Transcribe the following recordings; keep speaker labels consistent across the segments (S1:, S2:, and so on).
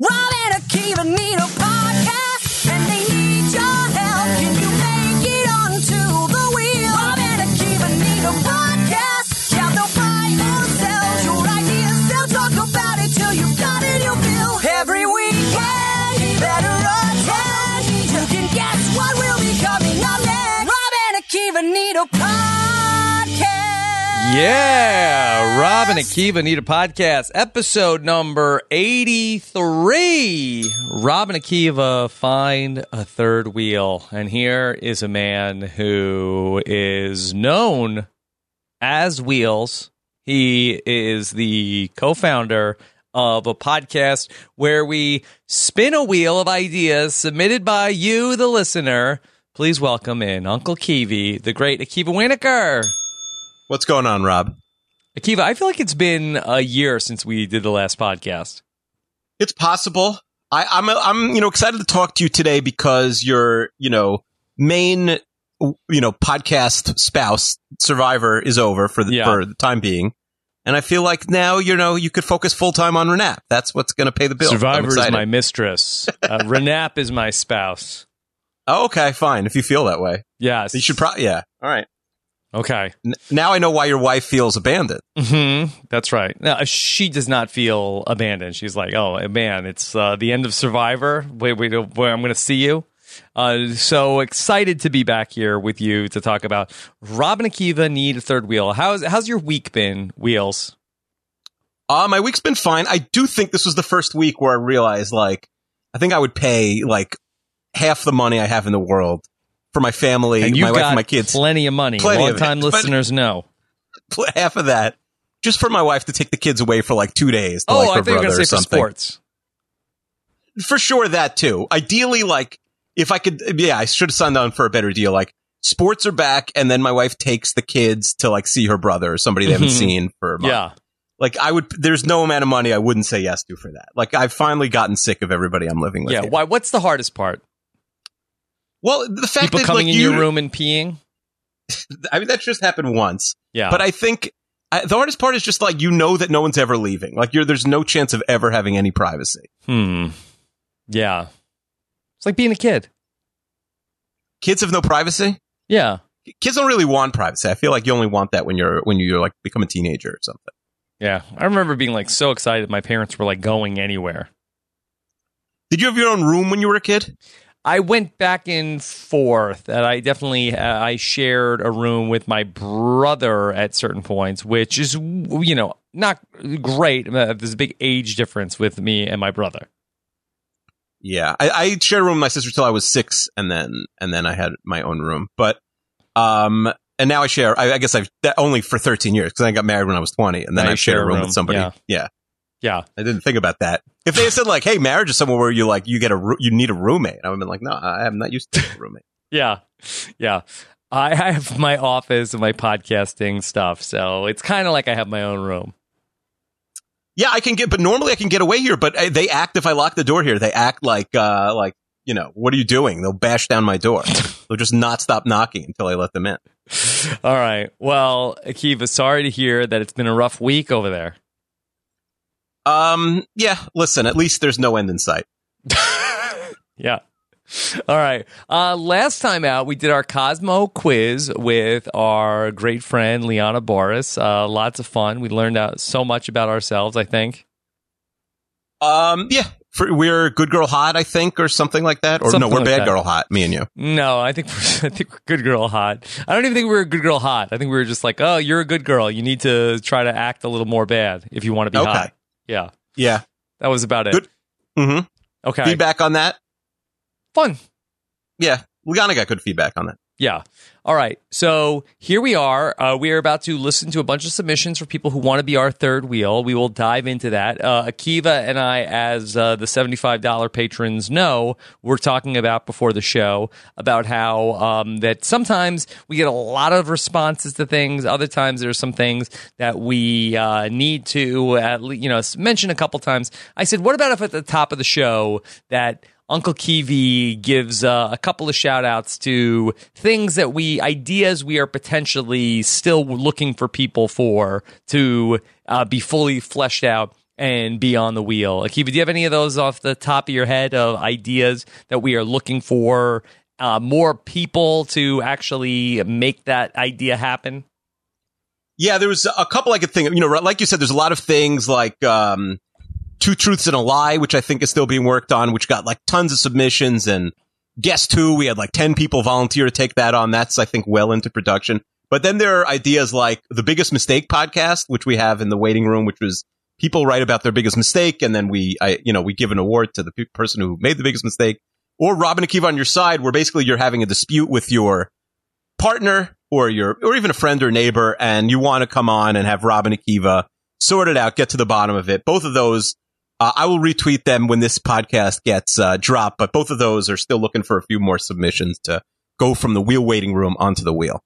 S1: Robin Akiva need a podcast, and they need your help. Can you make it onto the wheel? Robin Akiva need a podcast. Yeah, they'll buy or sell your ideas. They'll talk about it till you've got it. You'll feel every weekend. Better attend. You can guess what will be coming up next. Robin Akiva need a podcast.
S2: Yeah, Rob and Akiva need a podcast, episode number 83. Rob and Akiva find a third wheel. And here is a man who is known as Wheels. He is the co founder of a podcast where we spin a wheel of ideas submitted by you, the listener. Please welcome in Uncle Kiwi, the great Akiva Winokur.
S3: What's going on, Rob?
S2: Akiva, I feel like it's been a year since we did the last podcast.
S3: It's possible. I, I'm I'm you know excited to talk to you today because your you know main you know podcast spouse survivor is over for the
S2: Yeah.
S3: for the time being, and I feel like now you know you could focus full time on Renap. That's what's going to pay the bill. I'm
S2: Survivor is
S3: excited.
S2: my mistress. Uh, Renap is my spouse.
S3: Oh, okay, fine. If you feel that way,
S2: Yes.
S3: you should. Pro- yeah. All right.
S2: okay.
S3: N- now I know why your wife feels abandoned.
S2: hmm That's right. Now, she does not feel abandoned. She's like, oh, man, it's uh, the end of Survivor. Wait, wait, uh, where I'm going to see you. Uh, so excited to be back here with you to talk about Rob and Akiva need a third wheel. How's, how's your week been, Wheels?
S3: Uh, my week's been fine. I do think this was the first week where I realized, like, I think I would pay like half the money I have in the world for my family,
S2: And
S3: my
S2: you've
S3: wife,
S2: got
S3: and my kids.
S2: plenty of money.
S3: Plenty of it.
S2: Long time
S3: Plenty-
S2: listeners know.
S3: Pl- half of that just for my wife to take the kids away for like two days. To,
S2: Oh,
S3: like,
S2: I
S3: her
S2: think you're
S3: brother
S2: going
S3: or
S2: to say for
S3: something.
S2: sports.
S3: For sure, that too. Ideally, like, if I could, yeah, I should have signed on for a better deal. Like, sports are back, and then my wife takes the kids to like see her brother or somebody they haven't
S2: Mhm.
S3: seen for a month.
S2: Yeah.
S3: Like, I would. There's no amount of money I wouldn't say yes to for that. Like, I've finally gotten sick of everybody I'm living with.
S2: Yeah.
S3: here.
S2: Why? What's the hardest part?
S3: Well, the fact
S2: People
S3: that
S2: coming
S3: like,
S2: in
S3: you,
S2: your room and peeing.
S3: I mean, that just happened once.
S2: Yeah.
S3: But I think I, the hardest part is just like you know that no one's ever leaving. Like you're, there's no chance of ever having any privacy.
S2: hmm. Yeah. It's like being a kid.
S3: Kids have no privacy.
S2: Yeah.
S3: Kids don't really want privacy. I feel like you only want that when you're when you're like become a teenager or something.
S2: Yeah. I remember being like so excited. My parents were like going anywhere.
S3: Did you have your own room when you were a kid?
S2: I went back and forth. And I definitely uh, I shared a room with my brother at certain points, which is you know not great. Uh, There's a big age difference with me and my brother.
S3: Yeah, I, I shared a room with my sister till I was six, and then and then I had my own room. But um, and now I share. I, I guess I've that only for thirteen years because I got married when I was twenty, and then
S2: Now
S3: I
S2: you
S3: shared
S2: share
S3: a
S2: a
S3: room
S2: room,
S3: with somebody.
S2: yeah.
S3: yeah.
S2: Yeah.
S3: I didn't think about that. If they had said like, "Hey, marriage is somewhere where you like you get a roo- you need a roommate," I would have been like, "No, I am not used to a roommate."
S2: Yeah. Yeah. I have my office and my podcasting stuff. So it's kind of like I have my own room.
S3: yeah, I can get, but normally I can get away here. But uh, they act if I lock the door here. They act like uh like you know what are you doing? They'll bash down my door. They'll just not stop knocking until I let them in.
S2: All right. Well, Akiva, sorry to hear that it's been a rough week over there.
S3: Um, yeah. Listen, at least there's no end in sight.
S2: yeah. All right. Uh, last time out, we did our Cosmo quiz with our great friend, Liana Boris. Uh, lots of fun. We learned out so much about ourselves, I think.
S3: Um, yeah. For, we're good girl hot, I think, or something like that. Or no,
S2: Something
S3: we're
S2: like
S3: bad
S2: that.
S3: girl hot. Me and you.
S2: No, I think we're, I think we're good girl hot. I don't even think we were a good girl hot. I think we were just like, oh, you're a good girl. You need to try to act a little more bad if you want to be
S3: Okay.
S2: hot. Yeah,
S3: Yeah.
S2: that was about it.
S3: Good. Mm-hmm.
S2: Okay,
S3: Feedback on that.
S2: fun.
S3: Yeah, Liana got good feedback on that.
S2: Yeah. All right. So here we are. Uh, we are about to listen to a bunch of submissions for people who want to be our third wheel. We will dive into that. Uh, Akiva and I, as uh, the $75 patrons know, we're talking about before the show about how um, that sometimes we get a lot of responses to things. Other times there's some things that we uh, need to, at le- you know, s- mention a couple times. I said, what about if at the top of the show that Uncle Kiwi gives uh, a couple of shout outs to things that we, ideas we are potentially still looking for people for to uh, be fully fleshed out and be on the wheel. Akiva, do you have any of those off the top of your head of ideas that we are looking for uh, more people to actually make that idea happen?
S3: Yeah, there was a couple I could think of. You know, like you said, there's a lot of things like um, Two Truths and a Lie, which I think is still being worked on, which got like tons of submissions. And Guess Who, we had like 10 people volunteer to take that on. That's, I think, well into production. But then there are ideas like the Biggest Mistake podcast, which we have in the waiting room, which was people write about their biggest mistake. And then we, I, you know, we give an award to the pe- person who made the biggest mistake. Or Robin Akiva on your side, where basically you're having a dispute with your partner or your or even a friend or neighbor and you want to come on and have Robin Akiva sort it out, get to the bottom of it. Both of those uh, I will retweet them when this podcast gets uh, dropped, but both of those are still looking for a few more submissions to go from the wheel waiting room onto the wheel.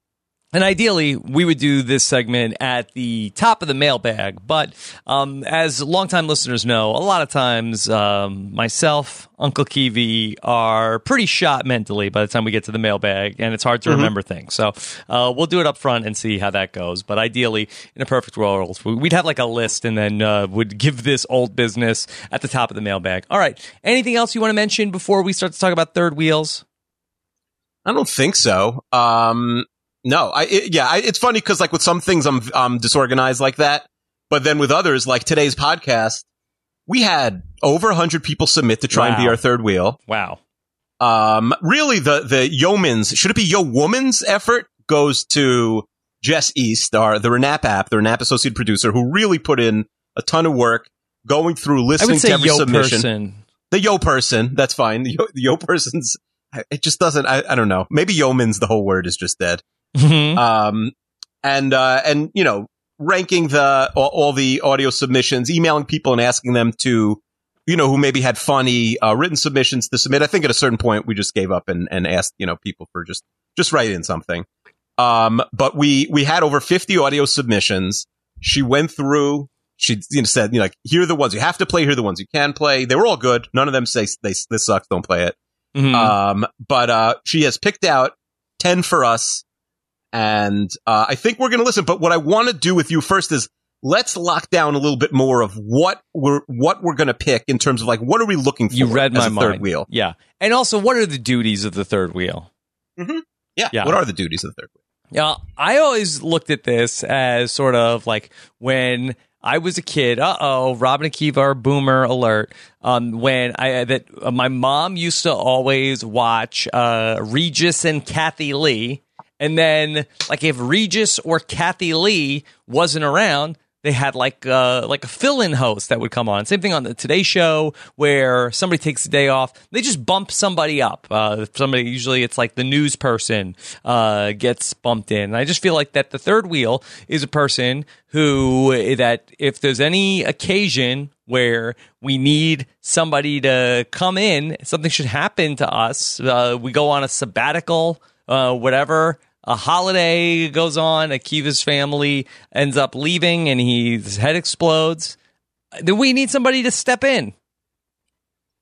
S2: And ideally, we would do this segment at the top of the mailbag. But um, as longtime listeners know, a lot of times um, myself, Uncle Kiwi are pretty shot mentally by the time we get to the mailbag, and it's hard to
S3: Mm-hmm.
S2: remember things. So uh, we'll do it up front and see how that goes. But ideally, in a perfect world, we'd have like a list and then uh, would give this old business at the top of the mailbag. All right. Anything else you want to mention before we start to talk about third wheels?
S3: I don't think so. Um, no, I it, yeah, I, it's funny because like with some things I'm I'm disorganized like that, but then with others like today's podcast, we had over hundred people submit to try and be
S2: Wow.
S3: our third wheel.
S2: Wow.
S3: Um, really the the yeoman's should it be yo woman's effort goes to Jess East, our the Renap app, the Renap associate producer, who really put in a ton of work going through
S2: I
S3: listening
S2: would say
S3: to every
S2: yo
S3: submission.
S2: person.
S3: The yo person, that's fine. The yo, the yo person's, I- it just doesn't. I, I don't know. Maybe yeoman's the whole word is just dead
S2: Mhm.
S4: Mm-hmm.
S3: um, and uh, and you know ranking the all, all the audio submissions, emailing people and asking them to you know who maybe had funny uh, written submissions to submit. I think at a certain point we just gave up and and asked you know people for just just write in something. Um, but we we had over fifty audio submissions. She went through. She you know, said, you know, like, here are the ones you have to play. Here are the ones you can play. They were all good. None of them say they, this sucks. Don't play it.
S2: Mhm.
S3: Um, but uh, she has picked out 10 for us. And uh, I think we're going to listen. But what I want to do with you first is let's lock down a little bit more of what we're what we're going to pick in terms of like what are we looking for?
S2: You read
S3: as
S2: my
S3: a
S2: mind.
S3: third wheel.
S2: Yeah. And also, what are the duties of the third wheel?
S3: Mm-hmm. Yeah.
S2: Yeah.
S3: What are the duties of the third wheel?
S2: Yeah, I always looked at this as sort of like when I was a kid. Uh oh, Robin Akiva are boomer alert. Um, when I that uh, my mom used to always watch uh, Regis and Kathy Lee, and then like if Regis or Kathy Lee wasn't around. They had like uh, like a fill-in host that would come on. Same thing on the Today Show, where somebody takes the day off. They just bump somebody up. Uh, somebody usually it's like the news person uh, gets bumped in. And I just feel like that the third wheel is a person who that if there's any occasion where we need somebody to come in, something should happen to us. Uh, we go on a sabbatical, uh, whatever. A holiday goes on. Akiva's family ends up leaving, and he, his head explodes. Then we need somebody to step in.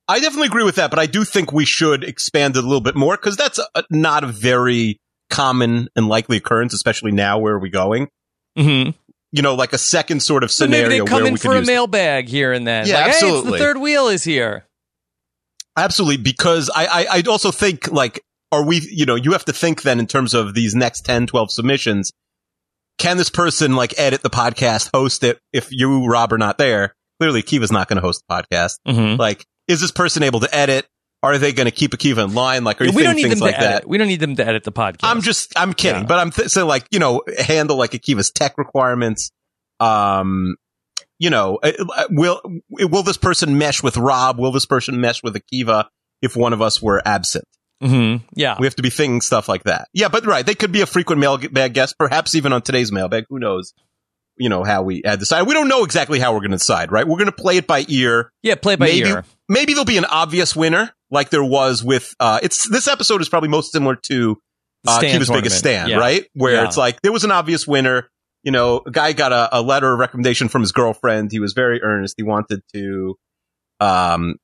S3: I definitely agree with that, but I do think we should expand it a little bit more because that's a, not a very common and likely occurrence, especially now where are we going?
S2: Mm-hmm.
S3: You know, like a second sort of
S2: So
S3: scenario
S2: maybe they come
S3: where
S2: in
S3: we
S2: for
S3: could
S2: a
S3: use
S2: mailbag here and then.
S3: Yeah,
S2: like, Hey,
S3: absolutely.
S2: it's the third wheel is here.
S3: Absolutely, because I, I, I also think like, are we, you know, you have to think then in terms of these next 10, 12 submissions. Can this person like edit the podcast, host it? If you, Rob, are not there, clearly Akiva's not going to host the podcast.
S2: Mm-hmm.
S3: Like, is this person able to edit? Are they going to keep Akiva in line? Like, are you
S2: we don't
S3: thinking
S2: need them
S3: things
S2: to
S3: like
S2: edit.
S3: that?
S2: We don't need them to edit the podcast.
S3: I'm just, I'm kidding,
S2: Yeah.
S3: but I'm th- saying like, you know, handle like Akiva's tech requirements. Um, you know, uh, uh, will will this person mesh with Rob? Will this person mesh with Akiva if one of us were absent? mm-hmm.
S2: hmm Yeah.
S3: We have to be thinking stuff like that. Yeah, but right, they could be a frequent mailbag guest, perhaps even on today's mailbag. Who knows? You know how we uh, decide. We don't know exactly how we're going to decide, right? We're going to play it by ear.
S2: yeah. Play by
S3: maybe
S2: ear.
S3: maybe there'll be an obvious winner, like there was with uh, it's this episode is probably most similar to uh,
S2: Stand
S3: Cuba's biggest
S2: tournament.
S3: stand,
S2: Yeah.
S3: right? Where
S2: Yeah.
S3: it's like there was an obvious winner. You know, a guy got a, a letter of recommendation from his girlfriend. He was very earnest. He wanted to um,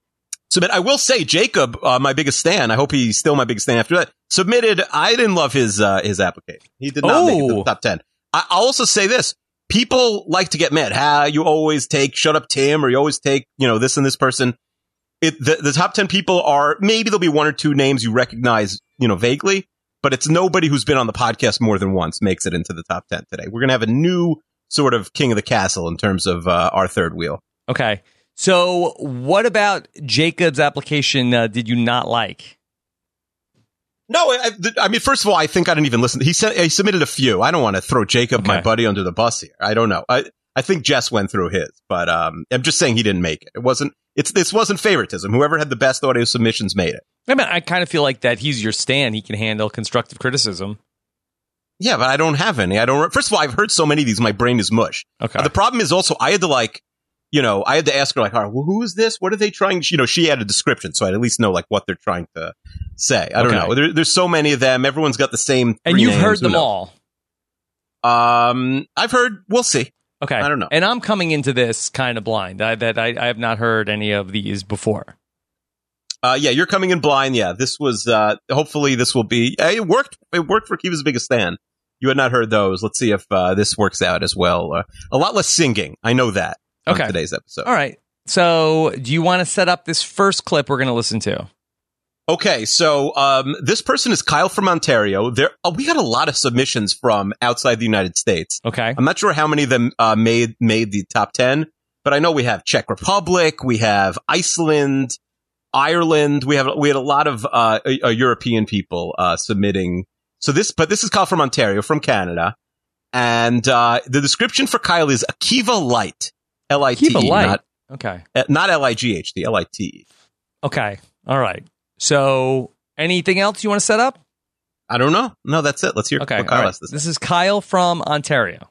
S3: submit. I will say, Jacob, uh, my biggest stand. I hope he's still my biggest stand after that. Submitted. I didn't love his uh, his application. He did not make it to
S2: Oh.
S3: the top ten. I, I'll also say this: people like to get mad. How you always take shut up Tim or you always take, you know, this and this person. It, the, the top 10 people are maybe there'll be one or two names you recognize, you know, vaguely, but it's nobody who's been on the podcast more than once makes it into the top 10 today. We're going to have a new sort of king of the castle in terms of uh, our third wheel.
S2: Okay. So, what about Jacob's application uh, did you not like?
S3: No, I, th- I mean, first of all, I think I didn't even listen. He said he submitted a few. I don't want to throw Jacob, my
S2: Okay.
S3: buddy, under the bus here. I don't know. I I think Jess went through his, but um, I'm just saying he didn't make it. It wasn't. It's this wasn't favoritism. Whoever had the best audio submissions made it.
S2: I mean, I kind of feel like that he's your stand. He can handle constructive criticism.
S3: Yeah, but I don't have any. I don't. First of all, I've heard so many of these. My brain is mush.
S2: Okay.
S3: Uh, The problem is also I had to like, you know, I had to ask her like, all right, well, who is this? What are they trying? You know, she had a description, so I'd at least know like what they're trying to say. I don't
S2: Okay.
S3: know. There, there's so many of them. Everyone's got the same.
S2: and
S3: three
S2: you've
S3: names.
S2: heard
S3: Who
S2: them
S3: knows?
S2: all.
S3: Um, I've heard. We'll see.
S2: Okay.
S3: I don't know.
S2: And I'm coming into this kind of blind. I, that I, I have not heard any of these before.
S3: Uh, yeah, you're coming in blind. Yeah, this was. Uh, hopefully, this will be. Uh, it worked. It worked for Kiva's biggest fan. You had not heard those. Let's see if uh, this works out as well. Uh, a lot less singing. I know that. on
S2: Okay.
S3: today's episode.
S2: All right. So, do you want to set up this first clip we're going to listen to?
S3: Okay, so um, this person is Kyle from Ontario. There, oh, we got a lot of submissions from outside the United States.
S2: Okay.
S3: I'm not sure how many of them uh, made made the top ten, but I know we have Czech Republic, we have Iceland, Ireland. We have we had a lot of uh, uh, European people uh, submitting. So this, but this is Kyle from Ontario, from Canada, and uh, the description for Kyle is Akiva Light, L I T E,
S2: Akiva Light.
S3: not
S2: Okay.
S3: uh, not L I G H, the L I T E.
S2: Okay. All right. So, anything else you want to set up?
S3: I don't know. No, that's it. Let's hear
S2: Okay.
S3: what
S2: all
S3: Kyle
S2: right.
S3: has to say.
S2: This is Kyle from Ontario.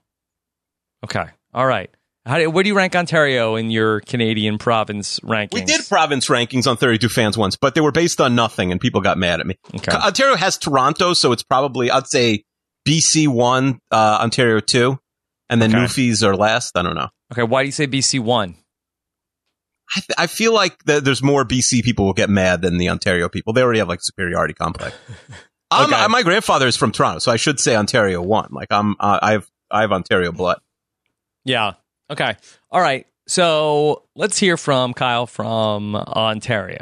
S2: Okay. All right. How do, where do you rank Ontario in your Canadian province rankings?
S3: We did province rankings on 32 fans once, but they were based on nothing, and people got mad at me.
S2: okay.
S3: Co- Ontario has Toronto, so it's probably I'd say BC one, uh, Ontario two, and then
S2: Okay.
S3: Newfies are last. I don't know.
S2: Okay. Why do you say BC one?
S3: I, th- I feel like th- there's more BC people will get mad than the Ontario people. They already have like superiority complex. I'm,
S2: Okay.
S3: I- my grandfather is from Toronto, so I should say Ontario one. Like I'm, uh, I've I have Ontario blood.
S2: Yeah. Okay. All right. So let's hear from Kyle from Ontario.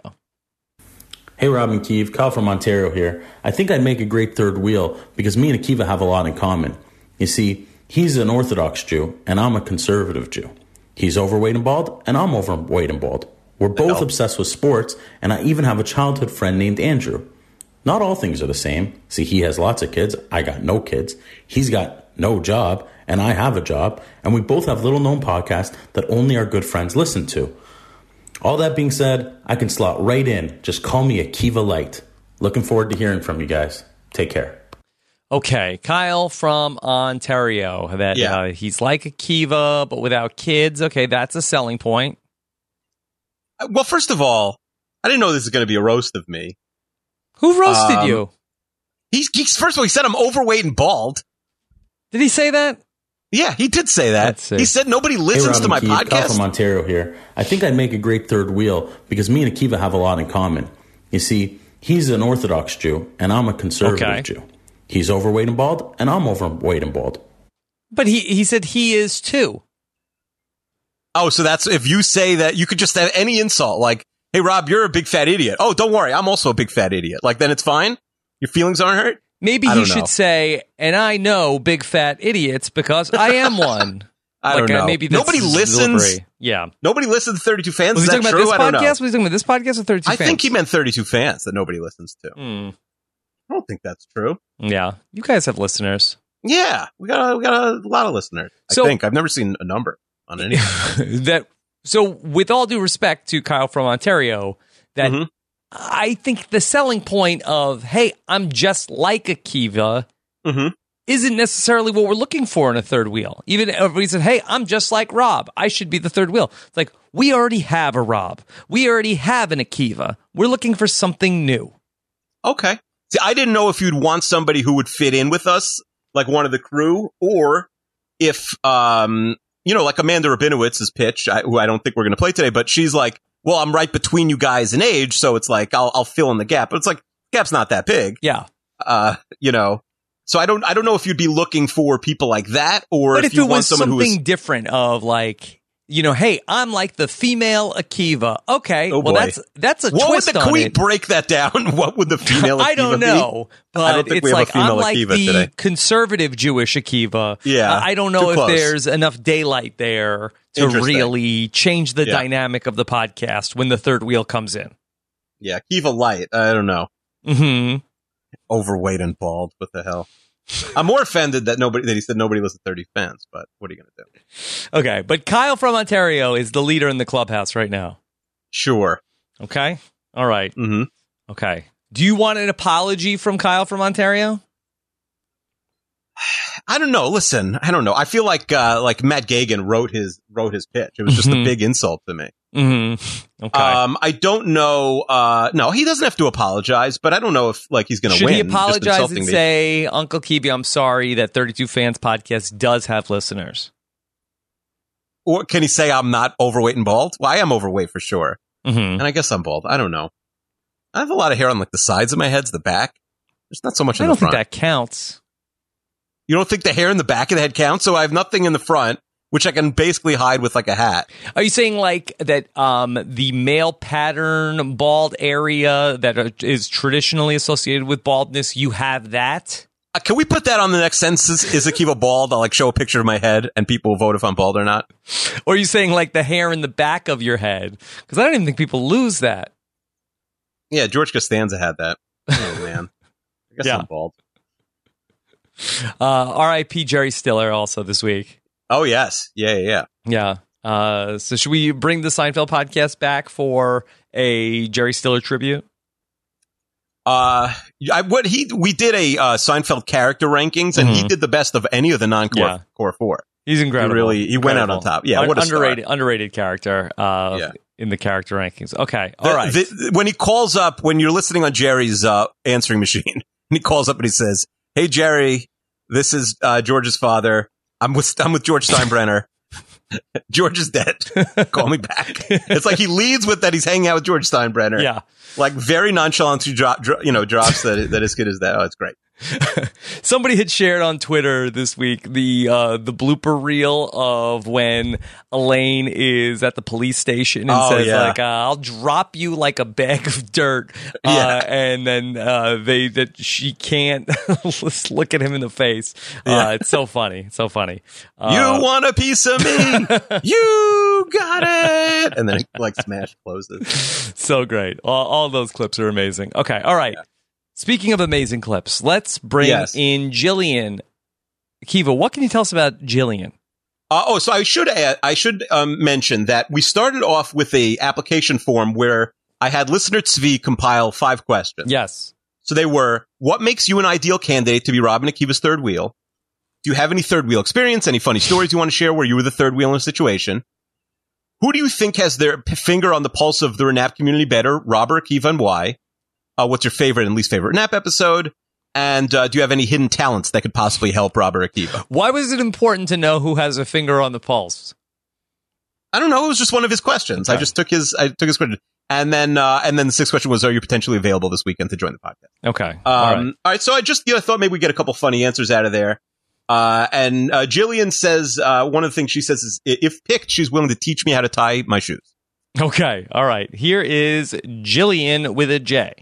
S5: Hey Rob and Keeve, Kyle from Ontario here. I think I'd make a great third wheel because me and Akiva have a lot in common. You see, he's an Orthodox Jew and I'm a conservative Jew. He's overweight and bald and I'm overweight and bald. We're both obsessed with sports and I even have a childhood friend named Andrew. Not all things are the same. See, he has lots of kids, I got no kids. He's got no job and I have a job and we both have little known podcasts that only our good friends listen to. All that being said, I can slot right in. Just call me a Kiva Light. Looking forward to hearing from you guys. Take care.
S2: Okay, Kyle from Ontario. That
S3: Yeah.
S2: uh, he's like a Kiva but without kids. Okay, that's a selling point.
S3: Uh, Well, first of all, I didn't know this was going to be a roast of me.
S2: Who roasted
S3: Um,
S2: you?
S3: He's, he's first of all, he said I'm overweight and bald.
S2: Did he say that?
S3: Yeah, he did say that.
S2: Let's see.
S3: He said nobody listens
S5: Rob
S3: to
S5: and
S3: my
S5: Keeve, Kyle
S3: podcast.
S5: from Ontario here. I think I'd make a great third wheel because me and Akiva have a lot in common. You see, he's an Orthodox Jew and I'm a conservative
S2: Okay.
S5: Jew. He's overweight and bald and I'm overweight and bald.
S2: But he he said he is too.
S3: oh, so that's if you say that you could just have any insult like, "Hey Rob, you're a big fat idiot." Oh, don't worry, I'm also a big fat idiot. Like then it's fine. Your feelings aren't hurt.
S2: Maybe
S3: I
S2: he
S3: don't know.
S2: should say, "And I know big fat idiots because I am one."
S3: I
S2: Like,
S3: don't
S2: uh,
S3: know.
S2: maybe that's
S3: nobody
S2: his
S3: listens.
S2: delivery. Yeah.
S3: Nobody listens to 32 fans.
S2: Was
S3: Is
S2: he
S3: that
S2: talking
S3: true? I
S2: about
S3: don't
S2: this
S3: know.
S2: podcast? Was he talking about this podcast or thirty two?
S3: I think he meant 32 fans that nobody listens to. I don't think that's true.
S2: Hmm. yeah, you guys have listeners.
S3: Yeah, we got a, we got a lot of listeners.
S2: So-
S3: I think I've never seen a number on any.
S2: that so with all due respect to Kyle from Ontario, that
S3: Mhm.
S2: I think the selling point of hey, I'm just like a Kiva
S3: Mhm.
S2: isn't necessarily what we're looking for in a third wheel. Even if everybody said, hey, I'm just like Rob, I should be the third wheel. It's like we already have a Rob, we already have an Akiva. We're looking for something new.
S3: Okay. See, I didn't know if you'd want somebody who would fit in with us, like one of the crew, or if, um, you know, like Amanda Rabinowitz's pitch, I, who I don't think we're going to play today, but she's like, well, I'm right between you guys in age, so it's like I'll I'll fill in the gap, but it's like gap's not that big,
S2: Yeah,
S3: uh, you know. So I don't I don't know if you'd be looking for people like that or
S2: But
S3: if,
S2: if, it
S3: you want
S2: was
S3: someone
S2: something
S3: who is
S2: different of like, you know, hey, I'm like the female Akiva. Okay,
S3: Oh,
S2: well
S3: boy.
S2: that's that's a
S3: what would
S2: twist
S3: the
S2: on
S3: queen
S2: it.
S3: break that down? What would the female?
S2: I don't
S3: Akiva be?
S2: know, but
S3: I don't think
S2: it's
S3: we have a
S2: like
S3: female
S2: I'm like
S3: Akiva
S2: the
S3: today.
S2: conservative Jewish Akiva.
S3: Yeah,
S2: I I don't
S3: too
S2: know if
S3: close.
S2: there's enough daylight there to
S3: Interesting.
S2: really change the
S3: Yeah.
S2: dynamic of the podcast when the third wheel comes in.
S3: Yeah, Akiva light. I don't know.
S2: hmm
S3: Overweight and bald. What the hell? I'm more offended that nobody that he said nobody listened to 30 fans. But what are you going to do?
S2: Okay, but Kyle from Ontario is the leader in the clubhouse right now.
S3: Sure.
S2: Okay, all right,
S3: hmm
S2: okay. Do you want an apology from Kyle from Ontario?
S3: I don't know. Listen, I don't know. I feel like uh, like Matt Gagan wrote his wrote his pitch. It was just a
S2: Mhm.
S3: big insult to me.
S2: Mm-hmm. Okay.
S3: Um, I don't know. Uh, no, he doesn't have to apologize, but I don't know if like he's going to
S2: Should
S3: win.
S2: he
S3: just
S2: apologize
S3: insulting
S2: and
S3: me.
S2: say, Uncle Kibi, I'm sorry that 32 Fans Podcast does have listeners?
S3: or can he say I'm not overweight and bald? Well, I am overweight for sure,
S2: Mm-hmm.
S3: and I guess I'm bald. I don't know. I have a lot of hair on like the sides of my heads, the back. There's not so much
S2: I
S3: in
S2: don't
S3: the front.
S2: think that counts.
S3: you don't think the hair in the back of the head counts? So I have nothing in the front, which I can basically hide with like a hat.
S2: Are you saying like that um, the male pattern bald area that are- is traditionally associated with baldness, you have that?
S3: Uh, can we put that on the next census? Is Akiva bald? I'll like show a picture of my head, and people will vote if I'm bald or not.
S2: Or are you saying like the hair in the back of your head? Because I don't even think people lose that.
S3: Yeah, George Costanza had that. Oh man, I guess
S2: Yeah.
S3: I'm bald.
S2: Uh, R.I.P. Jerry Stiller also this week.
S3: Oh yes, yeah, yeah. yeah.
S2: Yeah. Uh, so should we bring the Seinfeld podcast back for a Jerry Stiller tribute?
S3: Uh, I, what he we did a uh, Seinfeld character rankings, and he
S2: Mhm.
S3: did the best of any of the non-core
S2: Yeah.
S3: core four.
S2: He's incredible.
S3: He really he went out on
S2: Incredible.
S3: top. Yeah,
S2: Un-
S3: what a star.
S2: underrated underrated character uh,
S3: Yeah.
S2: in the character rankings. Okay,
S3: The-
S2: all right.
S3: the- when he calls up, when you're listening on Jerry's uh, answering machine, and he calls up and he says, "Hey Jerry, this is uh, George's father. I'm with I'm with George Steinbrenner. George is dead. Call me back." It's like he leads with that he's hanging out with George Steinbrenner.
S2: yeah.
S3: like very nonchalant. He drop, dro- you know drops that that as good as that. Oh, it's great.
S2: Somebody had shared on Twitter this week the uh, the blooper reel of when Elaine is at the police station and
S3: Oh,
S2: says
S3: yeah.
S2: like uh, I'll drop you like a bag of dirt, uh,
S3: Yeah.
S2: and then uh, they that she can't just look at him in the face.
S3: Yeah.
S2: Uh, it's so funny, so funny.
S3: You
S2: Uh,
S3: want a piece of me? you got it. And then like smash closes.
S2: so great. All, all those clips are amazing. Okay. All right. Speaking of amazing clips, let's bring
S3: Yes.
S2: in Jillian. Kiva, what can you tell us about Jillian?
S3: Uh, oh, so I should add, I should um, mention that we started off with a application form where I had listener Tzvi compile five questions.
S2: Yes.
S3: So they were, what makes you an ideal candidate to be Robin Akiva's third wheel? Do you have any third wheel experience? Any funny stories you want to share where you were the third wheel in a situation? Who do you think has their p- finger on the pulse of the Renap community better, Rob or Akiva, and why? Uh, what's your favorite and least favorite Renap episode? And uh, do you have any hidden talents that could possibly help Rob or Akiva?
S2: Why was it important to know who has a finger on the pulse?
S3: I don't know. It was just one of his questions. I
S2: Okay.
S3: just took his I took his question, and then uh, and then the sixth question was, are you potentially available this weekend to join the podcast?
S2: Okay.
S3: Um,
S2: all
S3: all,
S2: right.
S3: right. So I just you know, thought maybe we get a couple funny answers out of there. Uh, and uh, Jillian says uh, one of the things she says is i- if picked, she's willing to teach me how to tie my shoes.
S2: Okay. All right. Here is Jillian with a J.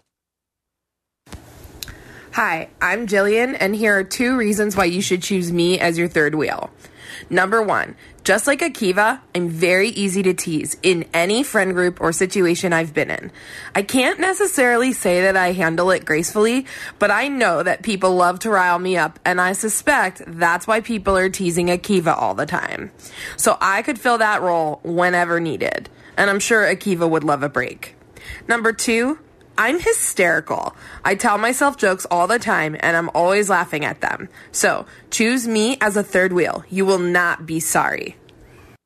S6: Hi, I'm Jillian, and here are two reasons why you should choose me as your third wheel. Number one, just like Akiva, I'm very easy to tease in any friend group or situation I've been in. I can't necessarily say that I handle it gracefully, but I know that people love to rile me up, and I suspect that's why people are teasing Akiva all the time. So I could fill that role whenever needed, and I'm sure Akiva would love a break. Number two, I'm hysterical. I tell myself jokes all the time and I'm always laughing at them. So choose me as a third wheel. You will not be sorry.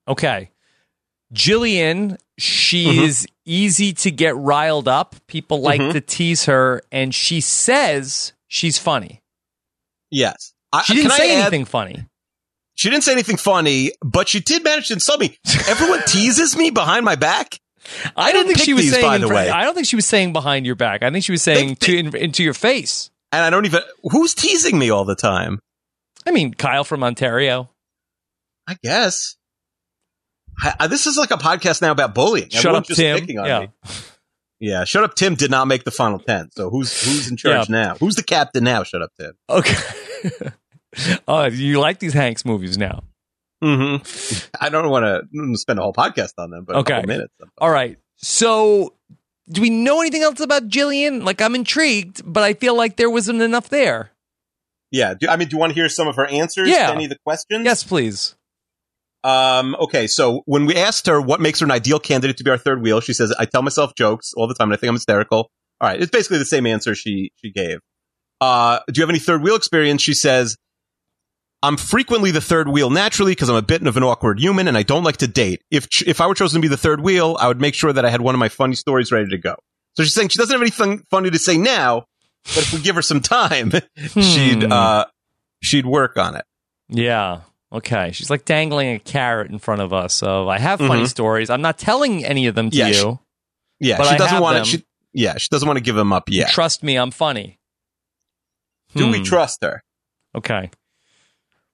S2: Okay. Jillian, she is
S3: Mm-hmm.
S2: easy to get riled up. People like to tease her, and she says she's funny.
S3: Yes. I,
S2: She didn't
S3: can I
S2: say
S3: add-
S2: anything funny.
S3: She didn't say anything funny, but she did manage to insult me. Everyone teases me behind my back.
S2: I, don't
S3: didn't
S2: think she
S3: pick
S2: was
S3: these,
S2: saying.
S3: by
S2: in
S3: the
S2: front-
S3: way.
S2: I don't think she was saying behind your back. I think she was saying
S3: They-
S2: to in, into your face.
S3: And I don't even. Who's teasing me all the time?
S2: I mean, Kyle from Ontario.
S3: I guess. I, I- this is like a podcast now about bullying.
S2: Shut
S3: Everyone's
S2: up, Tim.
S3: picking on
S2: Yeah.
S3: me. Yeah, Shut Up Tim did not make the final 10. So who's who's in charge now? Who's the captain now, Shut Up Tim?
S2: Okay. oh, you like these Hanks movies now?
S3: Mm-hmm. I don't want to spend a whole podcast on them, but
S2: Okay.
S3: a couple minutes.
S2: All right. So, do we know anything else about Jillian? Like, I'm intrigued, but I feel like there wasn't enough there.
S3: Yeah. Do, I mean, do you want to hear some of her answers
S2: Yeah.
S3: to any of the questions?
S2: Yes, please.
S3: Um, okay, so when we asked her what makes her an ideal candidate to be our third wheel, she says, "I tell myself jokes all the time, and I think I'm hysterical." All right, it's basically the same answer she she gave. Uh, do you have any third wheel experience? She says, "I'm frequently the third wheel naturally because I'm a bit of an awkward human, and I don't like to date. If ch- if I were chosen to be the third wheel, I would make sure that I had one of my funny stories ready to go." So she's saying she doesn't have anything funny to say now, but if we give her some time, she'd
S2: Hmm.
S3: uh, she'd work on it.
S2: Yeah. Okay. She's like dangling a carrot in front of us. Of I have funny
S3: Mhm.
S2: stories. I'm not telling any of them to
S3: Yeah,
S2: you.
S3: she- Yeah,
S2: But
S3: she
S2: I
S3: doesn't
S2: have
S3: want
S2: them.
S3: to. She, yeah, she doesn't want to give him up yet.
S2: Trust me, I'm funny.
S3: Do we
S2: Hmm.
S3: trust her?
S2: Okay.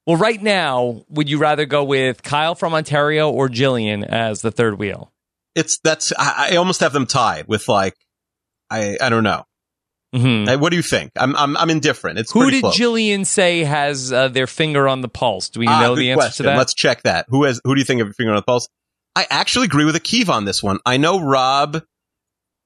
S2: Well, right now, would you rather go with Kyle from Ontario or Jillian as the third wheel?
S3: It's that's I, I almost have them tied with like I I don't know.
S2: hmm
S3: I- what do you think? I'm I'm I'm indifferent. It's
S2: Who
S3: pretty
S2: did
S3: close.
S2: Jillian say has uh, their finger on the pulse? Do we
S3: Ah,
S2: know
S3: good
S2: the answer
S3: question.
S2: to that?
S3: Let's check that. Who has who do you think of your finger on the pulse? I actually agree with Akiva on this one. I know Rob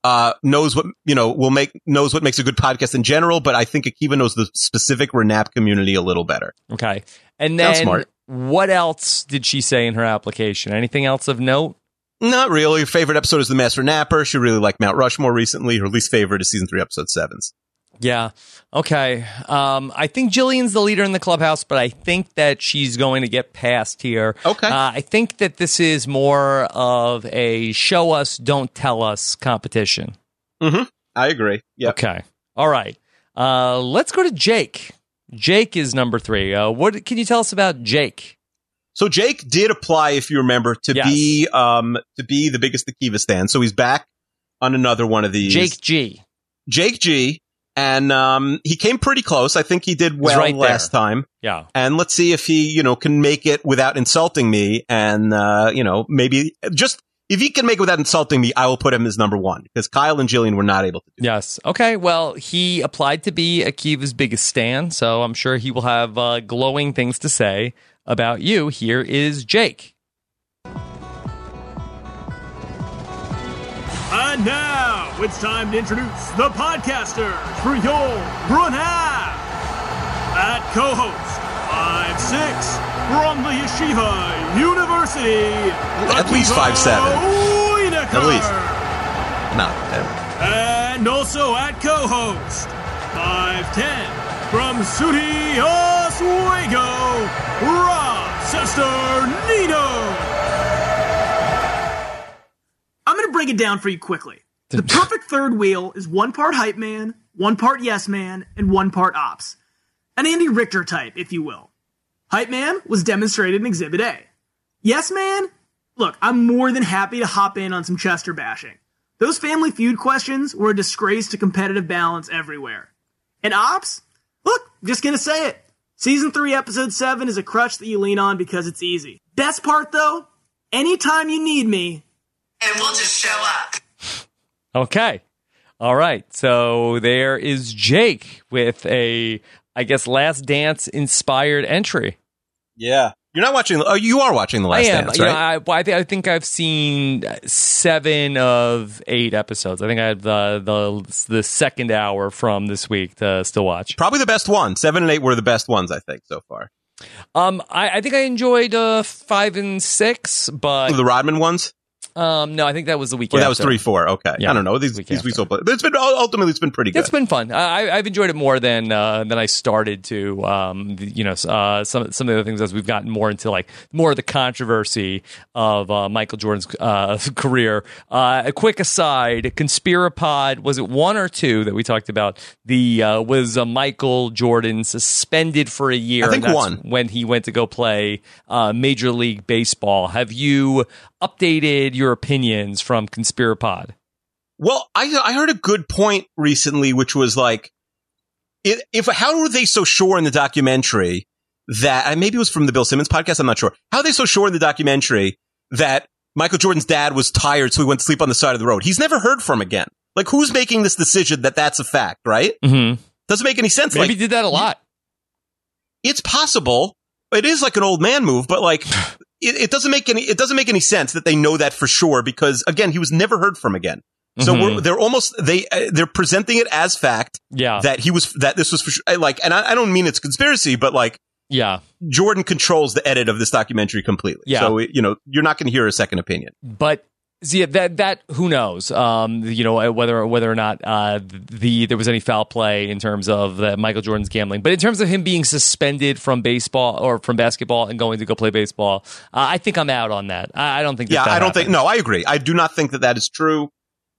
S3: uh knows what you know will make knows what makes a good podcast in general, but I think Akiva knows the specific Renap community a little better.
S2: okay. And
S3: Sounds
S2: then
S3: smart.
S2: what else did she say in her application? Anything else of note?
S3: Not really. Her favorite episode is The Master Napper. She really liked Mount Rushmore recently. Her least favorite is season three, episode sevens.
S2: Yeah. Okay. Um, I think Jillian's the leader in the clubhouse, but I think that she's going to get passed here.
S3: Okay.
S2: Uh, I think that this is more of a show us, don't tell us competition.
S3: Mm-hmm. I agree. Yeah.
S2: Okay. All right. Uh, let's go to Jake. Jake is number three. Uh, what can you tell us about Jake?
S3: So Jake did apply, if you remember, to
S2: Yes.
S3: be um to be the biggest Akiva stand. So he's back on another one of these.
S2: Jake G.
S3: Jake G. And um he came pretty close. I think he did well
S2: right there.
S3: last time.
S2: Yeah.
S3: And let's see if he, you know, can make it without insulting me. And uh, you know, maybe just if he can make it without insulting me, I will put him as number one because Kyle and Jillian were not able to do.
S2: Yes. Okay. Well, he applied to be Akiva's biggest stan, so I'm sure he will have uh, glowing things to say about you. Here is Jake.
S7: And now it's time to introduce the podcasters for your Brunham. At co-host five six from the Yeshiva University.
S3: At least 5'7". At
S7: At
S3: least. Not
S7: And also at co-host five ten from SUNY Oswego, Rob Sesternino.
S4: I'm going to break it down for you quickly. The perfect third wheel is one part hype man, one part yes man, and one part ops. An Andy Richter type, if you will. Hype man was demonstrated in Exhibit A. Yes man? Look, I'm more than happy to hop in on some Chester bashing. Those family feud questions were a disgrace to competitive balance everywhere. And ops? Look, just gonna say it. Season 3, Episode 7 is a crutch that you lean on because it's easy. Best part though, anytime you need me,
S8: and we'll just show up.
S2: Okay. All right. So there is Jake with a, I guess, Last Dance inspired entry.
S3: Yeah. You're not watching. Oh, you are watching the last
S2: I am.
S3: dance,
S2: you
S3: right?
S2: know, I, well, I, thi- I think I've seen seven of eight episodes. I think I have the the the second hour from this week to uh, still watch.
S3: Probably the best one. Seven and eight were the best ones, I think, so far.
S2: Um, I, I think I enjoyed uh, five and six, but
S3: the Rodman ones?
S2: um, no, I think that was the weekend.
S3: Well, that was three, four. Okay.
S2: Yeah.
S3: I don't know. These,
S2: Week
S3: these weeks will play. It's been, ultimately, it's been pretty good.
S2: It's been fun. I, I- I've enjoyed it more than uh, than I started to. Um, the- you know, s- uh, some some of the other things as we've gotten more into like more of the controversy of uh, Michael Jordan's uh, career. Uh, a quick aside: Conspirapod was it one or two that we talked about? The uh, was uh, Michael Jordan suspended for a year?
S3: I think
S2: and that's
S3: one.
S2: when he went to go play uh, Major League Baseball. Have you updated your opinions from Conspirapod?
S3: well, I, I heard a good point recently, which was like, it, if how were they so sure in the documentary that and maybe it was from the Bill Simmons podcast? I'm not sure. How are they so sure in the documentary that Michael Jordan's dad was tired, so he went to sleep on the side of the road? He's never heard from again. Like, who's making this decision that that's a fact? Right?
S2: Mm-hmm.
S3: Doesn't make any sense.
S2: Maybe
S3: like,
S2: he did that a lot.
S3: it's possible. It is like an old man move, but like it, it doesn't make any it doesn't make any sense that they know that for sure because again, he was never heard from again. So
S2: Mm-hmm.
S3: we're, they're almost they uh, they're presenting it as fact
S2: Yeah.
S3: that he was that this was for sure. Like, and I, I don't mean it's conspiracy, but like
S2: yeah.
S3: Jordan controls the edit of this documentary completely.
S2: Yeah.
S3: So you know you're not going to hear a second opinion.
S2: but see that that who knows um you know whether whether or not uh the there was any foul play in terms of the michael jordan's gambling but in terms of him being suspended from baseball or from basketball and going to go play baseball uh, i think i'm out on that i, I don't think that
S3: Yeah,
S2: that
S3: I don't think.
S2: happened.
S3: No, I agree. I do not think that that is true.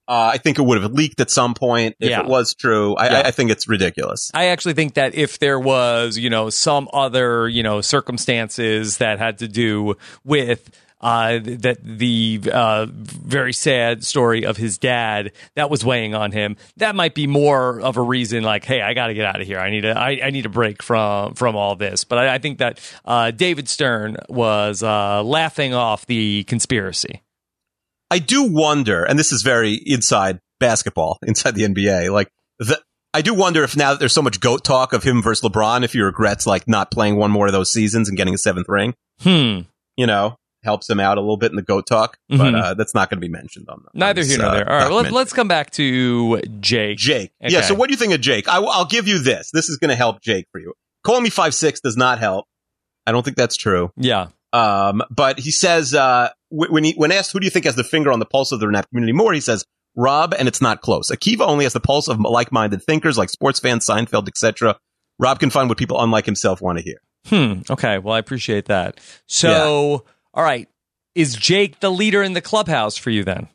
S3: Uh, I think it would have leaked at some point if
S2: Yeah.
S3: it was true. I,
S2: Yeah.
S3: I, I think it's ridiculous.
S2: I actually think that if there was, you know, some other, you know, circumstances that had to do with uh, th- that the uh, very sad story of his dad that was weighing on him, that might be more of a reason. Like, hey, I got to get out of here. I need a, I, I need a break from from all this. But I, I think that uh, David Stern was uh, laughing off the conspiracy.
S3: I do wonder, and this is very inside basketball, inside the NBA. Like the, I do wonder if now that there's so much goat talk of him versus LeBron, if he regrets like not playing one more of those seasons and getting a seventh ring.
S2: Hmm.
S3: You know, helps him out a little bit in the goat talk, but
S2: Mhm.
S3: uh, that's not going to be mentioned on. The,
S2: Neither
S3: on
S2: here
S3: this,
S2: nor
S3: uh,
S2: there. All right, well, let,
S3: documentary.
S2: let's come back to Jake.
S3: Jake. Yeah.
S2: Okay.
S3: So what do you think of Jake? I, will give you this. This is going to help Jake for you. Call me five six does not help. I don't think that's true.
S2: Yeah.
S3: Um, but he says, uh, wh- when he, when asked, who do you think has the finger on the pulse of the Renap community more? He says, Rob, and it's not close. Akiva only has the pulse of like-minded thinkers like sports fans, Seinfeld, etc. Rob can find what people unlike himself want to hear.
S2: Hmm. Okay. Well, I appreciate that. So, all right. Is Jake the leader in the clubhouse for you then?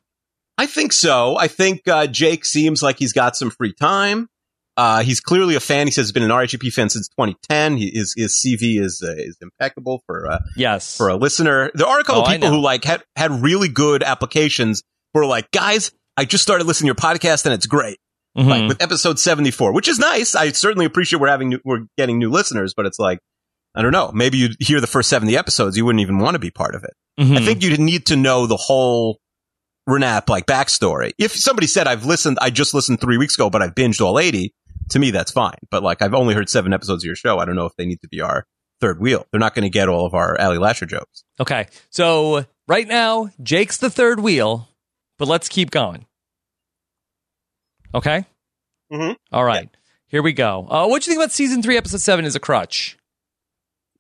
S3: I think so. I think, uh, Jake seems like he's got some free time. Uh, he's clearly a fan. He says he's been an RHP fan since 2010. He, his, his CV is, uh, is impeccable for, uh,
S2: Yes.
S3: for a listener. There are a couple
S2: Oh, I
S3: people
S2: know.
S3: who like had, had really good applications who are like, guys, I just started listening to your podcast and it's great.
S2: Mhm.
S3: like with episode 74 which is nice i certainly appreciate we're having new, we're getting new listeners but it's like i don't know maybe you'd hear the first 70 episodes you wouldn't even want to be part of it
S2: Mhm.
S3: i think you'd need to know the whole renap like backstory if somebody said i've listened i just listened three weeks ago but i've binged all 80 to me that's fine but like i've only heard seven episodes of your show i don't know if they need to be our third wheel they're not going to get all of our ali lasher jokes
S2: Okay. So, right now, Jake's the third wheel, but let's keep going. Okay.
S3: Mhm.
S2: All right. Here we go. Uh, what do you think about season three, episode seven is a crutch?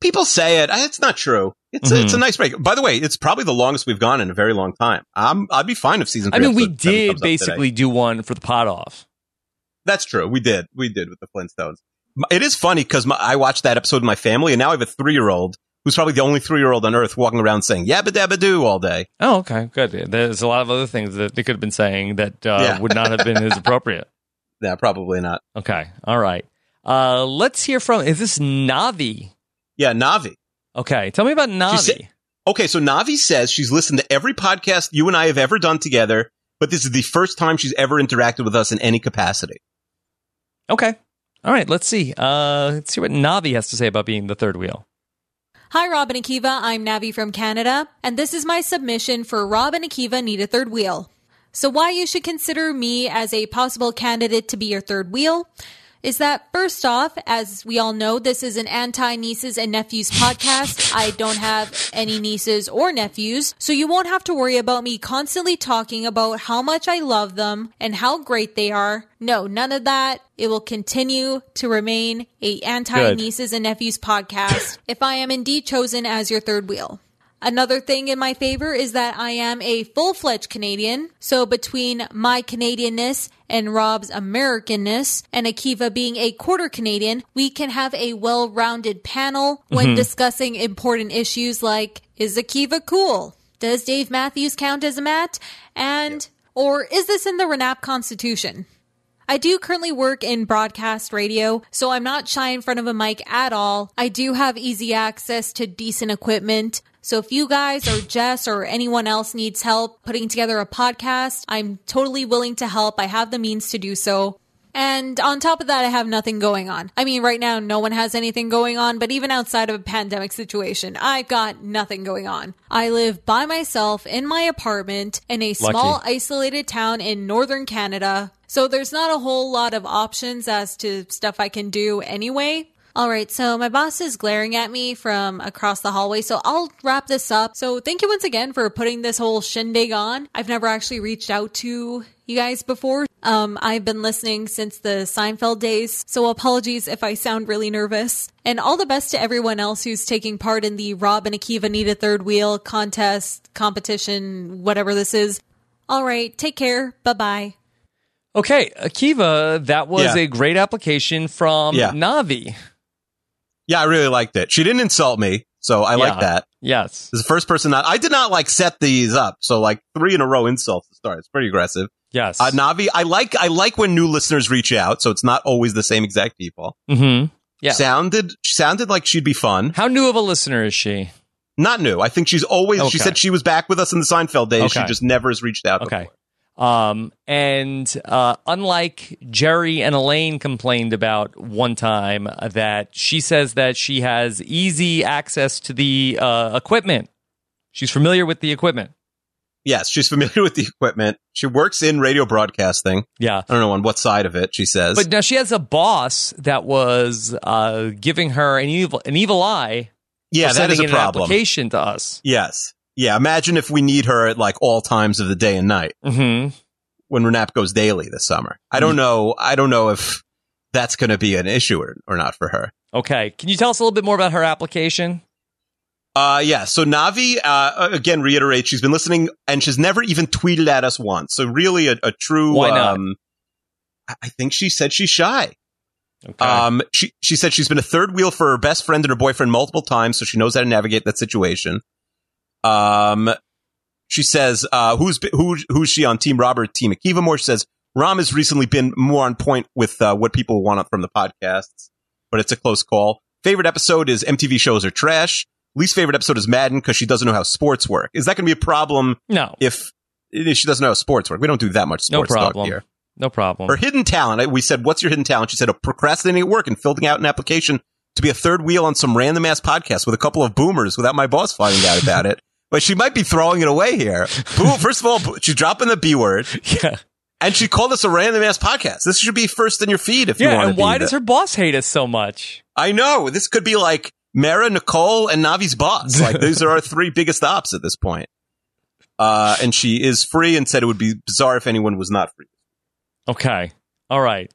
S3: people say it I- it's not true it's, a, it's
S2: Mm-hmm.
S3: a nice break by the way it's probably the longest we've gone in a very long time i'm i'd be fine if season
S2: I
S3: three
S2: mean, we
S3: episode seven comes
S2: did
S3: up today.
S2: basically do one for the pot off.
S3: That's true. We did. We did with the Flintstones. M- It is funny because I watched that episode with my family, and now I have a three year old who's probably the only three year old on earth walking around saying yabba dabba doo all day.
S2: Oh, okay. Good. There's a lot of other things that they could have been saying that uh,
S3: Yeah.
S2: would not have been as appropriate.
S3: Yeah, probably not.
S2: Okay. All right. Uh, let's hear from. Is this Navi?
S3: Yeah, Navi.
S2: Okay. Tell me about Navi.
S3: said- Okay, so Navi says she's listened to every podcast you and I have ever done together, but this is the first time she's ever interacted with us in any capacity.
S2: okay. All right. Let's see. Uh, let's see what Navi has to say about being the third wheel.
S9: Hi, Rob and Akiva. I'm Navi from Canada, and this is my submission for Rob and Akiva Need a Third Wheel. So, why you should consider me as a possible candidate to be your third wheel is that, first off, as we all know, this is an anti nieces and nephews podcast. I don't have any nieces or nephews, so you won't have to worry about me constantly talking about how much I love them and how great they are. No, none of that. It will continue to remain a anti
S2: Good.
S9: niece nieces and nephews podcast if I am indeed chosen as your third wheel. Another thing in my favor is that I am a full fledged Canadian. So between my Canadianness and Rob's Americanness and Akiva being a quarter Canadian, we can have a well rounded panel when discussing important issues like is Akiva cool? Does Dave Matthews count as a Matt? And or is this in the Renap Constitution? I do currently work in broadcast radio, so I'm not shy in front of a mic at all. I do have easy access to decent equipment. So if you guys or Jess or anyone else needs help putting together a podcast, I'm totally willing to help. I have the means to do so. And on top of that, I have nothing going on. I mean, right now, no one has anything going on, but even outside of a pandemic situation, I've got nothing going on. I live by myself in my apartment in a small, isolated town in northern Canada. So there's not a whole lot of options as to stuff I can do anyway. All right, so my boss is glaring at me from across the hallway, so I'll wrap this up. So thank you once again for putting this whole shindig on. I've never actually reached out to you guys before. Um, I've been listening since the Seinfeld days, so apologies if I sound really nervous. And all the best to everyone else who's taking part in the Rob and Akiva Need a Third Wheel contest, competition, whatever this is. All right, take care. Bye bye.
S2: Okay, Akiva, that was
S3: Yeah.
S2: a great application from
S3: Yeah.
S2: Navi.
S3: Yeah, I really liked it. She didn't insult me, so I like
S2: Yeah.
S3: that.
S2: Yes.
S3: This is the first person that I did not like set these up. So like three in a row insults to start. It's pretty aggressive.
S2: Yes.
S3: Uh, Navi, I like I like when new listeners reach out, so it's not always the same exact people.
S2: mm-hmm. Yeah.
S3: Sounded sounded like she'd be fun.
S2: How new of a listener is she?
S3: Not new. I think she's always. She
S2: Okay.
S3: said she was back with us in the Seinfeld days. She
S2: Okay.
S3: just never has reached out.
S2: Okay.
S3: before.
S2: Um, and uh, unlike Jerry and Elaine complained about one time uh, that she says that she has easy access to the uh, equipment. She's familiar with the equipment.
S3: Yes, she's familiar with the equipment. She works in radio broadcasting.
S2: Yeah.
S3: I don't know on what side of it. She says,
S2: But now she has a boss that was uh, giving her an evil an evil eye.
S3: "Yeah,
S2: for
S3: that is
S2: sending
S3: a
S2: in An
S3: problem."
S2: application to us.
S3: Yes, yeah. Imagine if we need her at like all times of the day and night.
S2: hmm
S3: when Renap goes daily this summer. I
S2: Mm-hmm.
S3: don't know. I don't know if that's going to be an issue or, or not for her.
S2: Okay. Can you tell us a little bit more about her application?
S3: Uh, yeah. So Navi, uh, again, reiterates she's been listening and she's never even tweeted at us once. So really, a, a true.
S2: Why not?
S3: Um, I- I think she said she's shy.
S2: Okay.
S3: Um, she she said she's been a third wheel for her best friend and her boyfriend multiple times, so she knows how to navigate that situation. Um, she says, uh, who's be- who who's she on Team Robert, Team Akiva more? She says Rom has recently been more on point with uh, what people want from the podcasts, but it's a close call. Favorite episode is MTV shows are trash. Least favorite episode is Madden because she doesn't know how sports work. Is that going to be a problem
S2: no.
S3: if, if she doesn't know how sports work? We don't do that much
S2: No
S3: sports talk
S2: problem.
S3: here.
S2: No problem.
S3: Her hidden talent. I- We said, "What's your hidden talent?" She said, "A procrastinating at work and filling out an application to be a third wheel on some random ass podcast with a couple of boomers without my boss finding out about it." But she might be throwing it away here. Boom! First of all, bo- she's dropping the B word,
S2: yeah.
S3: and she called us a random ass podcast. This should be first in your feed if you
S2: Yeah.
S3: want.
S2: And
S3: to
S2: why
S3: be
S2: does
S3: the-
S2: her boss hate us so much?
S3: I know this could be like Mara, Nicole, and Navi's boss. Like these are our three biggest ops at this point. Uh, and she is free, and said it would be bizarre if anyone was not free.
S2: Okay. All right.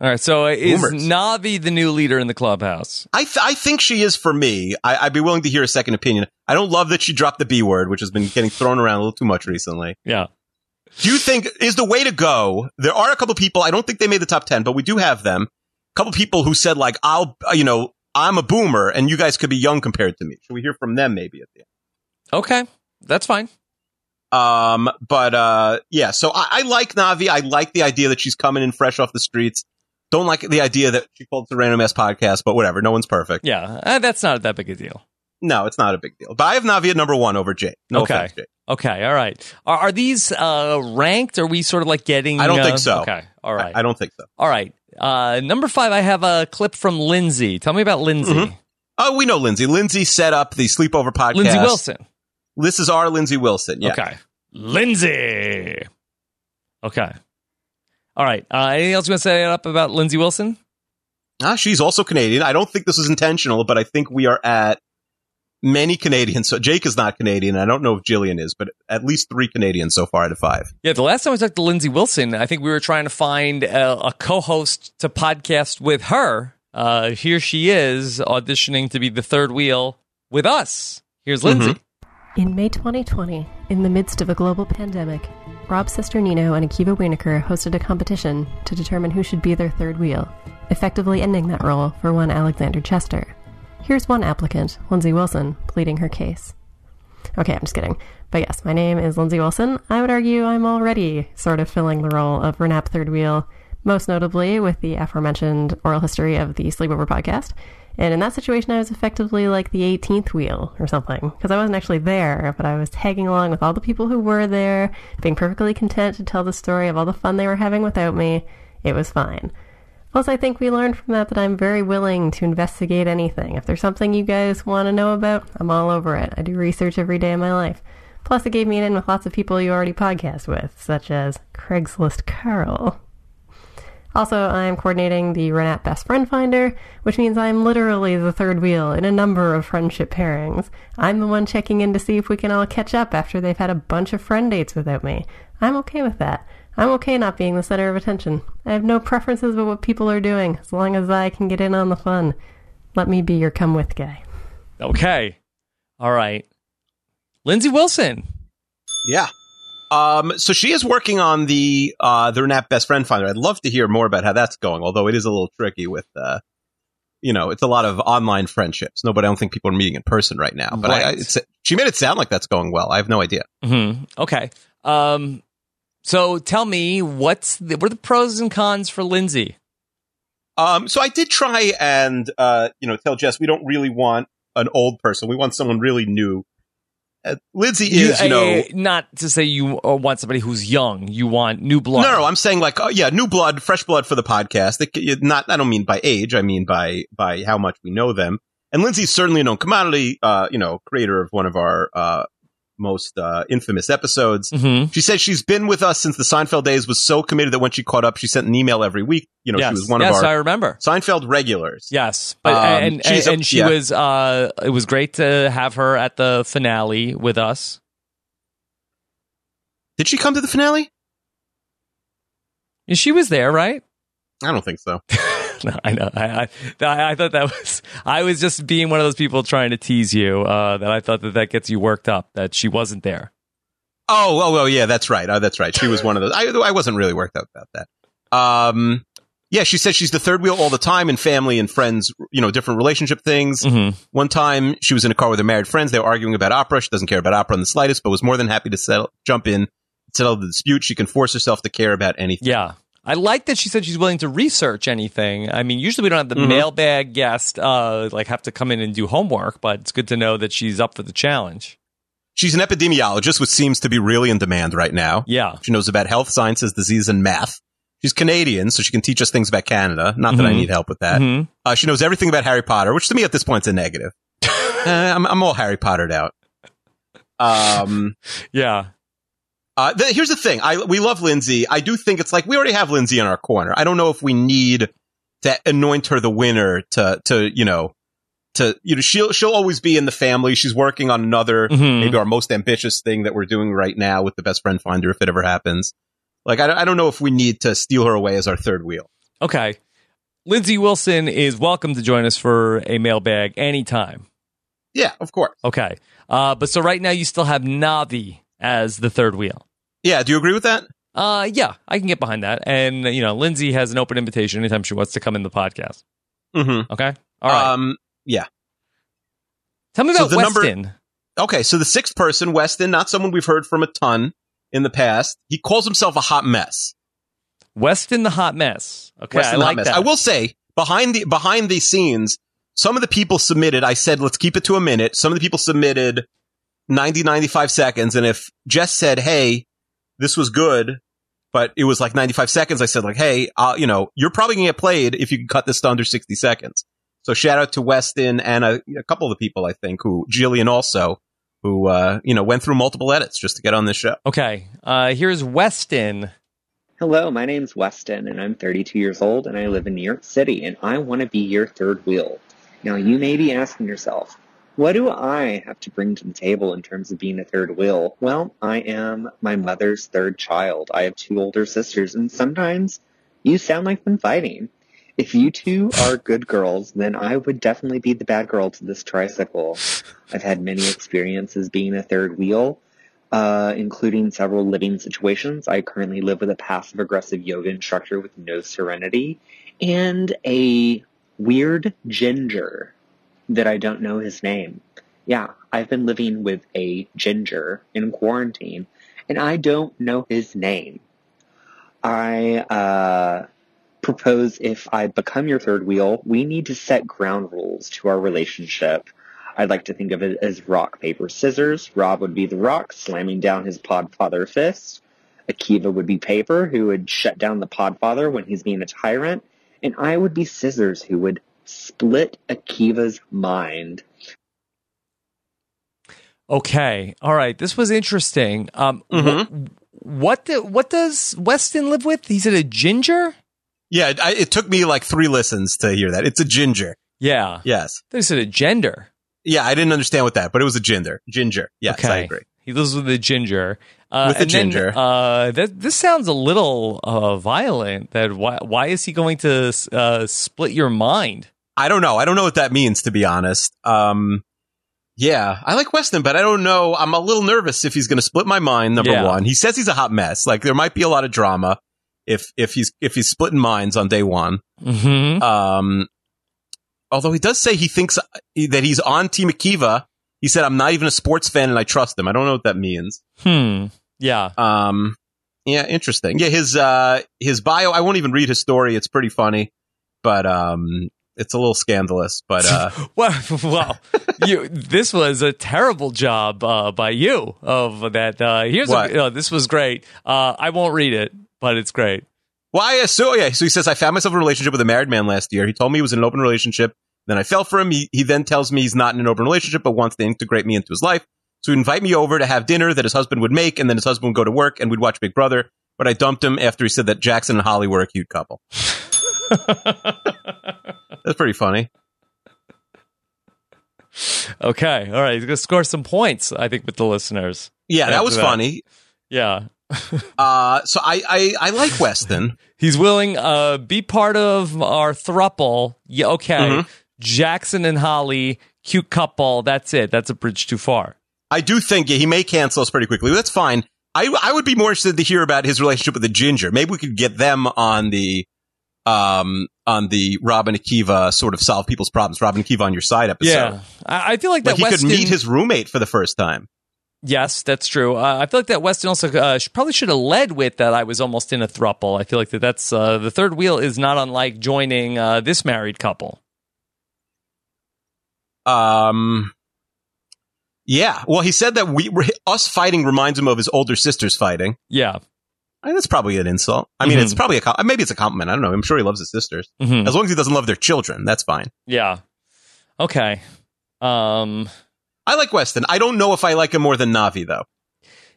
S2: All right. So is
S3: Boomers.
S2: Navi the new leader in the clubhouse?
S3: I, th- I think she is for me. I- I'd be willing to hear a second opinion. I don't love that she dropped the B word, which has been getting thrown around a little too much recently.
S2: Yeah.
S3: Do you think is the way to go? There are a couple people. I don't think they made the top ten, but we do have them. A couple people who said like, "I'll," uh, you know, "I'm a boomer," and you guys could be young compared to me. Should we hear from them maybe at the end?
S2: Okay. That's fine.
S3: Um, but uh, yeah. So I, I like Navi. I like the idea that she's coming in fresh off the streets. Don't like the idea that she called it the random ass podcast, but whatever. No one's perfect.
S2: Yeah. Uh, that's not that big a deal.
S3: No, it's not a big deal. But I have Navi at number one over Jake. No
S2: Okay.
S3: offense, Jake.
S2: Okay. All right. Are, are these uh, ranked? Are we sort of like getting?
S3: I don't
S2: uh,
S3: think so.
S2: Okay. All right.
S3: I, I don't think so.
S2: All right. Uh, number five, I have a clip from Lindsay. Tell me about Lindsay.
S3: Mhm. Oh, we know Lindsay. Lindsay set up the sleepover podcast.
S2: Lindsay Wilson.
S3: This is our Lindsay Wilson. Yeah.
S2: Okay. Lindsay. Okay. All right. Uh, anything else you want to say up about Lindsay Wilson?
S3: Ah, she's also Canadian. I don't think this was intentional, but I think we are at many Canadians. So Jake is not Canadian. I don't know if Jillian is, but at least three Canadians so far out of five.
S2: Yeah, the last time I talked to Lindsay Wilson, I think we were trying to find a, a co-host to podcast with her. Uh, here she is auditioning to be the third wheel with us. Here's Lindsay.
S3: Mm-hmm.
S10: In May 2020, in the midst of a global pandemic, Rob Sesternino and Akiva Wienerker hosted a competition to determine who should be their third wheel, effectively ending that role for one Alexander Chester. Here's one applicant, Lindsay Wilson, pleading her case. Okay, I'm just kidding. But yes, my name is Lindsay Wilson. I would argue I'm already sort of filling the role of Renap Third Wheel, most notably with the aforementioned oral history of the Sleepover podcast. And in that situation, I was effectively like the 18th wheel or something, because I wasn't actually there, but I was tagging along with all the people who were there, being perfectly content to tell the story of all the fun they were having without me, It was fine. Plus, I think we learned from that that I'm very willing to investigate anything. If there's something you guys want to know about, I'm all over it. I do research every day of my life. Plus, it gave me an in with lots of people you already podcast with, such as Craigslist Carl. Also, I'm coordinating the Renat Best Friend Finder, which means I'm literally the third wheel in a number of friendship pairings. I'm the one checking in to see if we can all catch up after they've had a bunch of friend dates without me. I'm okay with that. I'm okay not being the center of attention. I have no preferences about what people are doing, as long as I can get in on the fun. Let me be your come with guy.
S2: Okay. All right. Lindsay Wilson.
S3: Yeah. Um, so she is working on the uh, the Renap Best Friend Finder. I'd love to hear more about how that's going, although it is a little tricky with, uh, you know, it's a lot of online friendships. Nobody, I don't think people are meeting in person right now. But I, I,
S2: Right.
S3: it's, she made it sound like that's going well. I have no idea.
S2: hmm Okay. Um, so tell me, what's the, what are the pros and cons for Lindsay?
S3: Um, so I did try and uh, you know tell Jess we don't really want an old person. We want someone really new. Uh, Lindsay is, you,
S2: uh,
S3: know,
S2: not to say you uh, want somebody who's young. You want new blood.
S3: No, no, I'm saying like, oh yeah, new blood, fresh blood for the podcast. It, it- not, I don't mean by age. I mean by by how much we know them. And Lindsay's certainly a known commodity. Uh, you know, creator of one of our uh, most uh, infamous episodes.
S2: Mhm.
S3: She says she's been with us since the Seinfeld days. Was so committed that when she caught up, she sent an email every week. You know,
S2: yes.
S3: she was one
S2: yes,
S3: of
S2: I
S3: our
S2: remember.
S3: Seinfeld regulars.
S2: Yes, but
S3: Um,
S2: and and,
S3: she's a-
S2: and she
S3: yeah.
S2: was. Uh, it was great to have her at the finale with us.
S3: Did she come to the finale?
S2: And She was there, right?
S3: I don't think so.
S2: No, I know. I, I I I thought that was. I was just being one of those people trying to tease you. Uh, that I thought that that gets you worked up that she wasn't there.
S3: Oh, oh, oh, yeah, that's right. Oh, that's right. She was one of those. I, I wasn't really worked up about that. Um, yeah, she said she's the third wheel all the time in family and friends, you know, different relationship things.
S2: Mhm.
S3: One time she was in a car with her married friends. They were arguing about opera. She doesn't care about opera in the slightest, but was more than happy to settle, jump in, settle the dispute. She can force herself to care about anything.
S2: Yeah. I like that she said she's willing to research anything. I mean, usually we don't have the
S3: Mm-hmm.
S2: mailbag guest uh, like have to come in and do homework, but it's good to know that she's up for the challenge.
S3: She's an epidemiologist, which seems to be really in demand right now.
S2: Yeah.
S3: She knows about health sciences, disease, and math. She's Canadian, so she can teach us things about Canada. Not that I need help with that.
S2: Mhm.
S3: Uh, she knows everything about Harry Potter, which to me at this point is a negative. Uh, I'm, I'm all Harry Pottered out. Um,
S2: Yeah.
S3: uh, th- here's the thing. I, we love Lindsay. I do think it's like we already have Lindsay in our corner. I don't know if we need to anoint her the winner to, to, you know, to, you know, she'll, she'll always be in the family. She's working on another,
S2: Mhm.
S3: maybe our most ambitious thing that we're doing right now with the best friend finder, if it ever happens. Like, I, don't- I don't know if we need to steal her away as our third wheel.
S2: Okay. Lindsay Wilson is welcome to join us for a mailbag anytime.
S3: Yeah, of course.
S2: Okay. Uh, but so right now you still have Navi as the third wheel.
S3: Yeah. Do you agree with that?
S2: Uh, yeah, I can get behind that. And, you know, Lindsay has an open invitation anytime she wants to come in the podcast.
S3: Mm-hmm.
S2: Okay. All right.
S3: Um, yeah.
S2: Tell me
S3: so
S2: about
S3: the number-
S2: Weston.
S3: Okay, so the sixth person, Weston, not someone we've heard from a ton in the past. He calls himself a hot mess.
S2: Weston the Hot Mess. Okay.
S3: Weston
S2: I
S3: the
S2: like
S3: hot mess.
S2: that.
S3: I will say behind the behind the scenes, some of the people submitted. I said let's keep it to a minute. Some of the people submitted 90, 95 seconds, and if Jess said, "Hey, this was good," but it was like ninety five seconds, I said like, "Hey, uh, you know, you're probably gonna get played if you can cut this to under sixty seconds." So shout out to Weston and a, a couple of the people I think who Jillian also. Who uh, you know went through multiple edits just to get on this show?
S2: Okay. Uh, here's Weston.
S11: Hello, my name's Weston, and I'm 32 years old, and I live in New York City, and I want to be your third wheel. Now, you may be asking yourself, what do I have to bring to the table in terms of being a third wheel? Well, I am my mother's third child. I have two older sisters, and sometimes you sound like them fighting. If you two are good girls, then I would definitely be the bad girl to this tricycle. I've had many experiences being a third wheel, uh, including several living situations. I currently live with a passive aggressive yoga instructor with no serenity and a weird ginger that I don't know his name. Yeah, I've been living with a ginger in quarantine and I don't know his name. I uh, propose if I become your third wheel, we need to set ground rules to our relationship. I'd like to think of it as rock, paper, scissors. Rob would be the rock, slamming down his podfather fist. Akiva would be Paper, who would shut down the Podfather when he's being a tyrant, and I would be Scissors, who would split Akiva's mind.
S2: Okay. All right. This was interesting. Um, wh-
S3: Mm-hmm.
S2: what do- what does Weston live with? He's at a ginger.
S3: Yeah, I, it took me like three listens to hear that. It's a ginger.
S2: Yeah.
S3: Yes.
S2: They said a gender.
S3: Yeah, I didn't understand what that, but it was a ginger. Ginger. Yes, I
S2: Okay.
S3: agree.
S2: He lives with a ginger. Uh,
S3: With a
S2: and then,
S3: ginger.
S2: uh, that, this sounds a little uh, violent. That why why is he going to uh, split your mind?
S3: I don't know. I don't know what that means, to be honest. Um, yeah, I like Weston, but I don't know. I'm a little nervous if he's going to split my mind. Number
S2: Yeah.
S3: one, he says he's a hot mess. Like there might be a lot of drama if if he's if he's splitting minds on day one.
S2: Mm-hmm.
S3: Um, although he does say he thinks uh, that he's on Team Akiva. He said, "I'm not even a sports fan, and I trust him." I don't know what that means.
S2: Hmm. Yeah.
S3: Um, yeah, interesting. Yeah, his uh, his bio. I won't even read his story. It's pretty funny, but um, it's a little scandalous. But uh,
S2: Well, well you, this was a terrible job uh, by you of that. Uh, here's
S3: What?
S2: a, uh, this was great. Uh, I won't read it, but it's great.
S3: Why? So yeah. So he says I found myself in a relationship with a married man last year. He told me he was in an open relationship. Then I fell for him. He, he then tells me he's not in an open relationship, but wants to integrate me into his life. So he'd invite me over to have dinner that his husband would make, and then his husband would go to work, and we'd watch Big Brother. But I dumped him after he said that Jackson and Holly were a cute couple. That's pretty funny.
S2: Okay. All right. He's gonna score some points. I think with the listeners.
S3: Yeah, that
S2: After
S3: was funny.
S2: Yeah.
S3: Uh, so I, I I like Weston.
S2: He's willing uh be part of our thruple. Yeah, okay.
S3: Mm-hmm.
S2: Jackson and Holly, cute couple. That's it. That's a bridge too far.
S3: I do think yeah, he may cancel us pretty quickly. That's fine. I I would be more interested to hear about his relationship with the ginger. Maybe we could get them on the um on the Robin Akiva sort of solve people's problems. Robin Akiva on your side episode.
S2: Yeah, I, I feel like that.
S3: Like he
S2: Weston,
S3: could meet his roommate for the first time.
S2: Yes, that's true. Uh, I feel like that Weston also uh, sh probably should have led with that. I was almost in a thruple. I feel like that. That's uh, the third wheel is not unlike joining uh, this married couple.
S3: Um Yeah. Well, he said that we us fighting reminds him of his older sisters fighting.
S2: Yeah.
S3: I, that's probably an insult. I mean,
S2: Mhm.
S3: it's probably a com- maybe it's a compliment. I don't know. I'm sure he loves his sisters.
S2: Mhm.
S3: As long as he doesn't love their children, that's fine.
S2: Yeah. Okay. Um.
S3: I like Weston. I don't know if I like him more than Navi though.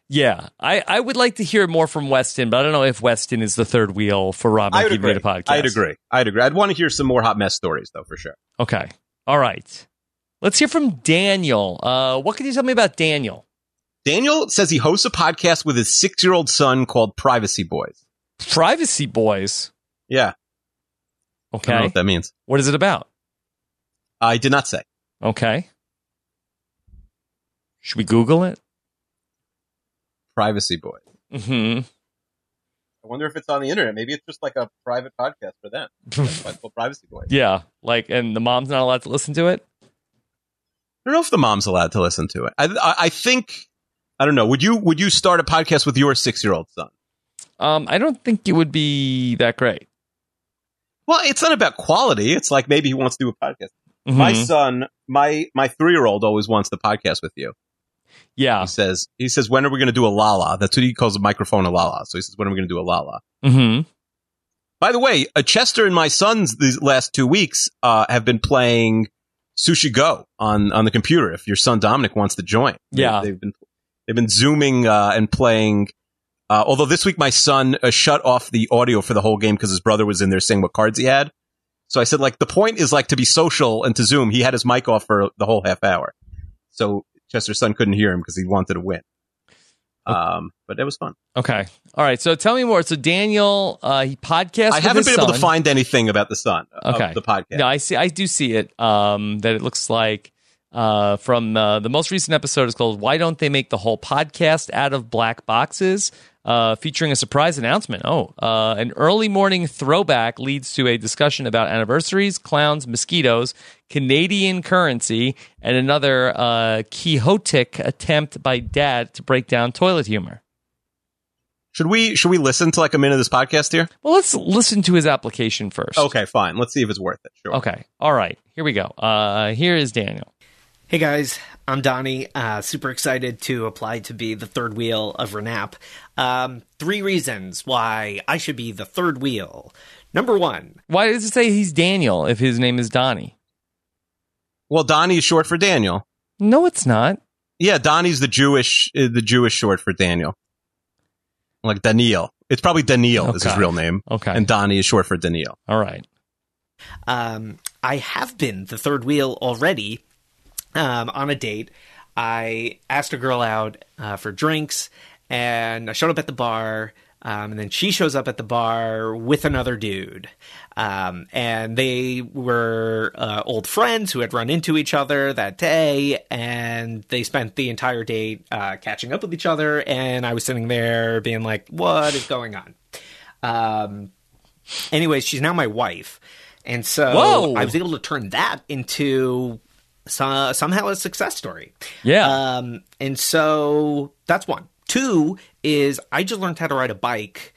S2: Yeah, I, I would like to hear more from Weston, but I don't know if Weston is the third wheel for Rob and Keep Made a podcast.
S3: I'd agree. I'd agree. I'd want to hear some more hot mess stories though, for sure.
S2: Okay. All right. Let's hear from Daniel. Uh, what can you tell me about Daniel?
S3: Daniel says he hosts a podcast with his six-year-old son called Privacy Boys.
S2: Privacy Boys.
S3: Yeah, I don't know
S2: Okay.
S3: what that means.
S2: What is it about?
S3: I did not say.
S2: Okay. Should we Google it?
S3: Privacy Boys.
S2: Mm
S3: I wonder if it's on the internet. Maybe it's just like a private podcast for them.
S2: hmm.
S3: That's called Privacy Boys.
S2: yeah. Like, and the mom's not allowed to listen to it?
S3: I don't know if the mom's allowed to listen to it. I, I, I think I don't know. Would you Would you start a podcast with your six-year-old son?
S2: Um, I don't think it would be that great.
S3: Well, it's not about quality. It's like maybe he wants to do a podcast. My
S2: Mhm.
S3: son, my my three year old always wants the podcast with you.
S2: yeah.
S3: He says he says, When are we gonna do a Lala? That's what he calls a microphone a Lala. So he says, When are we gonna do a Lala?
S2: Mm
S3: By the way, uh, Chester and my sons these last two weeks uh, have been playing Sushi Go on on the computer if your son Dominic wants to join. They-
S2: Yeah.
S3: They've been they've been zooming uh, and playing uh, although this week my son uh, shut off the audio for the whole game because his brother was in there saying what cards he had. So I said, like, the point is like to be social and to Zoom. He had his mic off for the whole half hour, so Chester's son couldn't hear him because he wanted to win. Um, but it was fun.
S2: hmm. Okay. All right. So tell me more. So, Daniel, uh, he podcasts.
S3: I
S2: with
S3: haven't
S2: his
S3: been able to
S2: son.
S3: find anything about the son of
S2: Okay.
S3: the podcast.
S2: No, I see. I do see it. Um, that it looks like uh, from uh, the most recent episode is called "Why Don't They Make the Whole Podcast Out of Black Boxes?" Uh, featuring a surprise announcement. Oh, uh, an early morning throwback leads to a discussion about anniversaries, clowns, mosquitoes, Canadian currency, and another uh, Quixotic attempt by dad to break down toilet humor.
S3: Should we should we listen to like a minute of this podcast here?
S2: Well, let's listen to his application first.
S3: Okay, fine. Let's see if it's worth it. Sure.
S2: Okay. All right. Here we go. Uh, here is Daniel.
S12: Hey guys, I'm Donnie. Uh, super excited to apply to be the third wheel of Renap. Um, three reasons why I should be the third wheel. Number one,
S2: Why does it say he's Daniel if his name is Donnie?
S3: Well, Donnie is short for Daniel.
S2: No, it's not.
S3: Yeah, Donnie's the Jewish uh, the Jewish short for Daniel. Like Daniel. It's probably Daniel is his
S2: Okay.
S3: real name.
S2: Okay.
S3: And Donnie is short for Daniel.
S2: All right.
S12: um, I have been the third wheel already um, on a date. I asked a girl out uh, for drinks, and I showed up at the bar. Um, and then she shows up at the bar with another dude. Um, and they were uh, old friends who had run into each other that day. And they spent the entire date uh, catching up with each other. And I was sitting there being like, what is going on? Um, anyways, she's now my wife. And so
S2: Whoa.
S12: I was able to turn that into so- somehow a success story.
S2: Yeah.
S12: Um, and so that's one. Two is I just learned how to ride a bike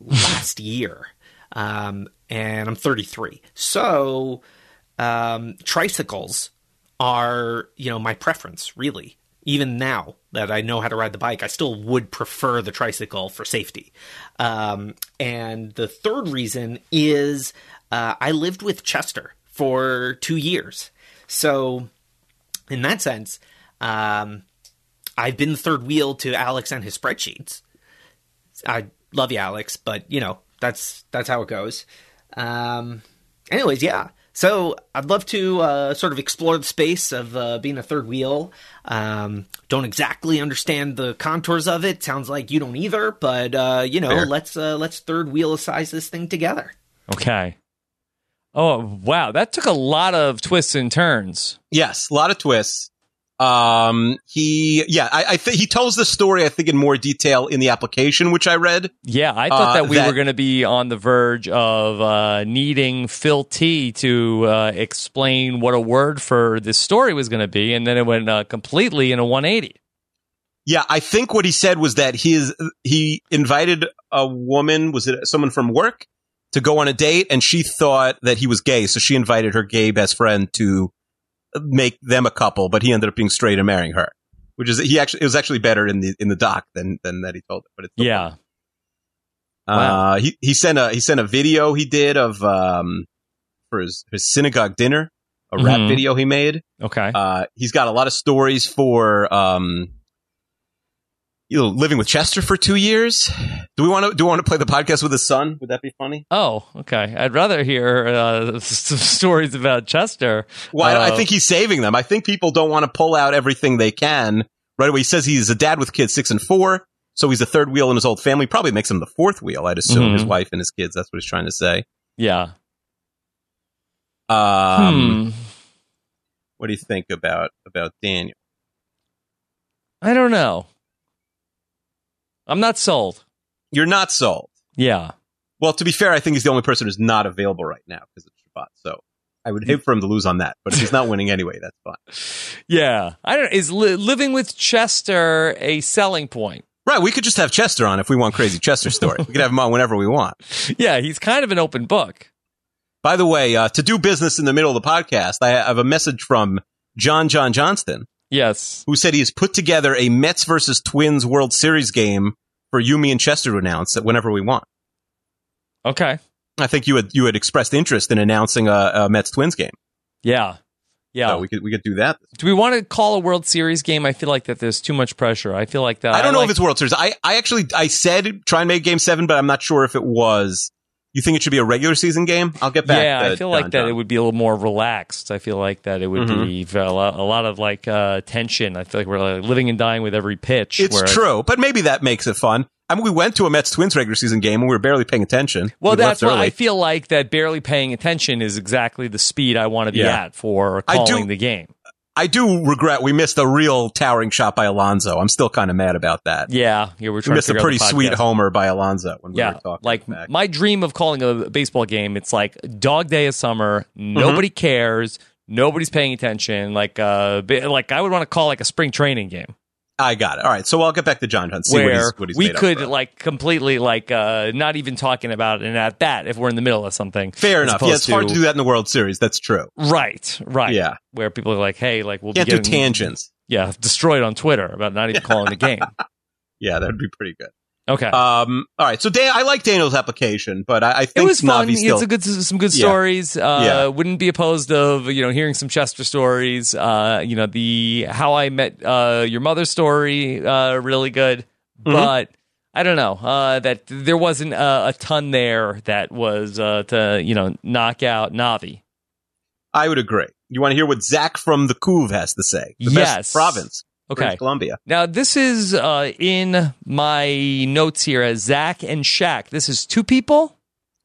S12: last year. Um, and I'm 33. So um, tricycles are, you know, my preference, really. Even now that I know how to ride the bike, I still would prefer the tricycle for safety. Um, and the third reason is uh, I lived with Chester for two years. So, in that sense, um, I've been the third wheel to Alex and his spreadsheets. I love you, Alex, but you know that's that's how it goes. Um, anyways, yeah. So I'd love to uh, sort of explore the space of uh, being a third wheel. Um, don't exactly understand the contours of it. Sounds like you don't either, but uh, you know,
S2: Fair.
S12: let's uh, let's third wheel size this thing together.
S2: Okay. Oh, wow. That took a lot of twists and turns.
S3: Yes, a lot of twists. Um, he, yeah, I, I think he tells the story, I think, in more detail in the application, which I read.
S2: Yeah, I thought
S3: Uh,
S2: that we
S3: that-
S2: were going to be on the verge of uh, needing Phil T to uh, explain what a word for this story was going to be, and then it went uh, completely in a 180.
S3: Yeah, I think what he said was that his, he invited a woman, was it someone from work, to go on a date, and she thought that he was gay, so she invited her gay best friend to make them a couple, but he ended up being straight and marrying her. Which is he actually it was actually better in the in the doc than than that he told it, but it's
S2: Yeah.
S3: Uh, he he sent a he sent a video he did of um for his, his synagogue dinner, a rap
S2: Mhm.
S3: video he made.
S2: Okay.
S3: Uh, he's got a lot of stories for um you know living with Chester for two years. Do we want to do we want to play the podcast with his son? Would that be funny?
S2: Oh, okay. I'd rather hear uh, s- s- stories about Chester.
S3: Well, I, I
S2: Uh,
S3: think he's saving them. I think people don't want to pull out everything they can right away. He says he's a dad with kids six and four, so he's the third wheel in his old family. Probably makes him the fourth wheel, I'd assume.
S2: Mhm.
S3: His wife and his kids. That's what he's trying to say.
S2: Yeah.
S3: Um,
S2: Hmm.
S3: What do you think about about Daniel?
S2: I don't know. I'm not sold.
S3: You're not sold.
S2: Yeah.
S3: Well, to be fair, I think he's the only person who's not available right now because of Shabbat. So I
S2: Mm.
S3: would hate for him to lose on that. But if he's not winning anyway, that's fine.
S2: Yeah. I don't Is li- living with Chester a selling point?
S3: Right, we could just have Chester on if we want crazy Chester story. we could have him on whenever we want.
S2: Yeah, he's kind of an open book.
S3: By the way, uh, to do business in the middle of the podcast, I have a message from John John Johnston,
S2: Yes.
S3: who said he has put together a Mets versus Twins World Series game for you, me, and Chester to announce that whenever we want.
S2: Okay.
S3: I think you had you had expressed interest in announcing a, a Mets Twins game.
S2: Yeah. Yeah.
S3: So we could we could do that.
S2: Do we want to call a World Series game? I feel like that there's too much pressure. I feel like that.
S3: I don't know
S2: like-
S3: if it's World Series. I, I actually I said try and make game seven, but I'm not sure if it was. You think it should be a regular season game? I'll get back.
S2: Yeah,
S3: to
S2: I feel
S3: John
S2: like that
S3: John.
S2: it would be a little more relaxed. I feel like that it would
S3: Mhm.
S2: be ve- a lot, a lot of like uh, tension. I feel like we're like, living and dying with every pitch.
S3: It's
S2: where-
S3: true, but maybe that makes it fun. I mean, we went to a Mets Twins regular season game and we were barely paying attention.
S2: Well,
S3: We left
S2: that's what
S3: early.
S2: I feel like. That barely paying attention is exactly the speed I want to be
S3: Yeah.
S2: at for
S3: I do-
S2: calling the game.
S3: I do regret we missed a real towering shot by Alonzo. I'm still kind of mad about that.
S2: Yeah, yeah, we're
S3: we
S2: trying
S3: missed
S2: to
S3: a
S2: figure out
S3: pretty
S2: the
S3: sweet
S2: podcast.
S3: homer by Alonzo when we
S2: Yeah,
S3: were talking.
S2: like
S3: back.
S2: my dream of calling a baseball game. It's like dog day of summer. Nobody cares. Nobody's paying attention. Like uh, bi- like I would want to call like a spring training game.
S3: I got it. All right, so I'll get back to John John. See what
S2: where
S3: he's, what he's
S2: we
S3: made up
S2: could
S3: of.
S2: like completely like uh not even talking about it and at that if we're in the middle of something.
S3: Fair
S2: as
S3: enough. Yeah,
S2: opposed
S3: it's hard to do that in the World Series. That's true.
S2: Right, right.
S3: Yeah.
S2: Where people are like, hey, like we'll
S3: Can't
S2: be
S3: do
S2: getting
S3: tangents.
S2: Yeah, destroyed on Twitter about not even calling the game.
S3: Yeah, that'd be pretty good.
S2: Okay.
S3: Um. All right. So Dan, I like Daniel's application, but I, I
S2: it
S3: think
S2: was fun.
S3: Navi still.
S2: it's a good some good
S3: Yeah.
S2: stories. Uh,
S3: Yeah.
S2: Wouldn't be opposed of you know hearing some Chester stories. Uh, you know the how I met uh, your mother story. Uh, really good,
S3: Mm-hmm.
S2: but I don't know uh, that there wasn't uh, a ton there that was uh, to you know knock out Navi.
S3: I would agree. You want to hear what Zach from the Couve has to say? The
S2: Yes.
S3: best province.
S2: Okay.
S3: British Columbia.
S2: Now, this is uh, in my notes here as Zach and Shaq. This is two people?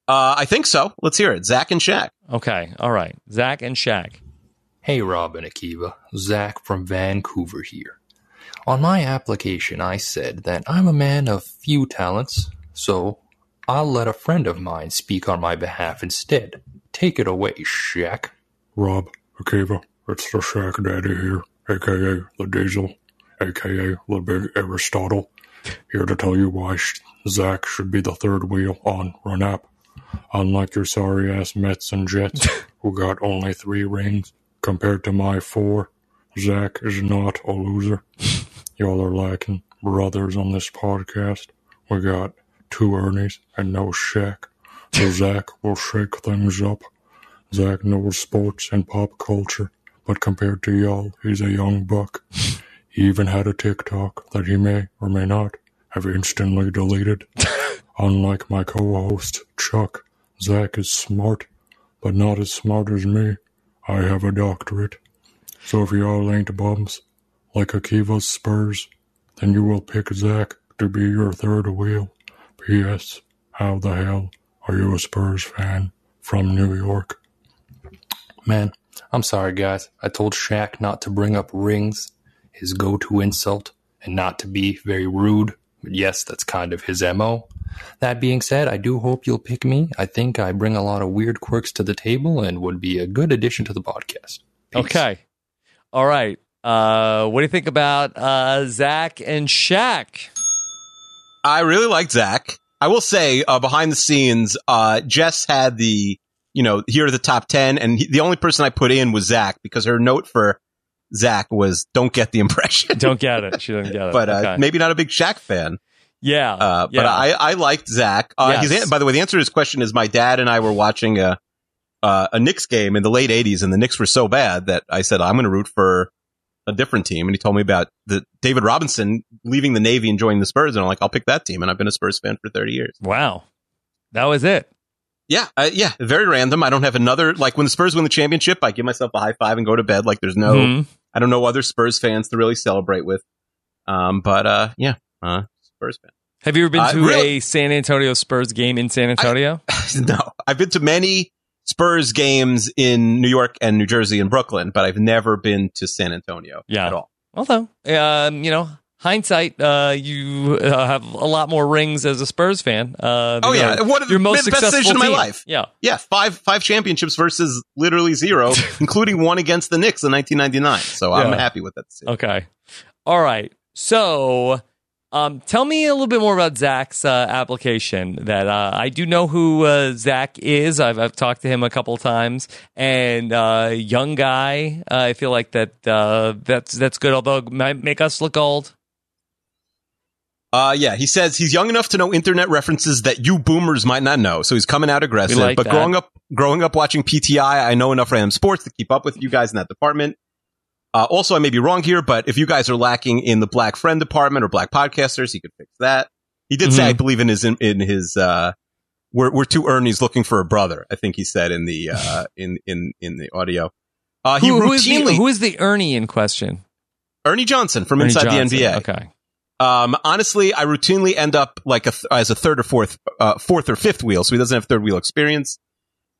S3: Uh, I think so. Let's hear it. Zach and Shaq.
S2: Okay. All right. Zach and Shaq.
S13: Hey, Rob and Akiva. Zach from Vancouver here. On my application, I said that I'm a man of few talents, so I'll let a friend of mine speak on my behalf instead. Take it away, Shaq.
S14: Rob, Akiva, it's the Shack Daddy here, aka the Diesel, aka the Big Aristotle, here to tell you why Sh- Zach should be the third wheel on Renap. Unlike your sorry ass Mets and Jets, who got only three rings compared to my four, Zach is not a loser. Y'all are lacking brothers on this podcast. We got two Ernies and no Shaq. So Zach will shake things up. Zach knows sports and pop culture, but compared to y'all, he's a young buck. He even had a TikTok that he may or may not have instantly deleted. Unlike my co host, Chuck, Zach is smart, but not as smart as me. I have a doctorate. So if y'all ain't bums, like Akiva's Spurs, then you will pick Zach to be your third wheel. P.S. How the hell are you a Spurs fan from New York?
S13: Man, I'm sorry, guys. I told Shaq not to bring up rings, his go to insult, and not to be very rude. But yes, that's kind of his MO. That being said, I do hope you'll pick me. I think I bring a lot of weird quirks to the table and would be a good addition to the podcast.
S2: Okay. All right. Uh, what do you think about uh, Zach and Shaq?
S3: I really liked Zach. I will say, uh, behind the scenes, uh, Jess had the, you know, here are the top 10, and he, the only person I put in was Zach because her note for Zach was don't get the impression.
S2: Don't get it. She didn't get it.
S3: but uh,
S2: Okay.
S3: maybe not a big Shaq fan.
S2: Yeah.
S3: Uh, But
S2: yeah.
S3: I, I liked Zach. Uh,
S2: Yes.
S3: his an- by the way, the answer to his question is my dad and I were watching a, uh, a Knicks game in the late 80s, and the Knicks were so bad that I said, I'm going to root for a different team. And he told me about the David Robinson leaving the Navy and joining the Spurs. And I'm like, I'll pick that team. And I've been a Spurs fan for 30 years.
S2: Wow. That was it.
S3: Yeah. Uh, yeah. Very random. I don't have another. Like when the Spurs win the championship, I give myself a high five and go to bed. Like there's no,
S2: Mhm.
S3: I don't know other Spurs fans to really celebrate with. Um, but uh, yeah. Uh, Spurs fan.
S2: Have you ever been
S3: Uh,
S2: to
S3: really-
S2: a San Antonio Spurs game in San Antonio?
S3: no, I've been to many Spurs games in New York and New Jersey and Brooklyn, but I've never been to San Antonio
S2: Yeah.
S3: at all.
S2: Although, um, you know, hindsight, uh, you uh, have a lot more rings as a Spurs fan. Uh,
S3: Oh
S2: than
S3: yeah,
S2: your-
S3: one of the
S2: your most
S3: best
S2: successful
S3: decisions of my
S2: team.
S3: life.
S2: Yeah.
S3: yeah, five five championships versus literally zero, including one against the Knicks in 1999. So I'm
S2: Yeah.
S3: happy with that. decision.
S2: Okay. All right. So, um, tell me a little bit more about Zach's uh, application. That uh, I do know who uh, Zach is. I've, I've talked to him a couple times, and uh, young guy. Uh, I feel like that uh, that's that's good. Although it might make us look old.
S3: Uh, yeah, he says he's young enough to know internet references that you boomers might not know, so he's coming out aggressive.
S2: We like
S3: but
S2: that.
S3: growing up, growing up watching PTI, I know enough random sports to keep up with you guys in that department. Uh, also, I may be wrong here, but if you guys are lacking in the black friend department or black podcasters, he could fix that. He did say,
S2: Mhm.
S3: I believe in his in, in his uh, we're we're two Ernie's looking for a brother. I think he said in the uh, in in in the audio. Uh, he
S2: Who- who is the-
S3: routinely
S2: who is the Ernie in question?
S3: Ernie Johnson from
S2: Ernie
S3: Inside
S2: Johnson,
S3: the NBA.
S2: Okay.
S3: Um, honestly, I routinely end up like a th- as a third or fourth, uh, fourth or fifth wheel, so he doesn't have third wheel experience.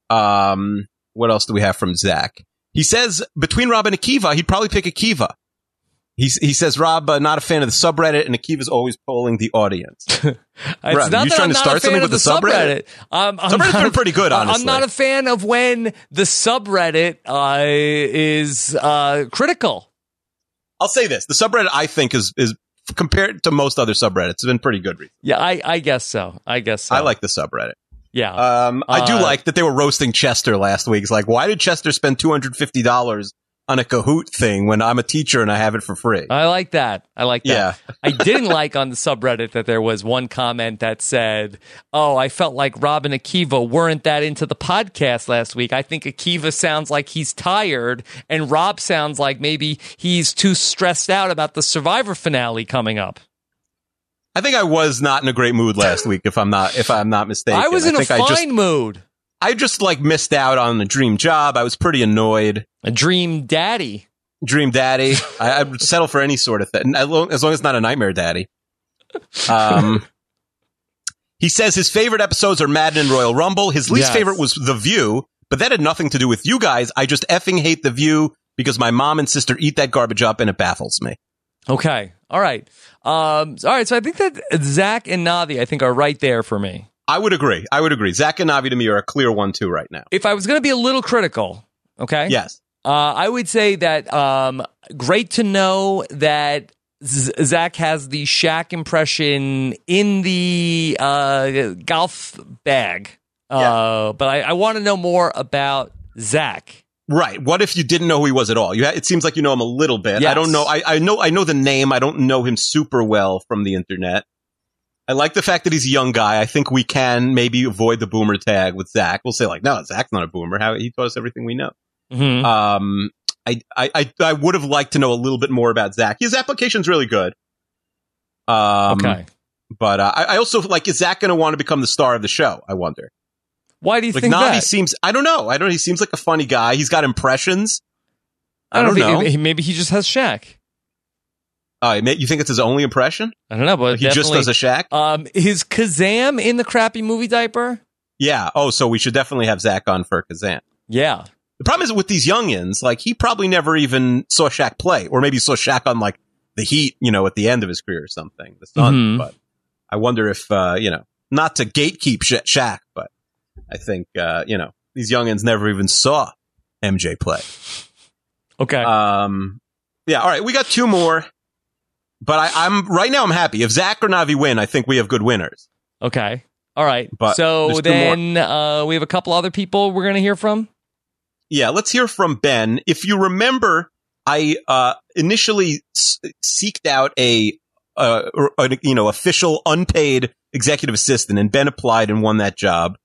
S3: Um, what else do we have from Zach? He says between Rob and Akiva, he'd probably pick Akiva. He s- he says Rob uh, not a fan of the subreddit, and Akiva's always polling the audience.
S2: It's
S3: Rob,
S2: not
S3: you
S2: that
S3: trying
S2: I'm
S3: to
S2: not
S3: start
S2: a fan
S3: something
S2: of
S3: with
S2: the
S3: the subreddit?
S2: subreddit. Um, I'm
S3: Subreddit's
S2: not-
S3: been pretty good, honestly.
S2: I'm not a fan of when the subreddit uh, is uh, critical.
S3: I'll say this: the subreddit I think is is compared to most other subreddits, it's been pretty good. recently.
S2: Yeah, I, I guess so. I guess so.
S3: I like the subreddit.
S2: Yeah.
S3: Um, I do
S2: Uh,
S3: like that they were roasting Chester last week. It's like, why did Chester spend two hundred fifty dollars on a Kahoot thing when I'm a teacher and I have it for free?
S2: I like that. I like that.
S3: Yeah.
S2: I didn't like on the subreddit that there was one comment that said, "Oh, I felt like Rob and Akiva weren't that into the podcast last week. I think Akiva sounds like he's tired, and Rob sounds like maybe he's too stressed out about the Survivor finale coming up."
S3: I think I was not in a great mood last week, if I'm not if I'm not mistaken.
S2: I was in a
S3: think I just,
S2: fine mood.
S3: I just like missed out on a dream job. I was pretty annoyed.
S2: A dream daddy.
S3: Dream daddy. I, I would settle for any sort of thing, as long as long as it's not a nightmare daddy. Um, he says his favorite episodes are Madden and Royal Rumble. His least
S2: Yes.
S3: favorite was The View, but that had nothing to do with you guys. I just effing hate The View because my mom and sister eat that garbage up, and it baffles me.
S2: Okay. All right. Um, all right. So I think that Zach and Navi, I think, are right there for me.
S3: I would agree. I would agree. Zach and Navi to me are a clear one-two right now.
S2: If I was going to be a little critical, okay?
S3: Yes.
S2: Uh, I would say that um, great to know that Z- Zach has the Shaq impression in the uh, golf bag. Uh, But I, I want to know more about Zach.
S3: Right. What if you didn't know who he was at all? You ha- it seems like you know him a little bit. I
S2: Yes.
S3: don't know. I, I know. I know the name. I don't know him super well from the internet. I like the fact that he's a young guy. I think we can maybe avoid the boomer tag with Zach. We'll say like, no, Zach's not a boomer. How he taught us everything we know.
S2: Mhm.
S3: Um, I, I, I, I would have liked to know a little bit more about Zach. His application's really good. Um,
S2: Okay.
S3: But uh, I, I also like, is Zach going to want to become the star of the show? I wonder.
S2: Why do you
S3: Like
S2: think
S3: Navi
S2: that?
S3: seems, I don't know. I don't. He seems like a funny guy. He's got impressions. I don't, know.
S2: think- Maybe he just has Shaq.
S3: Uh, ma- you think it's his only impression?
S2: I don't know, but
S3: he just
S2: definitely-
S3: does a Shaq.
S2: Um, is Kazam in the crappy movie diaper?
S3: Yeah. Oh, so we should definitely have Zach on for Kazan.
S2: Yeah.
S3: The problem is with these youngins, like he probably never even saw Shaq play, or maybe saw Shaq on like the Heat, you know, at the end of his career or something. The Sun.
S2: Mhm.
S3: But I wonder if uh, you know, not to gatekeep Sha Shaq, but I think uh, you know these youngins never even saw MJ play.
S2: Okay.
S3: Um. Yeah. All right. We got two more, but I, I'm right now. I'm happy if Zach or Navi win. I think we have good winners.
S2: Okay. All right.
S3: But
S2: so
S3: there's two more.
S2: then uh, we have a couple other people we're going to hear from.
S3: Yeah, let's hear from Ben. If you remember, I uh, initially s- seeked out a, uh, or- or, you know official unpaid executive assistant, and Ben applied and won that job.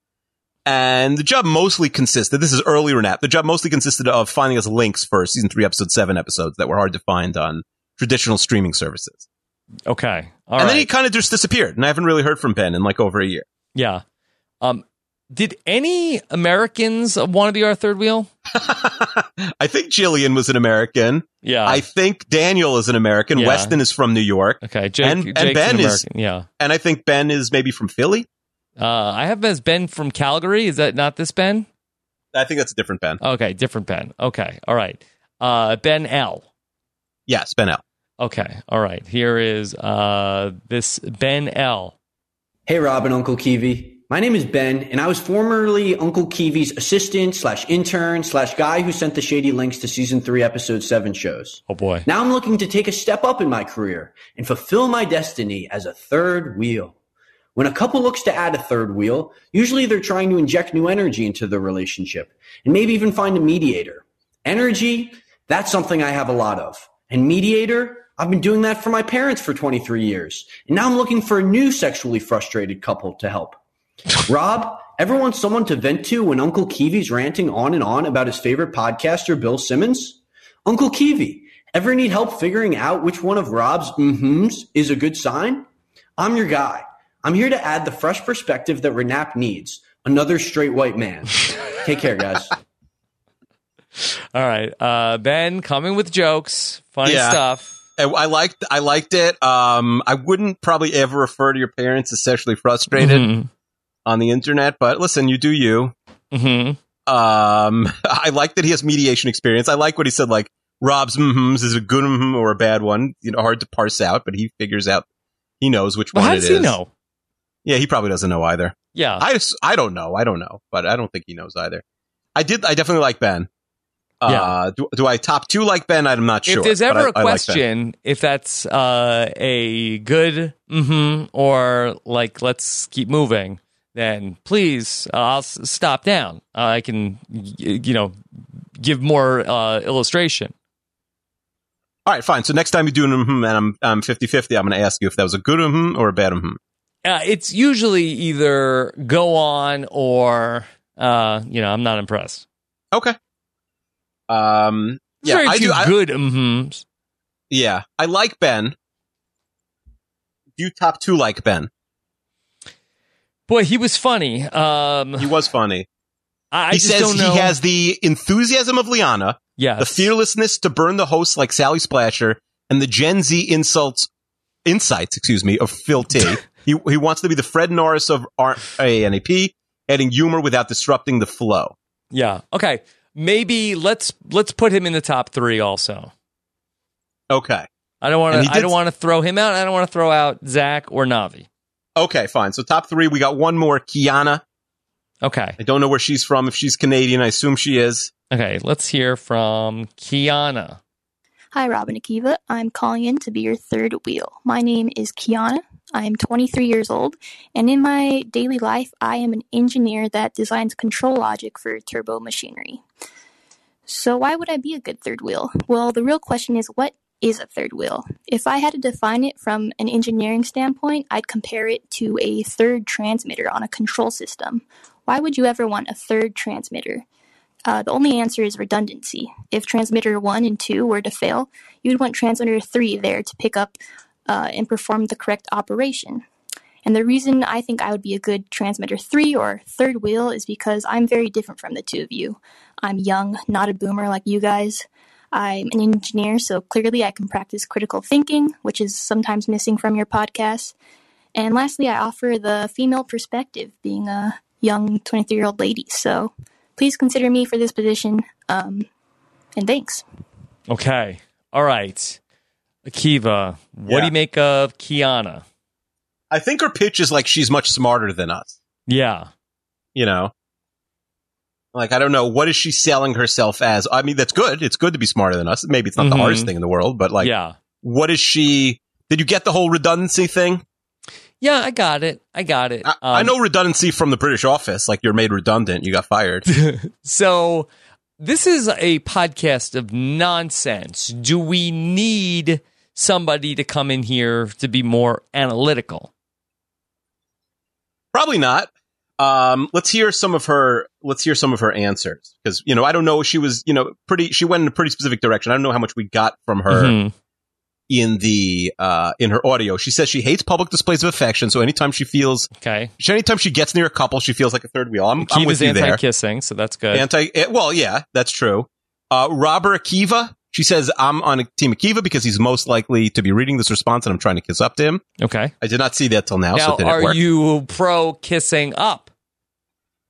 S3: And the job mostly consisted. This is earlier in that. The job mostly consisted of finding us links for season three, episode seven episodes that were hard to find on traditional streaming services.
S2: Okay. All right.
S3: and then he kind of just disappeared, and I haven't really heard from Ben in like over a year.
S2: yeah. Um, did any Americans want to be our third wheel?
S3: I think Jillian was an American.
S2: Yeah.
S3: I think Daniel is an American.
S2: Yeah.
S3: Weston is from New York.
S2: Okay. Jake,
S3: and, and
S2: Jake's
S3: Ben
S2: an
S3: is,
S2: American. yeah.
S3: and I think Ben is maybe from Philly.
S2: Uh, I have as Ben from Calgary. Is that not this Ben?
S3: I think that's a different Ben.
S2: Okay, different Ben. Okay. All right. Uh, Ben L.
S3: Yes, Ben L.
S2: Okay. All right. Here is uh, this Ben L.
S15: Hey, Rob and Uncle Kiwi. My name is Ben, and I was formerly Uncle Kiwi's assistant slash intern slash guy who sent the shady links to season three, episode seven shows.
S2: Oh boy.
S15: Now I'm looking to take a step up in my career and fulfill my destiny as a third wheel. When a couple looks to add a third wheel, usually they're trying to inject new energy into the relationship and maybe even find a mediator. Energy, that's something I have a lot of. And mediator, I've been doing that for my parents for 23 years. And now I'm looking for a new sexually frustrated couple to help. Rob, ever want someone to vent to when Uncle Kiwi's ranting on and on about his favorite podcaster, Bill Simmons? Uncle Kiwi, ever need help figuring out which one of Rob's mm-hms is a good sign? I'm your guy. I'm here to add the fresh perspective that Renap needs. Another straight white man. Take care, guys.
S2: All right. Uh, ben coming with jokes, funny
S3: Yeah.
S2: stuff.
S3: And I liked I liked it. Um, I wouldn't probably ever refer to your parents as sexually frustrated
S2: Mhm.
S3: on the internet, but listen, you do you.
S2: Mm-hmm.
S3: Um, I like that he has mediation experience. I like what he said, like Rob's mhms is a good mhm or a bad one. You know, hard to parse out, but he figures out. He knows which
S2: Well,
S3: one
S2: how
S3: it
S2: does he
S3: is.
S2: know?
S3: Yeah, he probably doesn't know either.
S2: Yeah.
S3: I, s- I don't know. I don't know, but I don't think he knows either. I did. I definitely like Ben. Uh, do, do I top two like Ben? I'm not sure.
S2: If there's
S3: but
S2: ever
S3: I-
S2: a
S3: I like Ben.
S2: question, if that's uh, a good mm-hmm or like let's keep moving, then please uh, I'll s- stop down. Uh, I can y- you know give more uh, illustration.
S3: All right, fine. So next time you do an mm-hmm and I'm I'm 50-50, I'm going to ask you if that was a good mm-hmm or a bad mm-hmm.
S2: Uh, it's usually either go on or uh, you know I'm not impressed.
S3: Okay. Um. Yeah,
S2: Very
S3: I
S2: few
S3: do. I-
S2: good mhms.
S3: Yeah, I like Ben. Do you top two like Ben?
S2: Boy, he was funny. Um,
S3: he was funny.
S2: I, I
S3: he
S2: just
S3: says
S2: don't know.
S3: he has the enthusiasm of Liana,
S2: Yes.
S3: the fearlessness to burn the host like Sally Splasher, and the Gen Z insults insights, excuse me, of Phil T. he he wants to be the Fred Norris of R- ANAP, adding humor without disrupting the flow.
S2: yeah. Okay. Maybe let's let's put him in the top three also.
S3: Okay.
S2: I don't want
S3: And he
S2: to. I
S3: did-
S2: don't want to throw him out. I don't want to throw out Zach or Navi.
S3: Okay, fine. So top three, we got one more, Kiana.
S2: Okay.
S3: I don't know where she's from. If she's Canadian, I assume she is.
S2: Okay, let's hear from Kiana.
S16: Hi, Rob and Akiva. I'm calling in to be your third wheel. My name is Kiana. I am 23 years old, and in my daily life, I am an engineer that designs control logic for turbo machinery. So, why would I be a good third wheel? Well, the real question is what is a third wheel? If I had to define it from an engineering standpoint, I'd compare it to a third transmitter on a control system. Why would you ever want a third transmitter? Uh, the only answer is redundancy. If transmitter 1 and 2 were to fail, you'd want transmitter 3 there to pick up uh, and perform the correct operation. And the reason I think I would be a good transmitter 3 or third wheel is because I'm very different from the two of you. I'm young, not a boomer like you guys. I'm an engineer, so clearly I can practice critical thinking, which is sometimes missing from your podcast. And lastly, I offer the female perspective, being a young 23 year old lady. So please consider me for this position. Um, and thanks.
S2: Okay. All right. Akiva, what do
S3: Yeah.
S2: you make of Kiana?
S3: I think her pitch is like she's much smarter than us.
S2: Yeah.
S3: You know, like I don't know what is she selling herself as. I mean, that's good. It's good to be smarter than us. Maybe it's not
S2: Mhm.
S3: the hardest thing in the world, but like,
S2: Yeah.
S3: what is she? Did you get the whole redundancy thing?
S2: Yeah, I got it. I got it. Um,
S3: I know redundancy from the British office. Like you're made redundant, you got fired.
S2: So this is a podcast of nonsense. Do we need somebody to come in here to be more analytical?
S3: Probably not. Um, let's hear some of her. Let's hear some of her answers because you know I don't know. She was you know pretty. She went in a pretty specific direction. I don't know how much we got from her
S2: Mhm.
S3: in the uh, in her audio. She says she hates public displays of affection. So anytime she feels
S2: okay,
S3: anytime she gets near a couple, she feels like a third wheel. I'm, I'm
S2: Akiva's
S3: with you there.
S2: anti-kissing, so that's good.
S3: Anti. eh, Well, yeah, that's true. Uh, Robert Akiva. She says I'm on a team Akiva because he's most likely to be reading this response, and I'm trying to kiss up to him.
S2: Okay.
S3: I did not see that till now. so
S2: now,
S3: it didn't
S2: are
S3: work.
S2: you pro kissing up?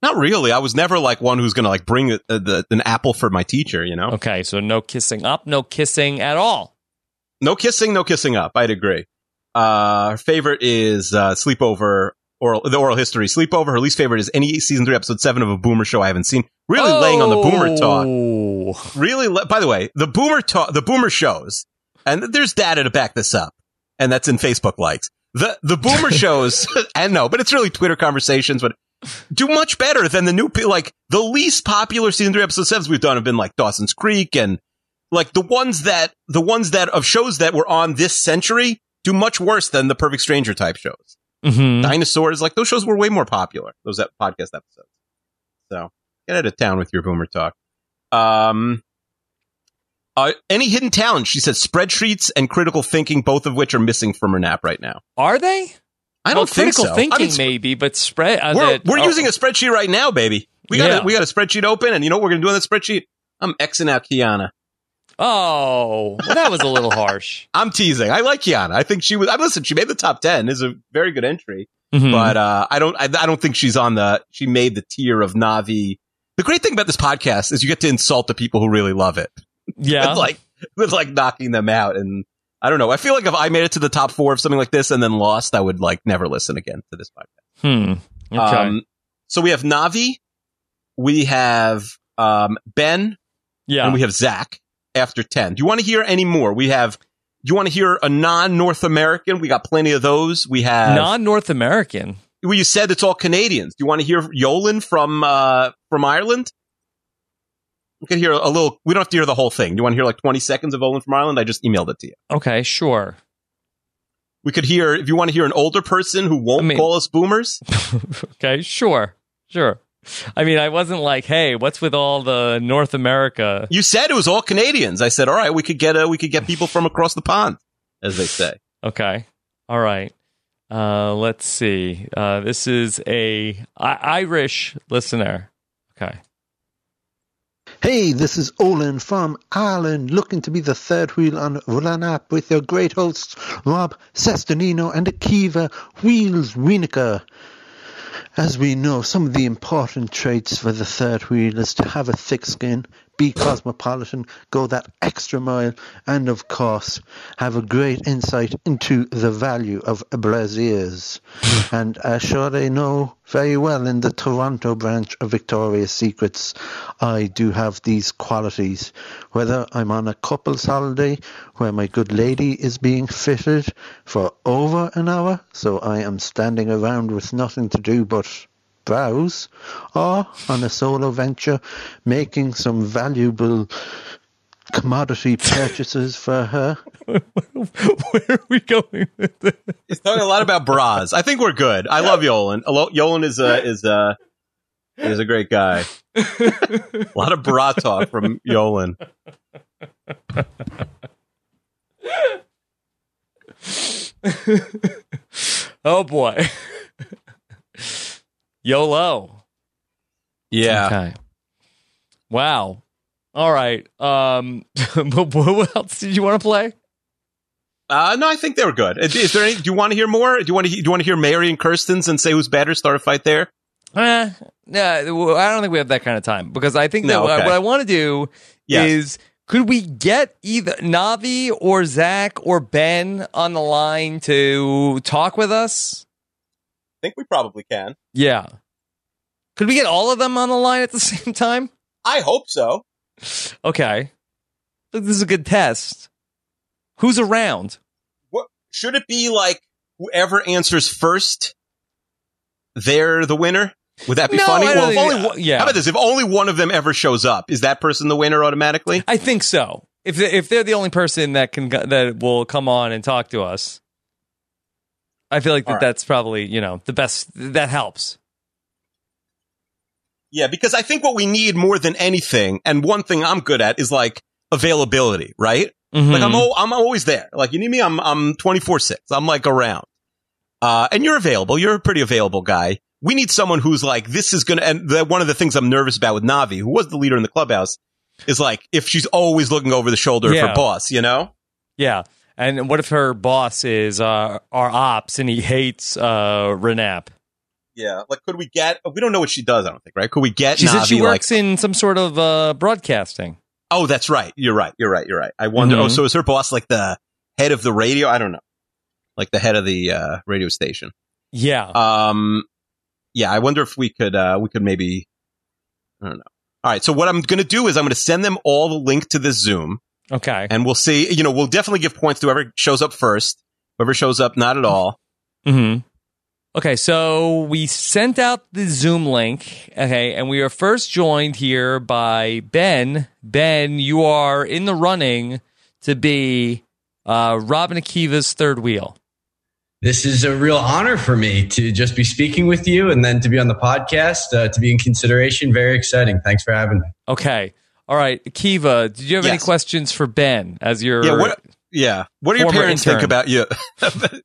S3: Not really. I was never like one who's going to like bring uh, the, an apple for my teacher, you know?
S2: Okay, so no kissing up, no kissing at all.
S3: No kissing, no kissing up. I'd agree. Uh, her favorite is uh, Sleepover, oral, the oral history Sleepover. Her least favorite is any season three, episode seven of a boomer show I haven't seen. Really laying on the
S2: Oh,
S3: boomer
S2: talk.
S3: Really, le- by the way, the boomer talk, the boomer shows, and there's data to back this up, and that's in Facebook likes. The the boomer shows, and no, but it's really Twitter conversations, but do much better than the new, pe- like the least popular season three episode sevens we've done have been like Dawson's Creek and like the ones that the ones that of shows that were on this century do much worse than the Perfect Stranger type shows. Dinosaurs, like those shows were way more popular. Those that podcast episodes. So get out of town with your boomer talk. Um, uh, any hidden talent? She says spreadsheets and critical thinking, both of which are missing from her nap right now.
S2: Are they?
S3: I
S2: Well,
S3: don't think
S2: critical
S3: so. I
S2: thinking
S3: mean, sp-
S2: maybe, but spread. Uh,
S3: we're
S2: that-
S3: we're
S2: oh,
S3: using a spreadsheet right now, baby. We got
S2: Yeah.
S3: a, we got a spreadsheet open, and you know what we're gonna do on that spreadsheet? I'm xing out Kiana.
S2: Oh, well, that was a little harsh.
S3: I'm teasing. I like Kiana. I think she was. I listen. She made the top ten. Is a very good entry,
S2: Mhm.
S3: but uh, I don't. I, I don't think she's on the. She made the tier of Navi. The great thing about this podcast is you get to insult the people who really love it.
S2: Yeah.
S3: with like with like knocking them out, and I don't know. I feel like if I made it to the top four of something like this and then lost, I would like never listen again to this podcast.
S2: Hmm. Okay.
S3: Um, so we have Navi. We have um, Ben.
S2: Yeah.
S3: And we have Zach after 10. Do you want to hear any more? We have, do you want to hear a non North American? We got plenty of those. We have.
S2: Non North American?
S3: Well, you said it's all Canadians. Do you want to hear Yolan from, uh, from Ireland? We can hear a little, we don't have to hear the whole thing. Do you want to hear like 20 seconds of Olin from Ireland? I just emailed it to you.
S2: Okay, sure.
S3: We could hear, if you want to hear an older person who won't call us boomers.
S2: Okay, sure. Sure. I mean, I wasn't like, hey, what's with all the North America?
S3: You said it was all Canadians. I said, all right, we could get a, we could get people from across the pond, as they say.
S2: Okay. All right. Uh, let's see. Uh, this is a I- Irish listener. Okay.
S17: Hey, this is Olin from Ireland, looking to be the third wheel on Rolling Up with your great hosts, Rob Sestonino and Akiva Wheels Wienerker. As we know, some of the important traits for the third wheel is to have a thick skin, be cosmopolitan, go that extra mile, and of course, have a great insight into the value of brasiers. and as sure they know very well in the Toronto branch of Victoria's Secrets, I do have these qualities. Whether I'm on a couple's holiday where my good lady is being fitted for over an hour, so I am standing around with nothing to do but browse, or on a solo venture making some valuable commodity purchases for her.
S3: It's talking a lot about bras. I think we're good. I love Yolan. Alo- Yolan is a is a is a great guy. a lot of bra talk from Yolan.
S2: Oh boy. YOLO.
S3: Yeah.
S2: Okay. Wow. All right. Um but what else did you want to play?
S3: Uh, no, I think they were good. Is, is there any? Do you want to hear more? Do you want to? Do you want to hear Mary and Kirsten's and say who's better? Start a fight there.
S2: Eh, nah, well, I don't think we have that kind of time because I think that
S3: No,
S2: what I-
S3: okay.
S2: what I want to do
S3: Yes.
S2: is could we get either Navi or Zach or Ben on the line to talk with us?
S3: I think we probably can.
S2: Yeah. Could we get all of them on the line at the same time?
S3: I hope so.
S2: Okay. This is a good test. Who's around?
S3: What should it be like? Whoever answers first, they're the winner. Would that be
S2: No,
S3: funny?
S2: I don't
S3: if
S2: think-
S3: only one-
S2: yeah.
S3: How about this? If only one of them ever shows up, is that person the winner automatically?
S2: I think so. If they- if they're the only person that can go- that will come on and talk to us, I feel like that
S3: All right.
S2: that's probably you know the best. That helps.
S3: Yeah, because I think what we need more than anything, and one thing I'm good at is like availability, right?
S2: Mhm.
S3: Like I'm, al- I'm always there. Like you need me, I'm, I'm 24 six. I'm like around. Uh, and you're available. You're a pretty available guy. We need someone who's like, this is gonna, and the, one of the things I'm nervous about with Navi, who was the leader in the clubhouse, is like, if she's always looking over the shoulder of
S2: Yeah.
S3: her boss, you know?
S2: Yeah. And what if her boss is uh, our ops and he hates uh, Renap?
S3: Yeah. Like, could we get, we don't know what she does, I don't think, right? Could we get
S2: She
S3: Navi,
S2: said she
S3: like,
S2: works in some sort of uh, broadcasting.
S3: Oh, that's right. You're right. You're right. You're right. I wonder.
S2: Mhm.
S3: Oh, so is her boss like the head of the radio? I don't know. Like the head of the uh, radio station.
S2: Yeah.
S3: Um. Yeah. I wonder if we could. Uh, we could maybe. I don't know. All right. So what I'm going to do is I'm going to send them all the link to this Zoom,
S2: Okay.
S3: and we'll see. You know, we'll definitely give points to whoever shows up first. Whoever shows up, not at all.
S2: Mm-hmm. Okay, so we sent out the Zoom link. Okay, and we are first joined here by Ben. Ben, you are in the running to be uh, Robin Akiva's third wheel.
S15: This is a real honor for me to just be speaking with you and then to be on the podcast, uh, to be in consideration. Very exciting. Thanks for having me.
S2: Okay. All right, Akiva, did you have any
S15: Yes.
S2: questions for Ben as your
S3: Yeah, what- yeah. What do your
S2: former
S3: parents think
S2: intern?
S3: about you?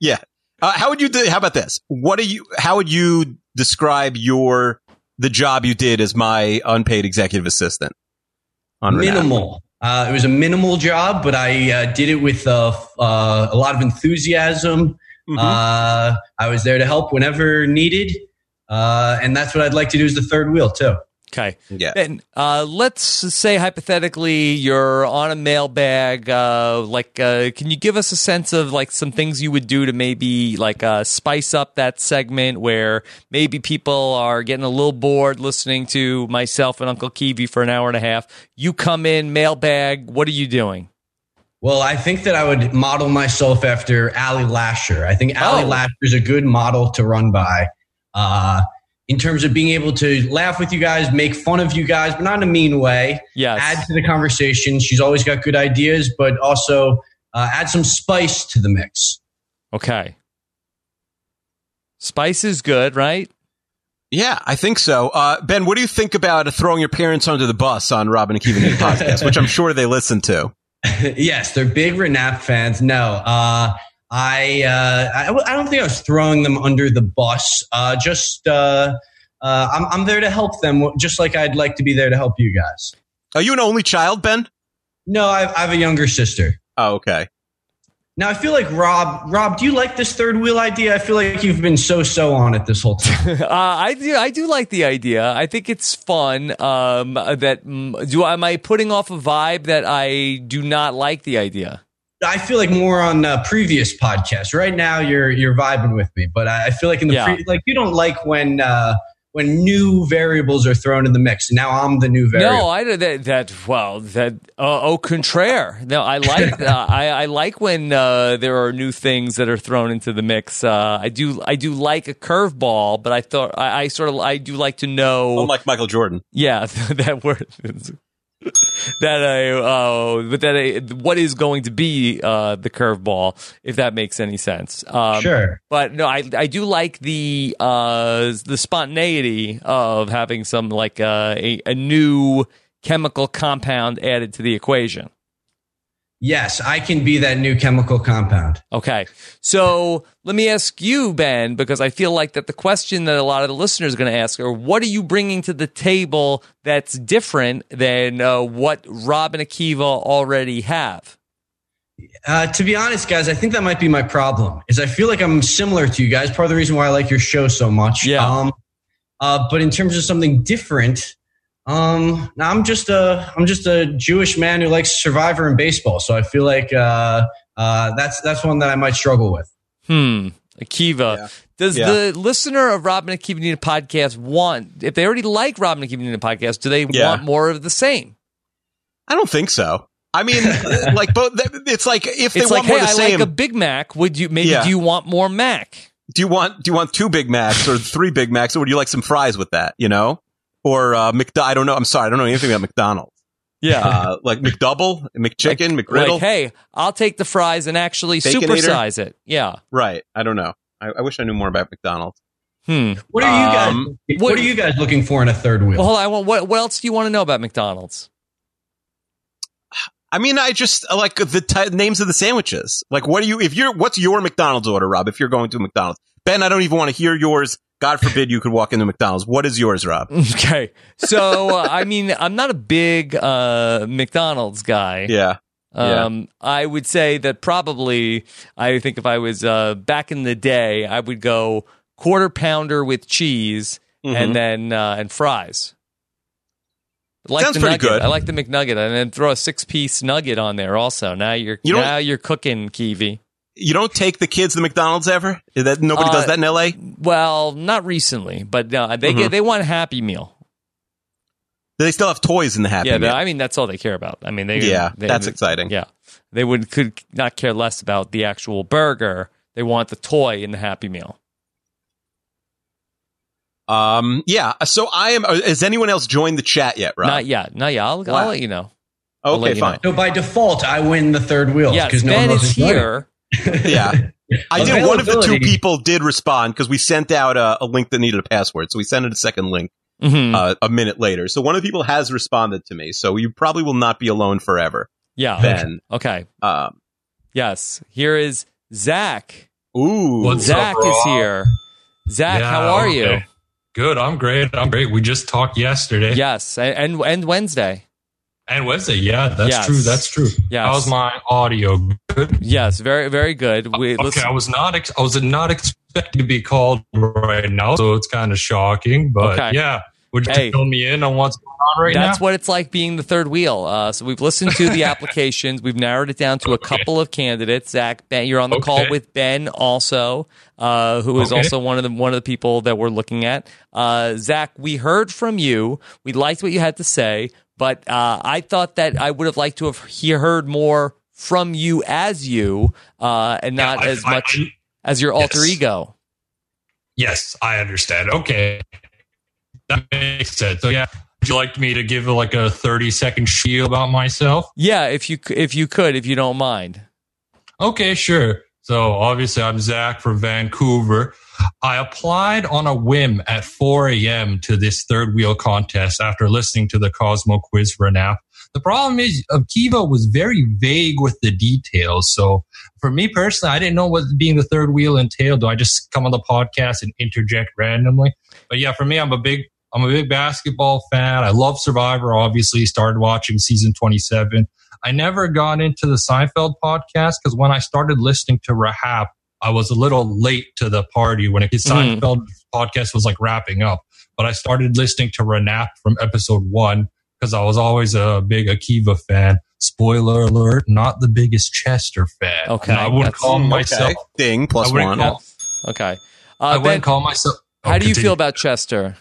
S3: yeah. Uh, how would you? Do, how about this? What do you? How would you describe your the job you did as my unpaid executive assistant? On Renat?
S15: minimal. Uh, it was a minimal job, but I uh, did it with uh, f- uh, a lot of enthusiasm. Uh, I was there to help whenever needed, uh, and that's what I'd like to do as the third wheel too.
S2: Okay. Yeah. And uh, let's say hypothetically you're on a mailbag. Uh, like, uh, can you give us a sense of like some things you would do to maybe like uh, spice up that segment where maybe people are getting a little bored listening to myself and Uncle Kiwi for an hour and a half? You come in mailbag. What are you doing?
S15: Well, I think that I would model myself after Allie Lasher. I think Allie Lasher is a good model to run by uh, in terms of being able to laugh with you guys, make fun of you guys, but not in a mean way.
S2: Yes.
S15: Add to the conversation. She's always got good ideas, but also uh, add some spice to the mix.
S2: Okay. Spice is good, right?
S3: Yeah, I think so. Uh, ben, what do you think about throwing your parents under the bus on Robin and Akiva Need podcast, which I'm sure they listen to?
S15: yes, they're big Renap fans. No, uh, I, uh, I w- I don't think I was throwing them under the bus. Uh, just uh, uh, I'm I'm there to help them, w- just like I'd like to be there to help you guys.
S3: Are you an only child, Ben?
S15: No, I, I have a younger sister.
S3: Oh, okay.
S15: Now I feel like Rob. Rob, do you like this third wheel idea? I feel like you've been so so on it this whole time.
S2: Uh, I do. I do like the idea. I think it's fun. Um, that mm, do am I putting off a vibe that I do not like the idea?
S15: I feel like more on uh, previous podcasts. Right now, you're you're vibing with me, but I, I feel like in the
S2: Yeah.
S15: pre- like you don't like when uh, when new variables are thrown in the mix. Now I'm the new variable.
S2: No, I that that well that uh, au contraire. No, I like uh, I I like when uh, there are new things that are thrown into the mix. Uh, I do I do like a curveball, but I thought I, I sort of I do like to know.
S3: Unlike Michael Jordan.
S2: Yeah, that word. that I uh, but that I, what is going to be uh, the curveball if that makes any sense. Um,
S15: Sure.
S2: but no, I I do like the uh, the spontaneity of having some like uh, a a new chemical compound added to the equation.
S15: Yes, I can be that new chemical compound.
S2: Okay. So let me ask you, Ben, because I feel like that the question that a lot of the listeners are going to ask are what are you bringing to the table that's different than uh, what Rob and Akiva already have?
S15: Uh, to be honest, guys, I think that might be my problem. Is I feel like I'm similar to you guys. Part of the reason why I like your show so much. Yeah. Um, uh, but in terms of something different, um, now I'm just a I'm just a Jewish man who likes Survivor and baseball. So I feel like uh, uh, that's that's one that I might struggle with.
S2: Hmm. Akiva. Does
S15: Yeah.
S2: the listener of Rob and Akiva Need a Podcast want, if they already like Rob and Akiva Need a Podcast, do they
S3: Yeah.
S2: want more of the same?
S3: I don't think so. I mean, like both. It's like if they
S2: it's
S3: want
S2: like,
S3: more
S2: hey,
S3: of the
S2: I like
S3: same,
S2: a Big Mac. Would you maybe
S3: Yeah.
S2: do you want more Mac?
S3: do you want do you want two Big Macs or three Big Macs, or would you like some fries with that? You know, or uh, McD- I don't know. I'm sorry, I don't know anything about McDonald's.
S2: Yeah.
S3: uh, like McDouble, McChicken, McGriddle.
S2: Like, hey, I'll take the fries and actually
S3: Baconator?
S2: supersize it. Yeah.
S3: right? I don't know. I, I wish I knew more about McDonald's.
S2: Hmm.
S15: What are you guys?
S3: Um,
S15: what, are you guys looking for in a third wheel?
S2: Well, hold on. Well, What, what else do you want to know about McDonald's?
S3: I mean, I just I like the ty names of the sandwiches. Like, what do you if you're what's your McDonald's order, Rob? If you're going to McDonald's, Ben, I don't even want to hear yours. God forbid you could walk into McDonald's. What is yours, Rob?
S2: Okay. So, uh, I mean, I'm not a big uh, McDonald's guy.
S3: Yeah. Yeah.
S2: Um, I would say that probably, I think if I was uh, back in the day, I would go quarter pounder with cheese
S3: Mhm.
S2: and then uh, and fries. I Like
S3: Sounds
S2: the
S3: pretty
S2: nugget.
S3: good.
S2: I like the McNugget, and then throw a six piece nugget on there. Also, now you're
S3: You don't-
S2: now you're cooking, Kiwi.
S3: You don't take the kids to McDonald's ever? That nobody
S2: Uh,
S3: does that in L.A.
S2: Well, not recently, but uh, they
S3: Mhm.
S2: get, they want a Happy Meal.
S3: They still have toys in the Happy
S2: yeah,
S3: Meal.
S2: but, I mean that's all they care about. I mean, they
S3: yeah,
S2: they-
S3: that's exciting.
S2: Yeah, they would could not care less about the actual burger. They want the toy in the Happy Meal.
S3: Um, yeah. So I am. uh, Has anyone else joined the chat yet, Rob?
S2: Not yet. Not yet. I'll, I'll let you know. I'll let
S3: Okay,
S2: you
S3: fine.
S15: So by default, I win the third wheel.
S2: Yes,
S15: 'cause no
S2: Ben
S15: one else
S2: is
S15: voting.
S2: here.
S3: yeah. I did. One of the two
S15: Availability.
S3: people did respond because we sent out a, a link that needed a password, so we sent it a second link
S2: Mhm.
S3: uh, a minute later. So one of the people has responded to me. So you probably will not be alone forever.
S2: Yeah.
S3: Ben.
S2: Okay.
S3: Um,
S2: Yes. Here is Zach.
S3: Ooh.
S13: What's up,
S2: Zach is
S13: Rob?
S2: here. Zach,
S13: Yeah,
S2: how are you?
S13: okay. Good. I'm great. I'm great. We just talked yesterday.
S2: Yes, and and, and Wednesday.
S13: And Wednesday. Yeah, that's
S2: Yes.
S13: true. That's true.
S2: Yes.
S13: How's my audio? Good.
S2: Yes, very very good. We,
S13: okay,
S2: listen-
S13: I was not. Ex- I was not expecting to be called right now, so it's kind of shocking. But
S2: Okay.
S13: yeah, Would you
S2: Hey.
S13: fill me in on what's going on right
S2: That's
S13: now?
S2: what it's like being the third wheel. Uh, so we've listened to the applications. We've narrowed it down to a couple of candidates. Zach, ben, you're on the call
S13: Okay.
S2: with Ben also, uh, who is
S13: Okay.
S2: also one of the one of the people that we're looking at. Uh, Zach, we heard from you. We liked what you had to say, but uh, I thought that I would have liked to have he heard more from you as you, uh, and not
S13: I-
S2: as
S13: I-
S2: much
S13: I-
S2: as your alter
S13: Yes.
S2: ego.
S13: Yes, I understand. Okay. That makes sense. So yeah, would you like me to give like a 30 second spiel about myself?
S2: Yeah, if you c- if you could, if you don't mind.
S13: Okay, sure. So obviously, I'm Zach from Vancouver. I applied on a whim at 4 a.m. to this third wheel contest after listening to the Cosmo quiz for an app. The problem is, Akiva was very vague with the details. So for me personally, I didn't know what being the third wheel entailed. Do I just come on the podcast and interject randomly? But yeah, for me, I'm a big I'm a big basketball fan. I love Survivor. Obviously, started watching season 27. I never got into the Seinfeld podcast because when I started listening to Rahab, I was a little late to the party when it, his
S2: Mhm.
S13: Seinfeld podcast was like wrapping up. But I started listening to Renap from episode one because I was always a big Akiva fan. Spoiler alert, not the biggest Chester fan.
S2: Okay,
S13: And I wouldn't
S2: that's- Mm,
S13: call
S2: okay.
S13: myself.
S3: Mm, Ding, plus
S13: I wouldn't
S3: one.
S13: call-
S2: Okay. Uh,
S13: I
S2: Ben,
S13: wouldn't call myself. Oh,
S2: How do you
S13: continue.
S2: feel about Chester?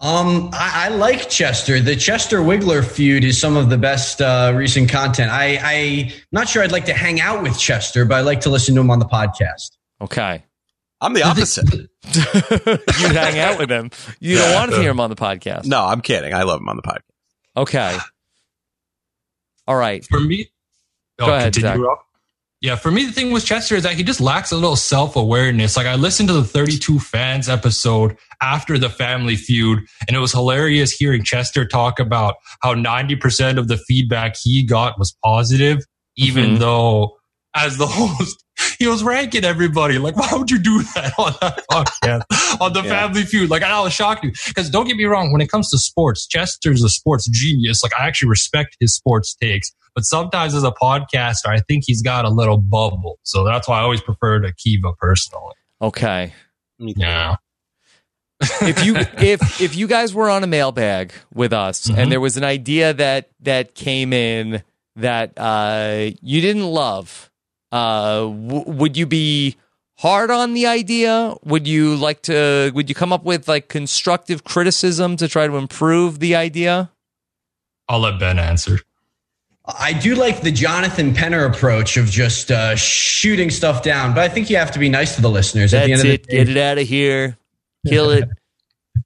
S15: Um, I, I like Chester. The Chester Wiggler feud is some of the best uh, recent content. I, I'm not sure I'd like to hang out with Chester, but I like to listen to him on the podcast.
S2: Okay.
S3: I'm the opposite.
S2: you hang out with him. You don't want to
S13: uh,
S2: hear him on the podcast.
S3: No, I'm kidding. I love him on the podcast.
S2: Okay. All right.
S13: For me,
S2: Go
S13: Oh,
S2: ahead,
S13: continue,
S2: Zach.
S13: Rob. Yeah, for me, the thing with Chester is that he just lacks a little self awareness. Like, I listened to the 32 fans episode after the family feud, and it was hilarious hearing Chester talk about how 90% of the feedback he got was positive, even
S2: Mhm.
S13: though, as the host, he was ranking everybody. Like, why would you do that on that podcast, on the
S2: Yeah.
S13: family feud? Like, I was shocked. Because don't get me wrong, when it comes to sports, Chester's a sports genius. Like, I actually respect his sports takes. But sometimes as a podcaster, I think he's got a little bubble. So that's why I always preferred Akiva personally.
S2: Okay.
S13: Yeah.
S2: if you if if you guys were on a mailbag with us
S13: Mm-hmm.
S2: and there was an idea that that came in that uh, you didn't love, uh, w- would you be hard on the idea? Would you like to? Would you come up with like constructive criticism to try to improve the idea?
S13: I'll let Ben answer.
S15: I do like the Jonathan Penner approach of just uh, shooting stuff down, but I think you have to be nice to the listeners at the end
S2: That's
S15: of the
S2: it.
S15: day.
S2: Get it out of here. Kill it.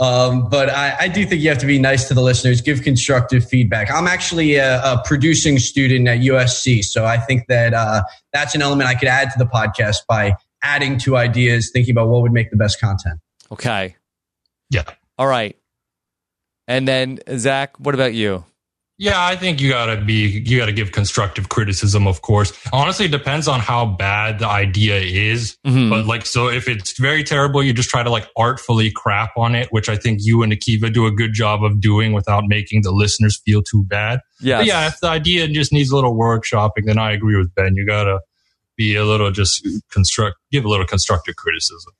S15: Um, but I, I do think you have to be nice to the listeners, give constructive feedback. I'm actually a, a producing student at USC, so I think that uh, that's an element I could add to the podcast by adding to ideas, thinking about what would make the best content.
S2: Okay.
S13: Yeah.
S2: All right. And then Zach, what about you?
S13: Yeah, I think you gotta be you gotta give constructive criticism, of course. Honestly, it depends on how bad the idea is.
S2: Mhm.
S13: But like so if it's very terrible, you just try to like artfully crap on it, which I think you and Akiva do a good job of doing without making the listeners feel too bad.
S2: Yes.
S13: But yeah, if the idea just needs a little workshopping, then I agree with Ben. You gotta be a little just construct give a little constructive criticism.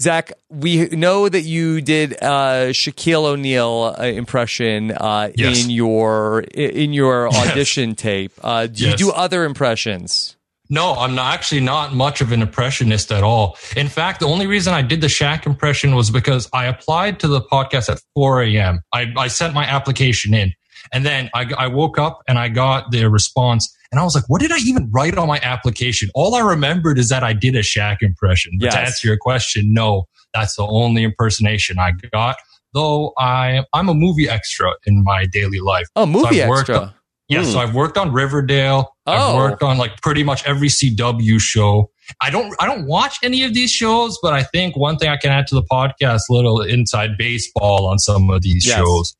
S2: Zach, we know that you did uh, Shaquille O'Neal uh, impression uh,
S13: Yes.
S2: in your in your
S13: Yes.
S2: audition tape. Uh, do
S13: Yes.
S2: you do other impressions?
S13: No, I'm not, actually not much of an impressionist at all. In fact, the only reason I did the Shaq impression was because I applied to the podcast at 4 a.m. I, I sent my application in and then I, I woke up and I got their response and I was like, what did I even write on my application? All I remembered is that I did a Shaq impression. But to
S2: Yes.
S13: answer your question, no, that's the only impersonation I got. Though I, I'm a movie extra in my daily life.
S2: Oh, movie
S13: I've worked
S2: extra.
S13: on- yeah,
S2: Hmm.
S13: so I've worked on Riverdale.
S2: Oh.
S13: I've worked on like pretty much every CW show. I don't I don't watch any of these shows, but I think one thing I can add to the podcast little inside baseball on some of these
S2: Yes.
S13: shows.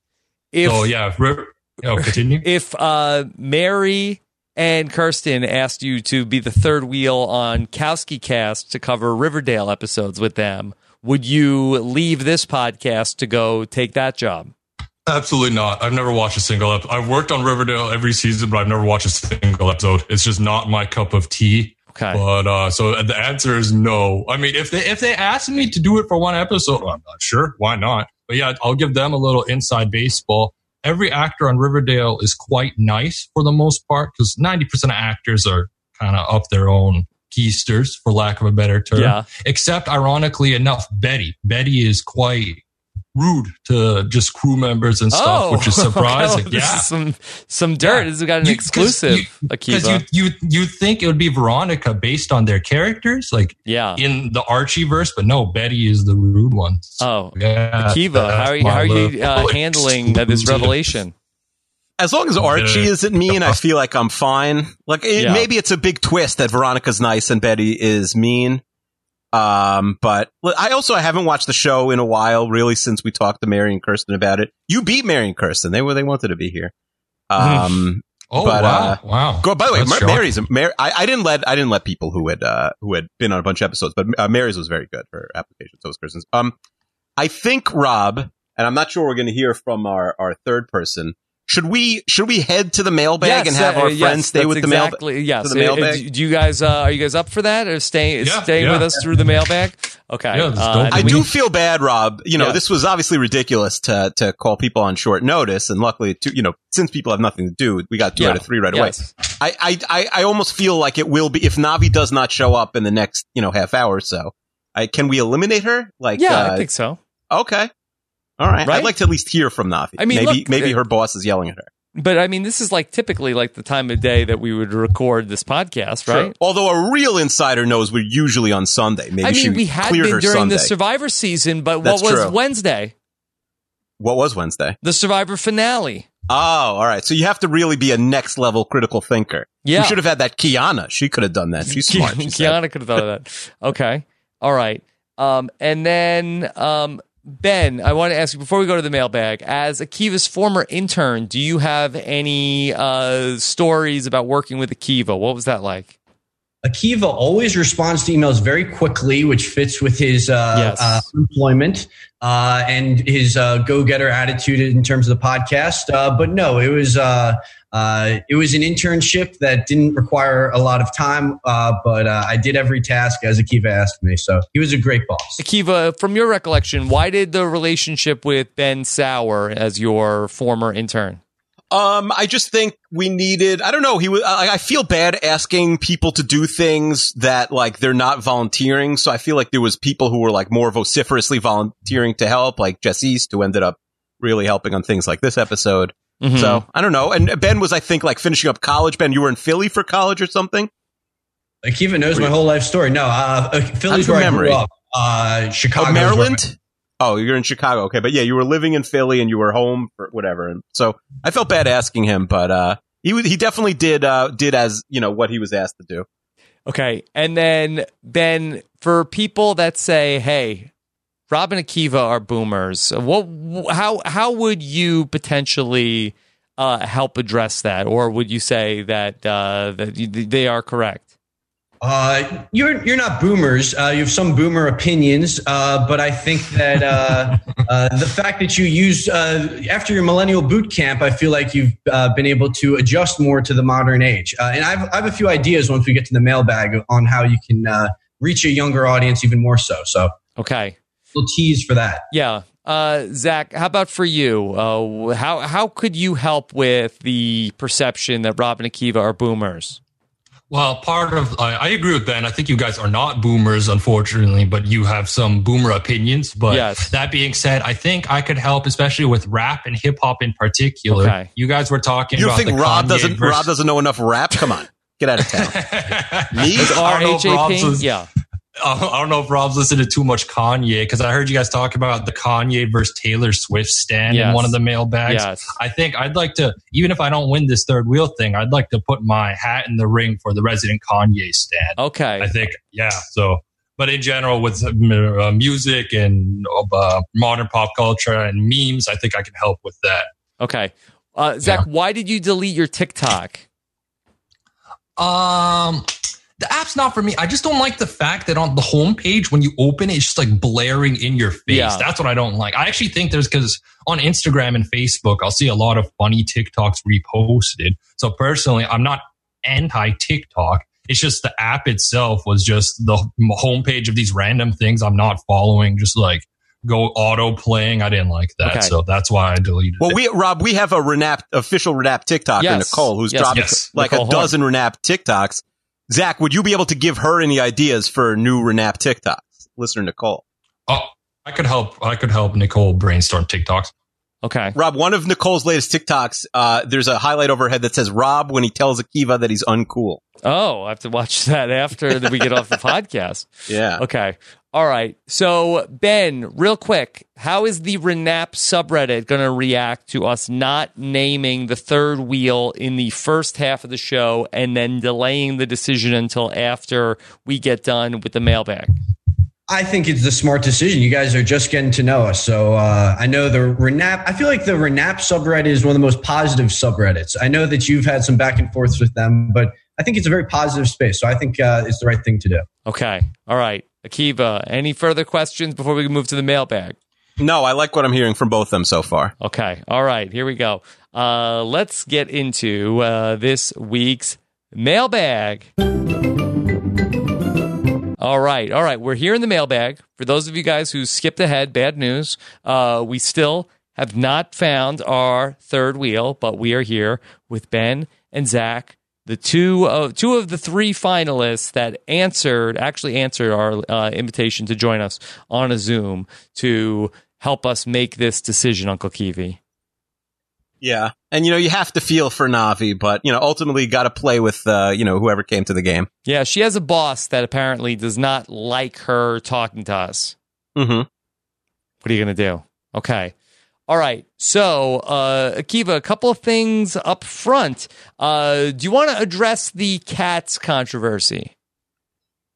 S2: If-
S13: so yeah, if Riv- oh, continue.
S2: If uh, Mary and Kirsten asked you to be the third wheel on Kowski Cast to cover Riverdale episodes with them, would you leave this podcast to go take that job?
S13: Absolutely not. I've never watched a single episode. I've worked on Riverdale every season, but I've never watched a single episode. It's just not my cup of tea.
S2: Okay.
S13: But uh, so the answer is no. I mean, if they if they asked me to do it for one episode, I'm not sure. Why not? But But yeah, I'll give them a little inside baseball. Every actor on Riverdale is quite nice for the most part because 90% of actors are kind of up their own keisters, for lack of a better term.
S2: Yeah.
S13: Except, ironically enough, Betty. Betty is quite rude to just crew members and stuff,
S2: Oh,
S13: which is surprising.
S2: this
S13: yeah.
S2: is some some dirt. This has got an
S13: You- 'cause
S2: exclusive
S13: you- 'cause
S2: Akiva.
S13: You, you you think it would be Veronica based on their characters, like
S2: yeah,
S13: in the Archie verse, but no, Betty is the rude one.
S2: Oh,
S13: yeah,
S2: Akiva,
S13: that's
S2: how are you,
S13: my
S2: how are you
S13: love.
S2: uh, handling uh, this revelation?
S3: As long as Archie isn't mean, I feel like I'm fine. Like it,
S2: Yeah.
S3: maybe it's a big twist that Veronica's nice and Betty is mean. Um, but well, I also I haven't watched the show in a while, really, since we talked to Mary and Kirsten about it. You beat Mary and Kirsten; they were they wanted to be here. Um,
S13: Oh,
S3: but,
S13: wow,
S3: uh,
S13: wow.
S3: Go, by the way,
S13: That's
S3: Mar-
S13: shocking.
S3: Mary's. Mary, I, I didn't let I didn't let people who had uh, who had been on a bunch of episodes, but uh, Mary's was very good for application. So was Kirsten's. Um, I think Rob, and I'm not sure we're going to hear from our our third person. Should we should we head to the mailbag and have
S2: uh,
S3: our
S2: yes,
S3: friends stay
S2: that's
S3: with the
S2: exactly,
S3: mailbag?
S2: Yes,
S3: to
S2: Uh,
S3: the mailbag.
S2: uh, do you guys uh, are you guys up for that or staying
S3: Yeah,
S2: staying with
S3: yeah.
S2: us through the mailbag? Okay, uh, then
S3: I
S2: we-
S3: do feel bad, Rob. You know,
S2: Yeah.
S3: this was obviously ridiculous to to call people on short notice, and luckily, two, you know, since people have nothing to do, we got two
S2: Yeah.
S3: out of three right
S2: Yes.
S3: away. I, I I I almost feel like it will be if Navi does not show up in the next you know half hour or so. I, can we eliminate her? Like,
S2: yeah,
S3: uh,
S2: I think so.
S3: Okay, all right.
S2: Right?
S3: I'd like to at least hear from Navi.
S2: I mean,
S3: maybe
S2: look,
S3: maybe
S2: uh,
S3: her boss is yelling at her.
S2: But I mean, this is like typically like the time of day that we would record this podcast,
S3: True.
S2: right?
S3: Although a real insider knows we're usually on Sunday. Maybe
S2: I mean,
S3: she
S2: we had
S3: cleared
S2: been
S3: her
S2: during
S3: Sunday.
S2: the Survivor season, but
S3: That's
S2: what was
S3: true.
S2: Wednesday?
S3: what was Wednesday?
S2: The Survivor finale.
S3: Oh, all right. So you have to really be a next level critical thinker.
S2: Yeah.
S3: We should have had that Kiana. She could have done that. She's smart. she said.
S2: Kiana could have thought of that. Okay. All right. Um, and then um, Ben, I want to ask you before we go to the mailbag. As Akiva's former intern, do you have any uh, stories about working with Akiva? What was that like?
S15: Akiva always responds to emails very quickly, which fits with his uh,
S2: Yes.
S15: uh, employment uh, and his uh, go-getter attitude in terms of the podcast. Uh, but no, it was uh, uh, it was an internship that didn't require a lot of time, uh, but uh, I did every task as Akiva asked me. So he was a great boss.
S2: Akiva, from your recollection, why did the relationship with Ben sour as your former intern?
S3: Um, I just think we needed. I don't know. He was. I, I feel bad asking people to do things that like they're not volunteering. So I feel like there was people who were like more vociferously volunteering to help, like Jess East, who ended up really helping on things like this episode.
S2: Mhm.
S3: So I don't know. And Ben was, I think, like finishing up college. Ben, you were in Philly for college or something.
S15: Akiva knows my whole life story. No, uh, uh, Philly's
S3: That's from
S15: where I
S3: memory.
S15: grew up. Uh, Chicago,
S3: Oh, Maryland. Oh, you're in Chicago. Okay, but yeah, you were living in Philly and you were home for whatever. And so I felt bad asking him, but uh, he was- he definitely did uh, did as you know what he was asked to do.
S2: Okay. And then, Ben, for people that say, hey, Rob and Akiva are boomers, what, how, how would you potentially uh, help address that? Or would you say that, uh, that you- they are correct?
S15: Uh, you're you're not boomers. Uh, you have some boomer opinions, uh, but I think that uh, uh, the fact that you used uh, after your millennial boot camp, I feel like you've uh, been able to adjust more to the modern age. Uh, and I've I have a few ideas once we get to the mailbag on how you can uh, reach a younger audience even more so. So
S2: okay,
S15: little tease for that.
S2: Yeah. Uh, Zach, how about for you? Uh, how, how could you help with the perception that Rob and Akiva are boomers?
S13: Well, part of I, I agree with Ben. I think you guys are not boomers, unfortunately, but you have some boomer opinions. But
S2: Yes.
S13: that being said, I think I could help, especially with rap and hip hop in particular.
S3: Okay.
S13: You guys were talking.
S3: You
S13: about
S3: think
S13: the
S3: Rob
S13: Kanye
S3: doesn't
S13: versus-
S3: Rob doesn't know enough rap? Come on, get out of town. Me?
S13: I don't know if Rob's lis-
S2: Yeah.
S13: I don't know if Rob's listened to too much Kanye because I heard you guys talk about the Kanye versus Taylor Swift stand in
S2: Yes.
S13: one of the mailbags.
S2: Yes.
S13: I think I'd like to, even if I don't win this third wheel thing, I'd like to put my hat in the ring for the resident Kanye stand.
S2: Okay.
S13: I think, yeah. So, but in general, with uh, music and uh, modern pop culture and memes, I think I can help with that.
S2: Okay. Uh, Zach, why did you delete your TikTok?
S13: Um, the app's not for me. I just don't like the fact that on the homepage when you open it, it's just like blaring in your face.
S2: Yeah.
S13: That's what I don't like. I actually think there's because on Instagram and Facebook, I'll see a lot of funny TikToks reposted. So personally, I'm not anti TikTok. It's just the app itself was just the homepage of these random things I'm not following. Just like go auto playing. I didn't like that,
S3: Okay.
S13: so that's why I deleted.
S3: Well, we Rob, we have a Renap official Renap TikToker
S13: Yes.
S3: Nicole who's
S13: Yes,
S3: dropped
S13: yes.
S3: like
S13: Nicole
S3: a
S13: Horn.
S3: dozen Renap TikToks. Zach, would you be able to give her any ideas for new Renap TikToks, listener Nicole?
S13: Oh, I could help. I could help Nicole brainstorm TikToks.
S2: Okay,
S3: Rob. One of Nicole's latest TikToks, uh, there's a highlight overhead that says Rob when he tells Akiva that he's uncool.
S2: Oh, I have to watch that after that we get off the podcast.
S3: Yeah.
S2: Okay. All right. So Ben, real quick, how is the Renap subreddit going to react to us not naming the third wheel in the first half of the show and then delaying the decision until after we get done with the mailbag?
S15: I think it's the smart decision. You guys are just getting to know us. So uh, I know the Renap, I feel like the Renap subreddit is one of the most positive subreddits. I know that you've had some back and forths with them, but I think it's a very positive space. So I think uh, it's the right thing to do.
S2: Okay. All right. Akiva, any further questions before we move to the mailbag?
S3: No, I like what I'm hearing from both of them so far.
S2: Okay. All right. Here we go. Uh, let's get into uh, this week's mailbag. All right. All right. We're here in the mailbag. For those of you guys who skipped ahead, bad news. Uh, we still have not found our third wheel, but we are here with Ben and Zach. The two of two of the three finalists that answered actually answered our uh, invitation to join us on a Zoom to help us make this decision, Uncle Kiwi.
S3: Yeah. And you know, you have to feel for Navi, but you know, ultimately you gotta play with uh, you know, whoever came to the game.
S2: Yeah, she has a boss that apparently does not like her talking to us.
S3: Mm-hmm.
S2: What are you going to do? Okay. All right. So, uh, Akiva, a couple of things up front. Uh, do you want to address the cats controversy?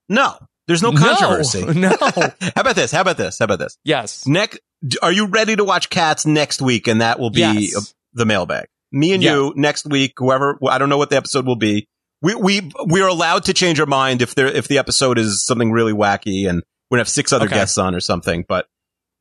S3: No. There's no
S2: No.
S3: controversy.
S2: No.
S3: How about this? How about this? How about this?
S2: Yes.
S3: Next are you ready to watch Cats next week and that will be
S2: Yes.
S3: uh, the mailbag. Me and you next week, whoever I don't know what the episode will be. We we we're allowed to change our mind if there if the episode is something really wacky and we're gonna have six other
S2: Okay.
S3: guests on or something, but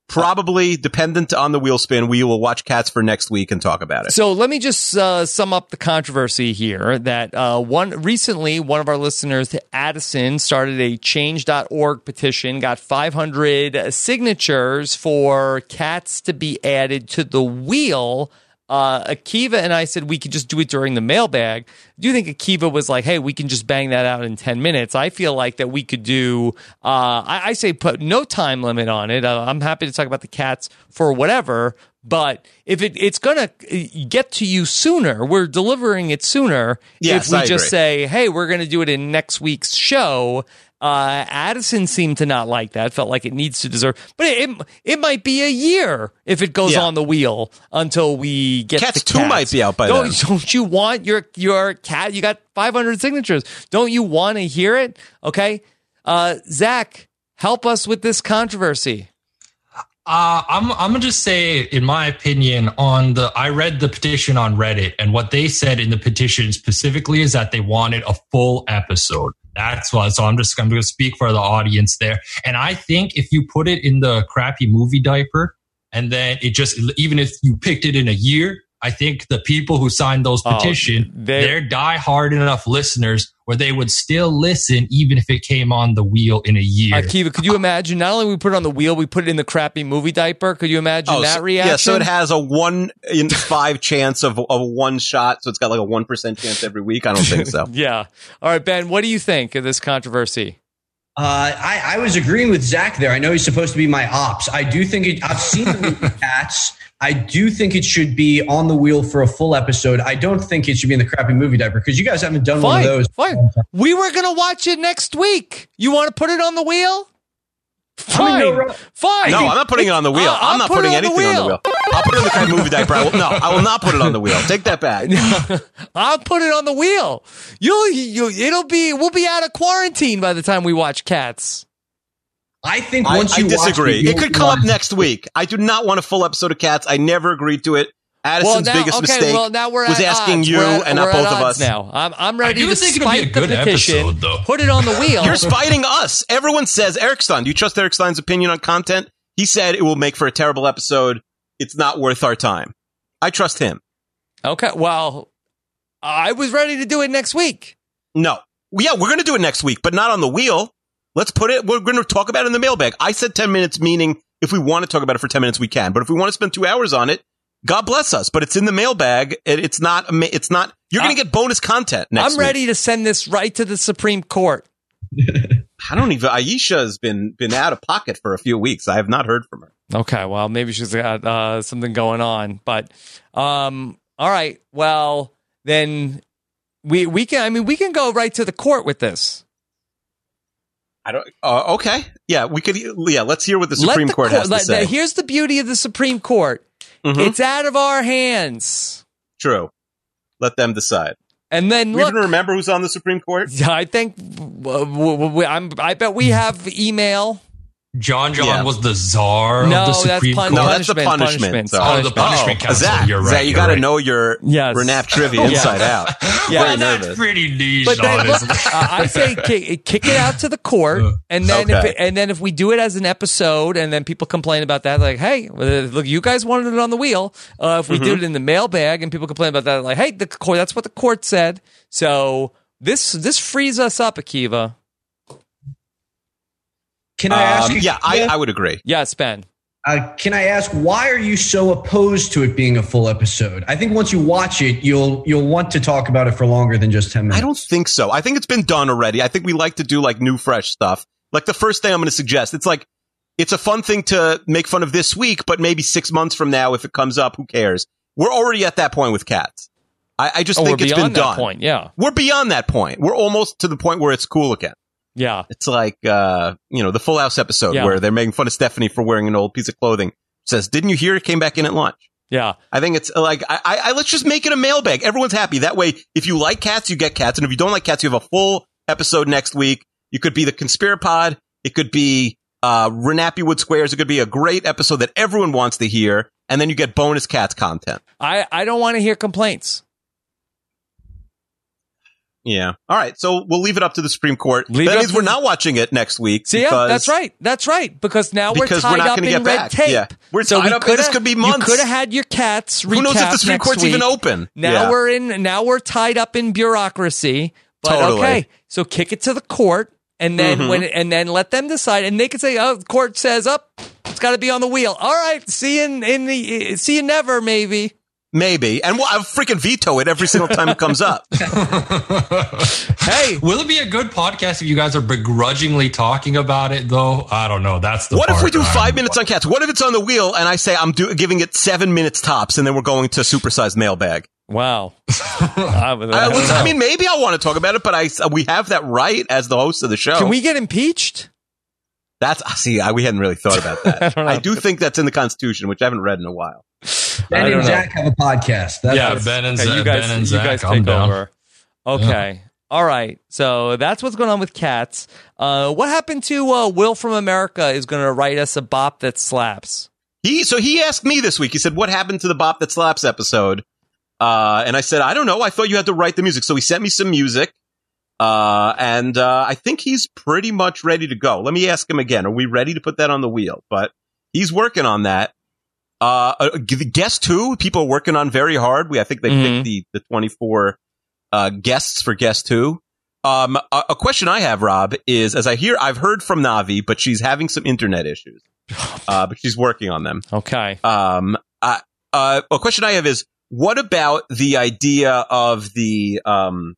S3: probably dependent on the wheel spin, we will watch Cats for next week and talk about it.
S2: So let me just uh, sum up the controversy here that uh, one recently one of our listeners Addison started a change.org petition got 500 signatures for cats to be added to the wheel uh, Akiva and I said we could just do it during the mailbag. Do you think Akiva was like, "Hey, we can just bang that out in ten minutes"? I feel like that we could do. Uh, I, I say put no time limit on it. Uh, I'm happy to talk about the cats for whatever, but if it, it's gonna uh, get to you sooner, we're delivering it sooner.
S3: Yes,
S2: if we
S3: I
S2: just
S3: agree.
S2: say, "Hey, we're gonna do it in next week's show." Uh, Addison seemed to not like that. Felt like it needs to deserve, but it it, it might be a year if it goes
S3: Yeah.
S2: on the wheel until we get
S3: Cats
S2: the
S3: 2 might be out by
S2: Don't-
S3: then.
S2: Don't you want your your cat? You got 500 signatures. Don't you want to hear it? Okay, uh, Zach, help us with this controversy.
S13: Uh, I'm I'm gonna just say, in my opinion, on the I read the petition on Reddit, and what they said in the petition specifically is that they wanted a full episode. That's why. So I'm just I'm gonna speak for the audience there, and I think if you put it in the crappy movie diaper, and then it just even if you picked it in a year, I think the people who signed those
S2: Oh,
S13: petition
S2: they-
S13: they're diehard enough listeners where they would still listen even if it came on the wheel in a year.
S2: Akiva, could you imagine? Not only we put it on the wheel, we put it in the crappy movie diaper. Could you imagine that
S3: Oh, so,
S2: reaction?
S3: Yeah, so it has a one in five chance of of one shot, so it's got like a one percent chance every week. I don't think so.
S2: yeah. All right, Ben, what do you think of this controversy?
S15: Uh, I, I was agreeing with Zach there. I know he's supposed to be my ops. I do think it, I've seen the movie Cats. I do think it should be on the wheel for a full episode. I don't think it should be in the crappy movie diaper because you guys haven't done one of
S2: Fine,
S15: those.
S2: fine. We were gonna watch it next week. You want to put it on the wheel? Fine, fine.
S3: No, I'm not putting it on the wheel.
S2: I'll-
S3: I'm
S2: I'll
S3: not
S2: put it
S3: putting
S2: on the
S3: anything on the wheel. I'll put it in the crappy movie diaper. I will, no, I will not put it on the wheel. Take that back.
S2: I'll put it on the wheel. You'll, you, it'll be, we'll be out of quarantine by the time we watch Cats.
S15: I think
S3: I, I disagree. it could come up next week. I do not want a full episode of Cats. I never agreed to it. Addison's biggest mistake was
S2: at
S3: asking
S2: odds.
S3: you
S2: We're at-
S3: and not
S2: we're at
S3: both of
S2: odds
S3: us.
S2: now. I'm, I'm ready
S13: do
S2: to
S13: think
S2: spite
S13: it'll be a good
S2: the petition.
S13: episode, though.
S2: Put it on the wheel.
S3: You're spiting us. Everyone says Eric Stein. Do you trust Eric Stein's opinion on content? He said it will make for a terrible episode. It's not worth our time. I trust him.
S2: Okay. Well, I was ready to do it next week.
S3: No. Yeah, we're going to do it next week, but not on the wheel. Let's put it. We're going to talk about it in the mailbag. I said ten minutes, meaning it if we want to talk about it for 10 minutes, we can. But if we want to spend two hours on it, God bless us. But it's in the mailbag. It, it's not, ama- it's not, you're going to get bonus content next
S2: I'm ready to send this right to the Supreme Court.
S3: I don't even, Aisha has been, been out of pocket for a few weeks. I have not heard from her.
S2: Okay, well, maybe she's got uh, something going on. But um, all right, well, then we we can. I mean, we can go right to the court with this.
S3: I don't, uh, okay. Yeah, we could, yeah, let's hear what the
S2: Let
S3: Supreme
S2: the
S3: Court, has
S2: let-
S3: to say.
S2: Here's the beauty of the Supreme Court.
S3: Mhm.
S2: It's out of our hands.
S3: True. Let them decide.
S2: And then
S3: we even remember who's on the Supreme Court.
S2: I think w- w- w- I'm, I bet
S3: Mm-hmm.
S2: we have email.
S13: John John was the czar
S2: No,
S13: of the
S2: that's
S13: Supreme
S2: pun-
S13: Court.
S2: No, that's the punishment, punishment.
S13: Oh,
S2: punishment.
S13: the punishment
S3: Oh,
S13: council.
S3: Zach,
S13: you're right.
S3: Zach, you
S13: you're
S3: gotta
S13: right.
S3: know your
S2: Yes.
S3: Renap trivia
S2: Yeah.
S3: inside out.
S2: Yeah.
S3: Very
S2: Well, that's
S3: nervous.
S13: pretty niche,
S2: But then,
S13: honestly.
S2: look, uh, I say kick, kick it out to the court, and then if
S13: Okay.
S2: it, and then if we do it as an episode, and then people complain about that, like, hey, uh, look, you guys wanted it on the wheel. Uh, if we did
S13: Mhm.
S2: it in the mailbag, and people complain about that, like, hey, the court, that's what the court said. So this this frees us up, Akiva.
S15: Can I ask you-
S3: yeah, I, I would agree.
S2: Yes, Ben.
S15: Uh, can I ask why are you so opposed to it being a full episode? I think once you watch it, you'll you'll want to talk about it for longer than just ten minutes.
S3: I don't think so. I think it's been done already. I think we like to do like new, fresh stuff. Like the first thing I'm going to suggest, it's like it's a fun thing to make fun of this week, but maybe six months from now, if it comes up, who cares? We're already at that point with cats. I, I just
S2: Oh,
S3: think
S2: we're
S3: it's been
S2: beyond that
S3: done.
S2: point, yeah.
S3: we're beyond that point. We're almost to the point where it's cool again.
S2: Yeah,
S3: it's like uh, you know the Full House episode
S2: Yeah.
S3: where they're making fun of Stephanie for wearing an old piece of clothing. Says, "Didn't you hear it came back in at lunch?"
S2: Yeah,
S3: I think it's uh, like I, I, I let's just make it a mailbag. Everyone's happy that way. If you like cats, you get cats, and if you don't like cats, you have a full episode next week. You could be the Conspirapod. It could be uh, Renappy Wood Squares. It could be a great episode that everyone wants to hear, and then you get bonus cats content.
S2: I I don't want to hear complaints.
S3: Yeah. All right. So we'll leave it up to the Supreme Court.
S2: Leave it
S3: that
S2: up
S3: means
S2: to
S3: we're
S2: the-
S3: not watching it next week.
S2: So yeah,
S3: because-
S2: that's right. That's right. Because now we're
S3: Because
S2: tied
S3: we're not
S2: up
S3: gonna
S2: in
S3: get
S2: red
S3: back.
S2: tape.
S3: Yeah. We're
S2: so
S3: tied
S2: we
S3: up, and this
S2: coulda-
S3: could be months.
S2: You could have had your cats.
S3: Who knows if
S2: recap
S3: the Supreme
S2: next
S3: Court's even
S2: week.
S3: open?
S2: Now
S3: Yeah.
S2: we're in. Now we're tied up in bureaucracy. But
S3: Totally.
S2: okay, so kick it to the court, and then
S3: Mhm.
S2: when and then let them decide, and they could say, "Oh, the court says up." it's got to be on the wheel. All right, see you in, in the uh, see you never maybe.
S3: Maybe. And we'll, I'll freaking veto it every single time it comes up.
S2: hey,
S13: will it be a good podcast if you guys are begrudgingly talking about it? Though I don't know. That's the
S3: What if
S13: part
S3: we do
S13: that I'm-
S3: five minutes on cats? What if it's on the wheel and I say I'm do- giving it seven minutes tops and then we're going to supersized mailbag?
S2: Wow. I,
S3: I, was- I mean, maybe I want to talk about it, but I we have that right as the host of the show.
S2: Can we get impeached?
S3: That's see, I, we hadn't really thought about that.
S2: I,
S3: I do think that's in the Constitution, which I haven't read in a while.
S15: Ben and Zach have a podcast. That's
S13: yeah, Ben and
S2: Okay,
S13: Zach.
S2: you guys-
S13: ben and
S2: you
S13: Zach.
S2: guys
S13: I'm
S2: take
S13: down.
S2: over. Okay. All right. So that's what's going on with cats. Uh, what happened to uh, Will from America is going to write us a bop that slaps.
S3: He so he asked me this week. He said, "What happened to the Bop That Slaps episode?" Uh, and I said, "I don't know. I thought you had to write the music." So he sent me some music, uh, and uh, I think he's pretty much ready to go. Let me ask him again. Are we ready to put that on the wheel? But he's working on that. Uh, uh, g- guest who? People are working on very hard. We I think they
S2: Mm-hmm.
S3: picked the the twenty four uh, guests for guest who. Um, a, a question I have, Rob, is as I hear, I've heard from Navi, but she's having some internet issues uh, but she's working on them.
S2: Okay.
S3: Um, I, uh, a question I have is, what about the idea of the um,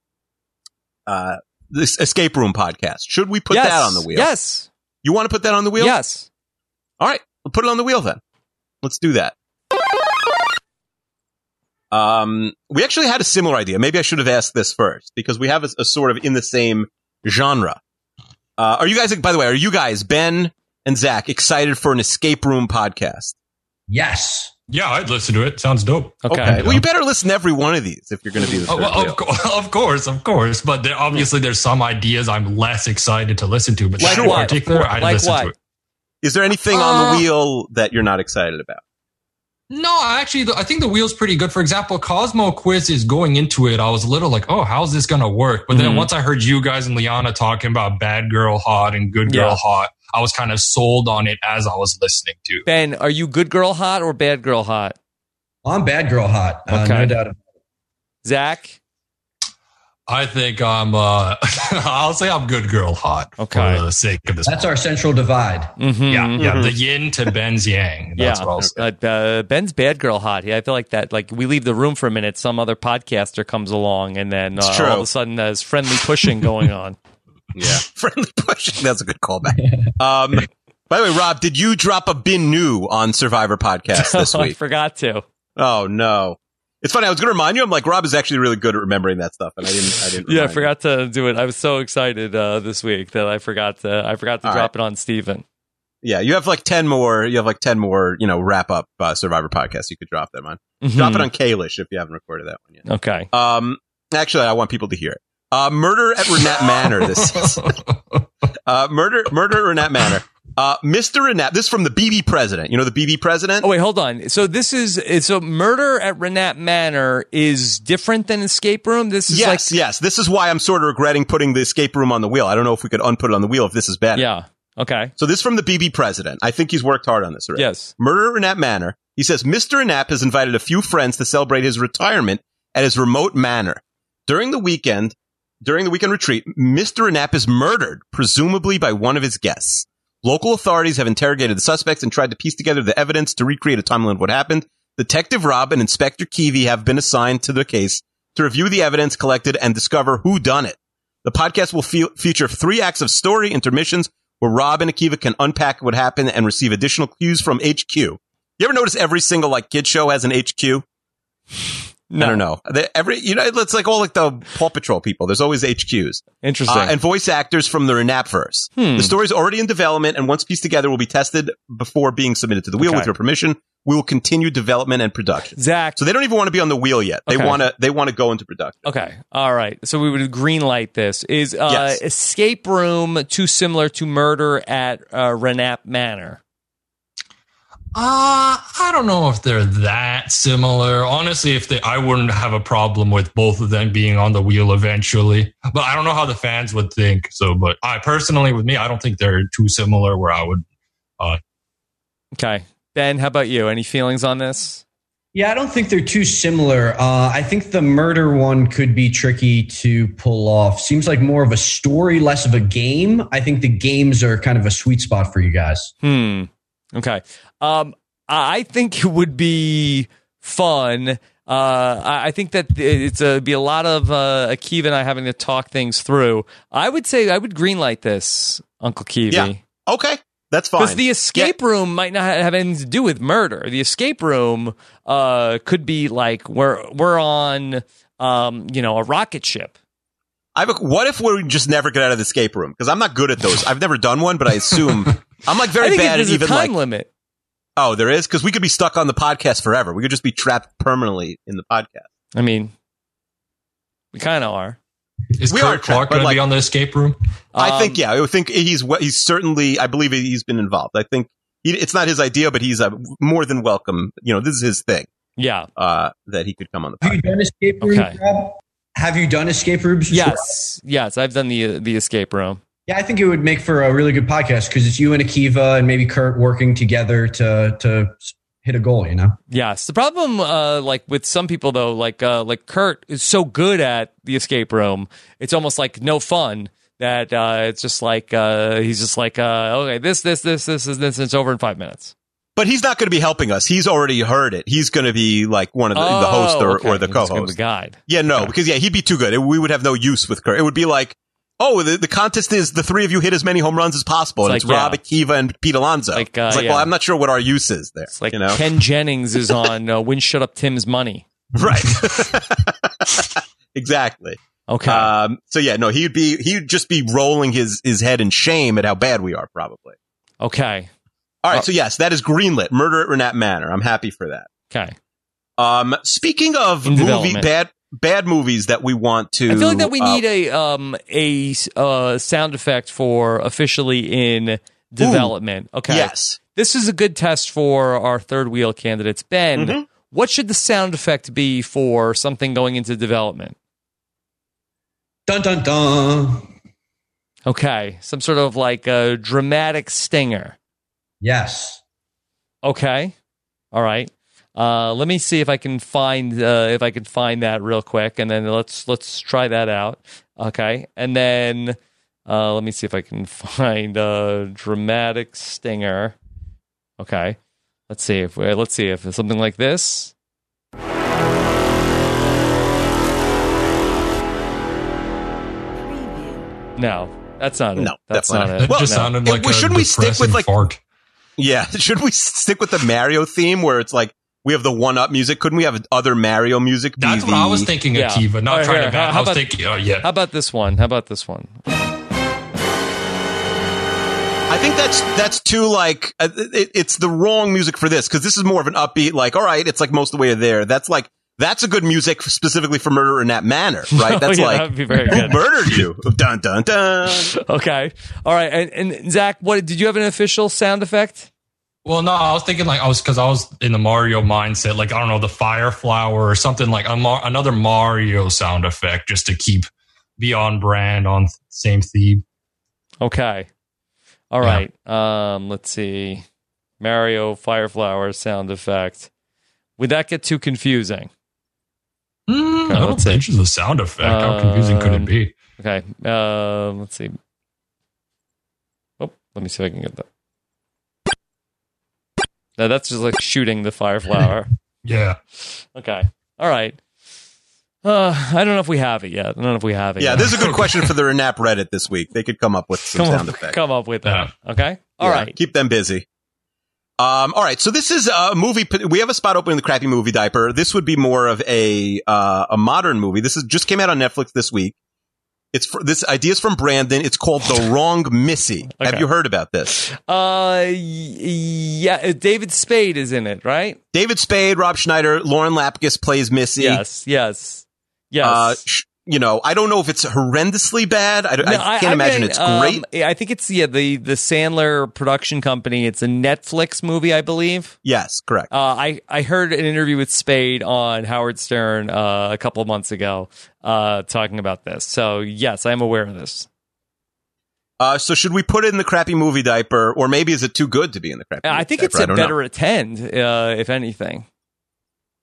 S3: uh, this escape room podcast? Should we put
S2: Yes.
S3: that on the wheel?
S2: Yes.
S3: You want to put that on the wheel?
S2: Yes.
S3: All right, we'll put it on the wheel then. Let's do that. Um, we actually had a similar idea. Maybe I should have asked this first because we have a, a sort of in the same genre. Uh, are you guys? By the way, are you guys Ben and Zach excited for an escape room podcast?
S15: Yes.
S13: Yeah, I'd listen to it. Sounds dope.
S3: Well, you better listen to every one of these if you're going to be the
S13: Oh,
S3: third
S13: well,
S3: wheel.
S13: of, course, of course, of course. But there, obviously, there's some ideas I'm less excited to listen to. But
S3: Like
S13: that in
S3: what?
S13: particular, I
S3: Like
S13: listen
S3: what?
S13: to it.
S3: Is there anything on
S13: Uh,
S3: the wheel that you're not excited about?
S13: No, I actually, I think the wheel's pretty good. For example, Cosmo Quiz is going into it. I was a little like, oh, how's this going to work? But then
S2: Mhm.
S13: once I heard you guys and Liana talking about bad girl hot and good girl
S2: Yeah.
S13: hot, I was kind of sold on it as I was listening to.
S2: Ben, are you good girl hot or bad girl hot?
S15: I'm bad girl hot. Uh,
S2: Okay.
S15: No doubt. about it.
S2: Zach?
S13: I think I'm. Uh, I'll say I'm good girl hot.
S2: Okay.
S13: For the sake of this,
S15: That's our central divide.
S13: Yeah, yeah.
S2: Mhm.
S13: The yin to Ben's yang. That's
S2: yeah,
S13: what I'll say.
S2: uh, uh, Ben's bad girl hot. Yeah, I feel like that. Like we leave the room for a minute, some other podcaster comes along, and then uh,
S3: It's true.
S2: all of a sudden there's friendly pushing going on.
S3: Yeah. Friendly pushing. That's a good callback. Um, by the way, Rob, did you drop a bin new on Survivor podcast this
S2: I
S3: week?
S2: forgot to.
S3: oh no. It's funny. I was going to remind you. I'm like, Rob is actually really good at remembering that stuff, and I didn't. I didn't.
S2: Yeah, I
S3: remind
S2: forgot to do it. I was so excited uh, this week that I forgot to. I forgot to
S3: All
S2: drop it on Steven.
S3: you. Yeah, you have like ten more. You have like ten more. You know, wrap up uh, Survivor podcast. You could drop them on. Drop
S2: Mhm.
S3: it on Kalish if you haven't recorded that one yet.
S2: Okay.
S3: Um, actually, I want people to hear it. Uh, murder at Renat Manor. This is uh, murder. Murder at Renat Manor. Uh, Mr. Renat. This is from the BB president. You know the BB president.
S2: Oh wait, hold on. So this is it's- so murder at Renat Manor is different than escape room. This is
S3: yes, yes. This is why I'm sort of regretting putting the escape room on the wheel. I don't know if we could unput it on the wheel if this is better.
S2: Yeah. Okay.
S3: So this is from the BB president. I think he's worked hard on this already.
S2: Yes.
S3: Murder in that manner. He says Mr. Knapp has invited a few friends to celebrate his retirement at his remote manor. During the weekend, during the weekend retreat, Mr. Knapp is murdered, presumably by one of his guests. Local authorities have interrogated the suspects and tried to piece together the evidence to recreate a timeline of what happened. Detective Rob and Inspector Keevy have been assigned to the case to review the evidence collected and discover who done it. The podcast will fe- feature three acts of story intermissions where Rob and Akiva can unpack what happened and receive additional cues from HQ. You ever notice every single like kid show has an HQ? I don't know. They- every you know, it's like all like the Paw Patrol people. There's always HQs.
S2: Interesting.
S3: Uh, and voice actors from the Renapverse.
S2: Hmm.
S3: The story's already in development and once pieced together will be tested before being submitted to the wheel
S2: Okay.
S3: with your permission. We will continue development and production.
S2: Zach.
S3: So they don't even want to be on the wheel yet. They
S2: Okay.
S3: want to they want to go into production.
S2: Okay. All right. So we would green light this. Is uh,
S3: Yes.
S2: escape room too similar to murder at uh, Renap Manor?
S13: Uh, I don't know if they're that similar. Honestly, if they, I wouldn't have a problem with both of them being on the wheel eventually. But I don't know how the fans would think. So, but I personally, with me, I don't think they're too similar. Where I would, uh,
S2: Okay. Ben, how about you? Any feelings on this?
S15: Yeah, I don't think they're too similar. Uh, I think the murder one could be tricky to pull off. Seems like more of a story, less of a game. I think the games are kind of a sweet spot for you guys.
S2: Hmm. Okay. Um, I I think it would be fun. Uh, I I think that it's uh be a lot of uh, Akiva and I having to talk things through. I would say I would green light this, Uncle Kiwi.
S3: Yeah. Okay. That's fine.
S2: Because the escape room might not have anything to do with murder. The escape room uh, could be like we're we're on um, you know a rocket ship.
S3: I have a, what if we just never get out of the escape room? Because I'm not good at those. I've never done one, but I assume I'm like
S2: I
S3: very
S2: think
S3: bad
S2: there's
S3: at
S2: a
S3: even
S2: time
S3: like.
S2: limit.
S3: Oh, there is because we could be stuck on the podcast forever. We could just be trapped permanently in the podcast.
S2: I mean, we kind of are.
S13: is
S3: We are
S13: Kurt
S3: trapped,
S13: Clark
S3: but
S13: going to
S3: like-
S13: be on the escape room?
S3: I
S13: Um,
S3: think yeah. I would think he's he's certainly. I believe he's been involved. I think he, it's not his idea, but he's uh, more than welcome. You know, this is his thing.
S2: Yeah.
S3: Uh, that he could come on the
S15: Have you done escape rooms?
S2: Okay.
S15: Rob? Have you done escape rooms?
S2: Yes, yes, I've done the the escape room.
S15: Yeah, I think it would make for a really good podcast because it's you and Akiva and maybe Kurt working together to to hit a goal. You know.
S2: Yes, the problem uh, like with some people though, like uh, like Kurt is so good at the escape room, it's almost like no fun. That uh, it's just like uh, he's just like uh, okay, this this this this is this. It's over in five minutes.
S3: But he's not going to be helping us. He's already heard it. He's going to be like one of the, the host or,
S2: Oh, okay.
S3: or the
S2: He's gonna
S3: co-host.
S2: be guide.
S3: Yeah, no, because yeah, he'd be too good. It- we would have no use with Kurt. It would be like, oh, the, the contest is the three of you hit as many home runs as possible,
S2: It's
S3: and
S2: like,
S3: it's Rob, Akiva, and Pete Alonso.
S2: uh,
S3: it's like,
S2: yeah.
S3: well, I'm not sure what our use is there.
S2: It's like
S3: you know,
S2: Ken Jennings is on uh, When Shut Up Tim's Money.
S3: right? exactly.
S2: Okay.
S3: Um, so yeah, no, he'd be he'd just be rolling his his head in shame at how bad we are, probably.
S2: Okay. Uh,
S3: All right. so yes, that is greenlit. Murder at Renat Manor. I'm happy for that.
S2: Okay.
S3: Um, speaking of
S2: In
S3: movie
S2: development.
S3: bad bad movies that we want to,
S2: I feel like that we
S3: uh,
S2: need a um a uh, sound effect for officially in development. Okay.
S3: Yes.
S2: This is a good test for our third wheel candidates. Ben,
S3: Mhm.
S2: what should the sound effect be for something going into development?
S15: Dun dun dun.
S2: Okay. Some sort of like a dramatic stinger.
S15: Yes.
S2: Okay. All right. Uh, let me see if I can find uh, if I can find that real quick, and then let's let's try that out. Okay, and then uh, let me see if I can find a dramatic stinger. Okay, let's see if uh, let's see if it's something like this. No, that's not it.
S3: No,
S2: that's not
S3: definitely not.
S2: it.
S3: uh, Well,
S2: No.
S3: if we- shouldn't we stick with like Yeah, should we stick with the Mario theme where it's like we have the one up music? Couldn't we have other Mario music? be
S13: That's what I was thinking,
S2: Yeah.
S13: Akiva. Not
S2: All right,
S13: trying
S2: here,
S13: to back.
S2: how
S13: I was
S2: about-
S13: thinking, oh, yeah.
S2: How about this one? How about this one?
S3: I think that's that's too like uh, it, it's the wrong music for this because this is more of an upbeat. Like, all right, it's like most of the way there. That's like that's a good music specifically for murder in that manner, right?
S2: Oh,
S3: that's
S2: yeah,
S3: like
S2: that would be very
S3: who
S2: good.
S3: murdered you? dun dun dun.
S2: Okay, all right. And, and Zach, what did you have an official sound effect?
S13: Well, no, I was thinking like I was because I was in the Mario mindset, like I don't know the fire flower or something like a Mar- another Mario sound effect just to keep be on brand on same theme.
S2: Okay. All right. Um, let's see. Mario Fireflower sound effect. Would that get too confusing? Mm-hmm. Hmm,
S13: Mm, I don't think it's a sound
S2: Uh,
S13: effect. How confusing could it be?
S2: Okay. Um, let's see. Oh, let me see if I can get that. No, that's just like shooting the fireflower.
S13: Yeah.
S2: Okay. All right. Uh, I don't know if we have it yet. I don't know if we have it.
S3: Yeah,
S2: yet.
S3: this is a good question for the Renap Reddit this week. They could come up with some
S2: come
S3: sound
S2: up,
S3: effects.
S2: Come up with that. Okay. All right.
S3: Keep them busy. Um, all right. So this is a movie. We have a spot opening the crappy movie diaper. This would be more of a, uh, a modern movie. This is just came out on Netflix this week. It's fr- this idea is from Brandon. It's called The Wrong Missy. Have
S2: Okay.
S3: you heard about this?
S2: Uh, y- yeah. uh, David Spade is in it, right?
S3: David Spade, Rob Schneider, Lauren Lapkus plays Missy.
S2: Yes, yes, yes.
S3: Uh, sh- you know, I don't know if it's horrendously bad. I, don't- I
S2: No,
S3: can't imagine
S2: meant,
S3: it's
S2: um,
S3: great.
S2: I think it's yeah the the Sandler production company. It's a Netflix movie, I believe.
S3: Yes, correct.
S2: Uh, I I heard an interview with Spade on Howard Stern uh, a couple of months ago uh, talking about this. So yes, I am aware of this.
S3: Uh, so should we put it in the crappy movie diaper, or maybe is it too good to be in the crappy?
S2: I
S3: movie
S2: think
S3: diaper?
S2: it's a
S3: don't know.
S2: better attend, uh, if anything.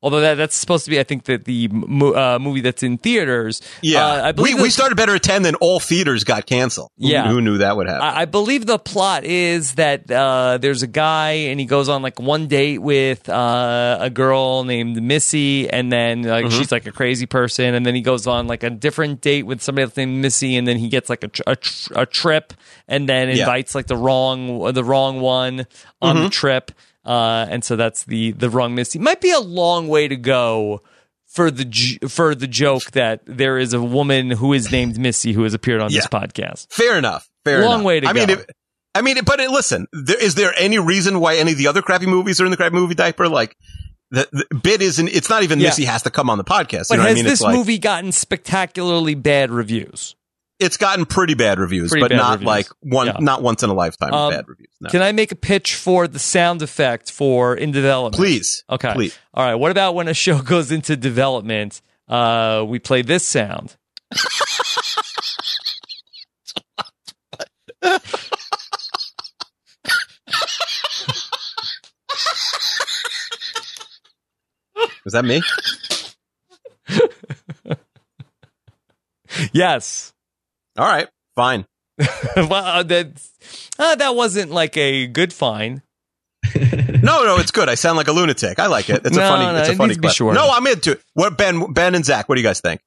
S2: Although that, that's supposed to be, I think that the mo- uh, movie that's in theaters.
S3: Yeah,
S2: uh, I believe
S3: we, we
S2: that-
S3: started better at ten than all theaters got canceled. Who-
S2: Yeah. Uh,
S3: who, knew that would happen?
S2: I, I believe the plot is that uh, there's a guy and he goes on like one date with uh, a girl named Missy, and then like
S3: Mm-hmm.
S2: she's like a crazy person, and then he goes on like a different date with somebody else named Missy, and then he gets like a tr- a, tr- a trip, and then
S13: Yeah.
S2: invites like the wrong the wrong one on
S3: Mm-hmm.
S2: the
S13: Mhm.
S2: trip, uh, and so that's the the wrong Missy. Might be a long way to go. For the j- for the joke that there is a woman who is named Missy who has appeared on this
S3: Yeah.
S2: podcast.
S3: fair enough. Fair
S2: Long
S3: enough.
S2: way to
S3: I mean,
S2: go.
S3: if- I mean, but uh, listen, there, is there any reason why any of the other crappy movies are in the crappy movie diaper? Like the, the bit isn't. It's not even
S2: Yeah.
S3: Missy has to come on the podcast.
S2: But
S3: you know what
S2: has
S3: I mean?
S2: this
S3: it's like,
S2: movie gotten spectacularly bad reviews?
S3: It's gotten pretty bad reviews,
S2: Pretty
S3: but
S2: bad
S3: not
S2: reviews.
S3: like one,
S2: Yeah.
S3: not once in a lifetime
S2: Um,
S3: bad reviews. No.
S2: Can I make a pitch for the sound effect for in development?
S3: Please.
S2: Okay.
S3: Please.
S2: All right. What about when a show goes into development? Uh, we play this sound.
S3: Is that me?
S2: yes.
S3: All right. Fine.
S2: well, uh, that uh, that wasn't like a good fine.
S3: No, no, it's good. I sound like a lunatic. I like it. It's
S2: No,
S3: a funny.
S2: no,
S3: it's a
S2: it
S3: funny
S2: needs to be
S3: clip.
S2: shorter.
S3: No, I'm into it. What Ben, Ben and Zach? What do you guys think?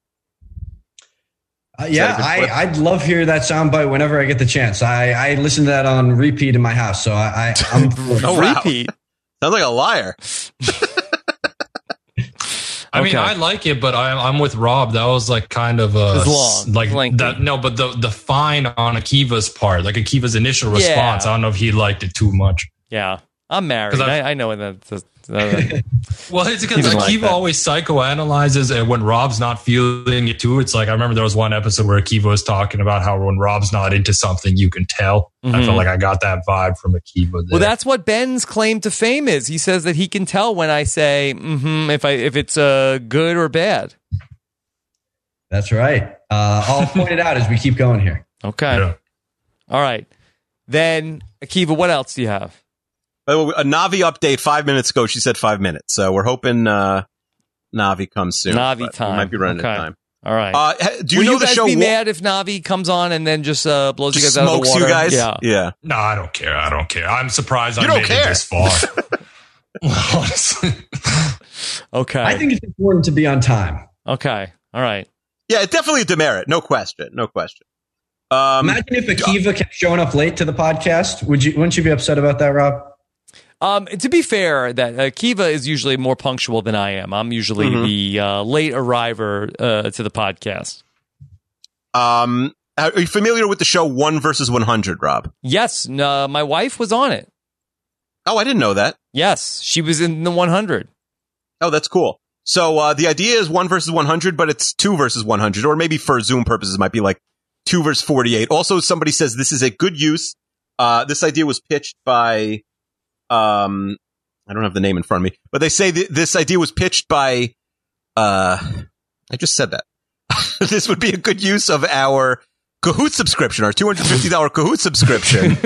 S15: Uh, yeah,
S3: Is that a good
S15: I, I'd love hear that soundbite whenever I get the chance. I, I listen to that on repeat in my house, so I, I I'm
S3: Oh, wow. Sounds like a liar.
S13: I mean,
S3: Okay.
S13: I like it, but I'm, I'm with Rob. That was like kind of a
S2: It was long.
S13: s- like that. No, but the the fine on Akiva's part, like Akiva's initial
S2: Yeah.
S13: response, I don't know if he liked it too much.
S2: Yeah, I'm married.
S13: 'Cause I've-
S2: I, I know that. that, that-
S13: Well, it's
S2: He
S13: because
S2: doesn't like
S13: Akiva
S2: that.
S13: always psychoanalyzes, and when Rob's not feeling it too, it's like I remember there was one episode where Akiva was talking about how when Rob's not into something, you can tell. I
S2: Mhm.
S13: felt like I got that vibe from Akiva. There.
S2: Well, that's what Ben's claim to fame is. He says that he can tell when I say mm-hmm, if I if it's uh, good or bad.
S15: That's right. Uh, I'll point it out as we keep going here.
S2: Okay. All right. Then Akiva, what else do you have?
S3: By the way, Oh, a Navi update five minutes ago. She said five minutes, so we're hoping uh, Navi comes soon.
S2: Navi
S3: but we
S2: time.
S3: might be running out
S2: Okay.
S3: of time.
S2: All right.
S3: Uh, h- do you
S2: Will
S3: know
S2: you
S3: the
S2: guys
S3: show
S2: Be
S3: Wa-
S2: mad if Navi comes on and then just uh, blows
S3: Just
S2: you guys out of the
S3: smokes you
S2: water.
S3: guys?
S2: Yeah.
S3: Yeah.
S18: No, I don't care. I don't care. I'm surprised
S2: You
S18: I
S2: don't
S18: made
S2: care.
S18: it this far. Honestly.
S2: Okay.
S15: I think it's important to be on time.
S2: Okay. All right.
S3: Yeah, it's definitely a demerit. No question. No question. Um,
S15: Imagine if Akiva kept showing up late to the podcast. Would you? Wouldn't you be upset about that, Rob?
S2: Um, to be fair, that uh, Kiva is usually more punctual than I am. I'm usually
S3: Mhm.
S2: the uh, late arriver uh, to the podcast.
S3: Um, are you familiar with the show One versus One Hundred, Rob?
S2: Yes, n- uh, my wife was on it.
S3: Oh, I didn't know that.
S2: Yes, she was in the 100.
S3: Oh, that's cool. So uh, the idea is one versus 100, but it's two versus 100, or maybe for Zoom purposes, it might be like two versus 48. Also, somebody says this is a good use. Uh, this idea was pitched by, um, I don't have the name in front of me, but they say th- this idea was pitched by, uh, I just said that. this would be a good use of our Kahoot subscription, our $250 Kahoot subscription,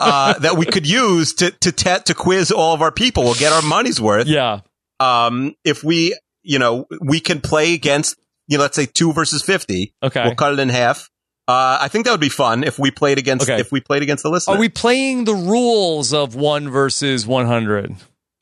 S3: uh, that we could use to, to, te- to quiz all of our people. We'll get our money's worth
S2: Yeah.
S3: um, if we, you know, we can play against, you know, let's say two versus 50.
S2: Okay.
S3: We'll cut it in half. Uh, I think that would be fun if we played against,
S2: Okay.
S3: if we played against the listener.
S2: Are we playing the rules of one versus 100?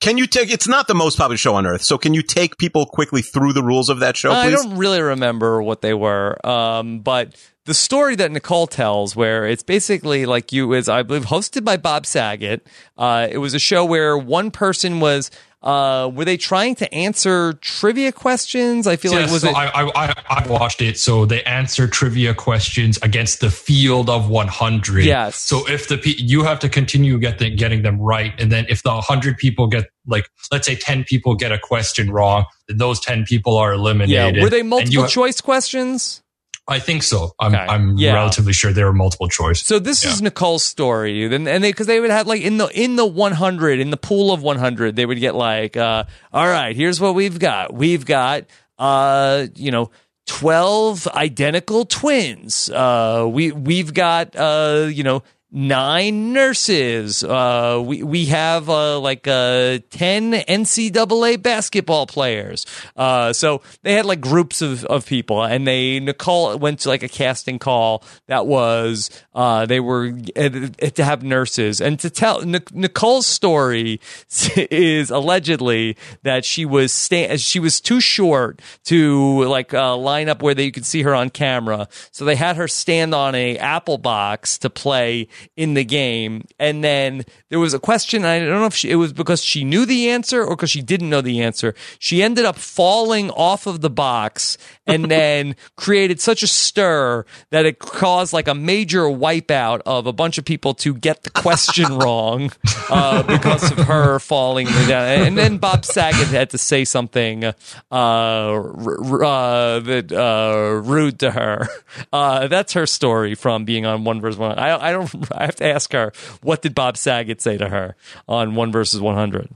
S3: can you take, it's not the most popular show on earth. So can you take people quickly through the rules of that show,
S2: I
S3: please?
S2: don't really remember what they were, um, but the story that Nicole tells, where it's basically like you is, I believe, hosted by Bob Saget. Uh, it was a show where one person was. Uh, were they trying to answer trivia questions? I feel
S18: Yeah,
S2: like was
S18: so
S2: it
S18: I, I, I, I watched it. So they answer trivia questions against the field of 100.
S2: Yes.
S18: So if the pe- you have to continue get the, getting them right, and then if the 100 people get like let's say 10 people get a question wrong, then those 10 people are
S2: yeah.
S18: eliminated.
S2: Were they
S18: And you
S2: multiple
S18: have-
S2: choice questions?
S18: I think so. I'm I'm
S2: Yeah.
S18: relatively sure they were multiple choice.
S2: So this is Nicole's story, and and they because they would have like in the in the 100 in the pool of 100, they would get like, uh, all right, here's what we've got. We've got, uh, you know. 12 identical twins. Uh, we, we've got, uh, you know, nine nurses. Uh, we, we have, uh, like, uh, 10 NCAA basketball players. Uh, so they had like groups of, of people and they, Nicole went to like a casting call that was, uh, they were uh, to have nurses and to tell Nic- Nicole's story is allegedly that she was sta- she was too short to like uh, line up where they could see her on camera. So they had her stand on a apple box to play in the game, and then there was a question. I don't know if she, it was because she knew the answer or because she didn't know the answer. She ended up falling off of the box and then created such a stir that it caused like a major wipeout of a bunch of people to get the question wrong uh, because of her falling down. And then Bob Saget had to say something uh, r- r- uh, that uh, rude to her. Uh, that's her story from being on One versus One. I, I don't. I have to ask her what did Bob Saget say to her on One versus One Hundred.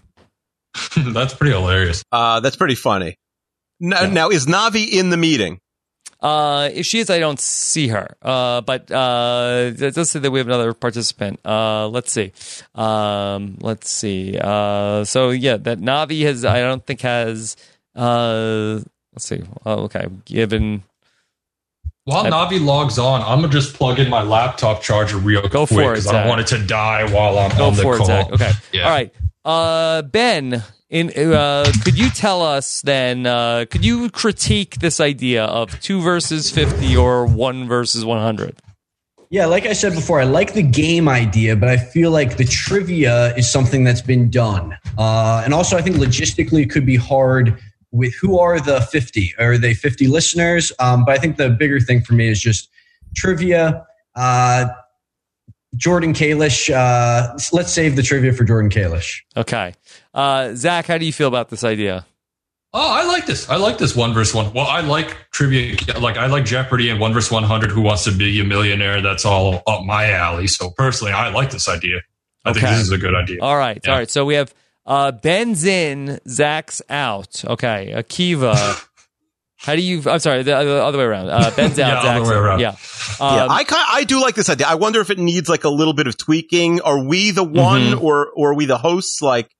S18: that's pretty hilarious.
S3: Uh, that's pretty funny. Now, now is Navi in the meeting?
S2: Uh, if she is, I don't see her. Uh, but uh, it does say that we have another participant. Uh, let's see. Um, let's see. Uh, so yeah, that Navi has. I don't think has. Uh, let's see. Oh, okay, given.
S18: While
S2: I-
S18: Navi logs on, I'm gonna just plug in my laptop charger real
S2: Go for
S18: quick
S2: it,
S18: I
S2: Zach.
S18: don't want it to die while I'm
S2: Go
S18: on the
S2: for it,
S18: call.
S2: Zach. Okay.
S18: Um, Yeah.
S2: All right. Uh, ben, in uh, could you tell us then? Uh, could you critique this idea of two versus fifty or one versus one hundred?
S15: Yeah, like I said before, I like the game idea, but I feel like the trivia is something that's been done. Uh, and also, I think logistically it could be hard with who are the 50? Are they 50 listeners? Um, but I think the bigger thing for me is just trivia. Uh, Jordan Kalish, uh, let's save the trivia for Jordan Kalish.
S2: Okay. Uh, Zach, how do you feel about this idea?
S18: Oh, I like this. I like this one versus one. Well, I like trivia. Like I like Jeopardy and one versus one hundred. Who wants to be a millionaire? That's all up my alley. So personally, I like this idea. I think
S2: Okay.
S18: this is a good idea.
S2: All right,
S18: Yeah.
S2: all right. So we have uh, Ben's in, Zach's out. Okay, Akiva. How do you? I'm sorry, the, the other way around. Uh, Ben's out.
S3: Yeah, other
S2: Zach's
S3: way
S2: in.
S3: around.
S2: Yeah.
S3: yeah,
S2: Um,
S3: I ki- I do like this idea. I wonder if it needs like a little bit of tweaking. Are we
S2: Mm-hmm.
S3: the one, or or are we the hosts? Like,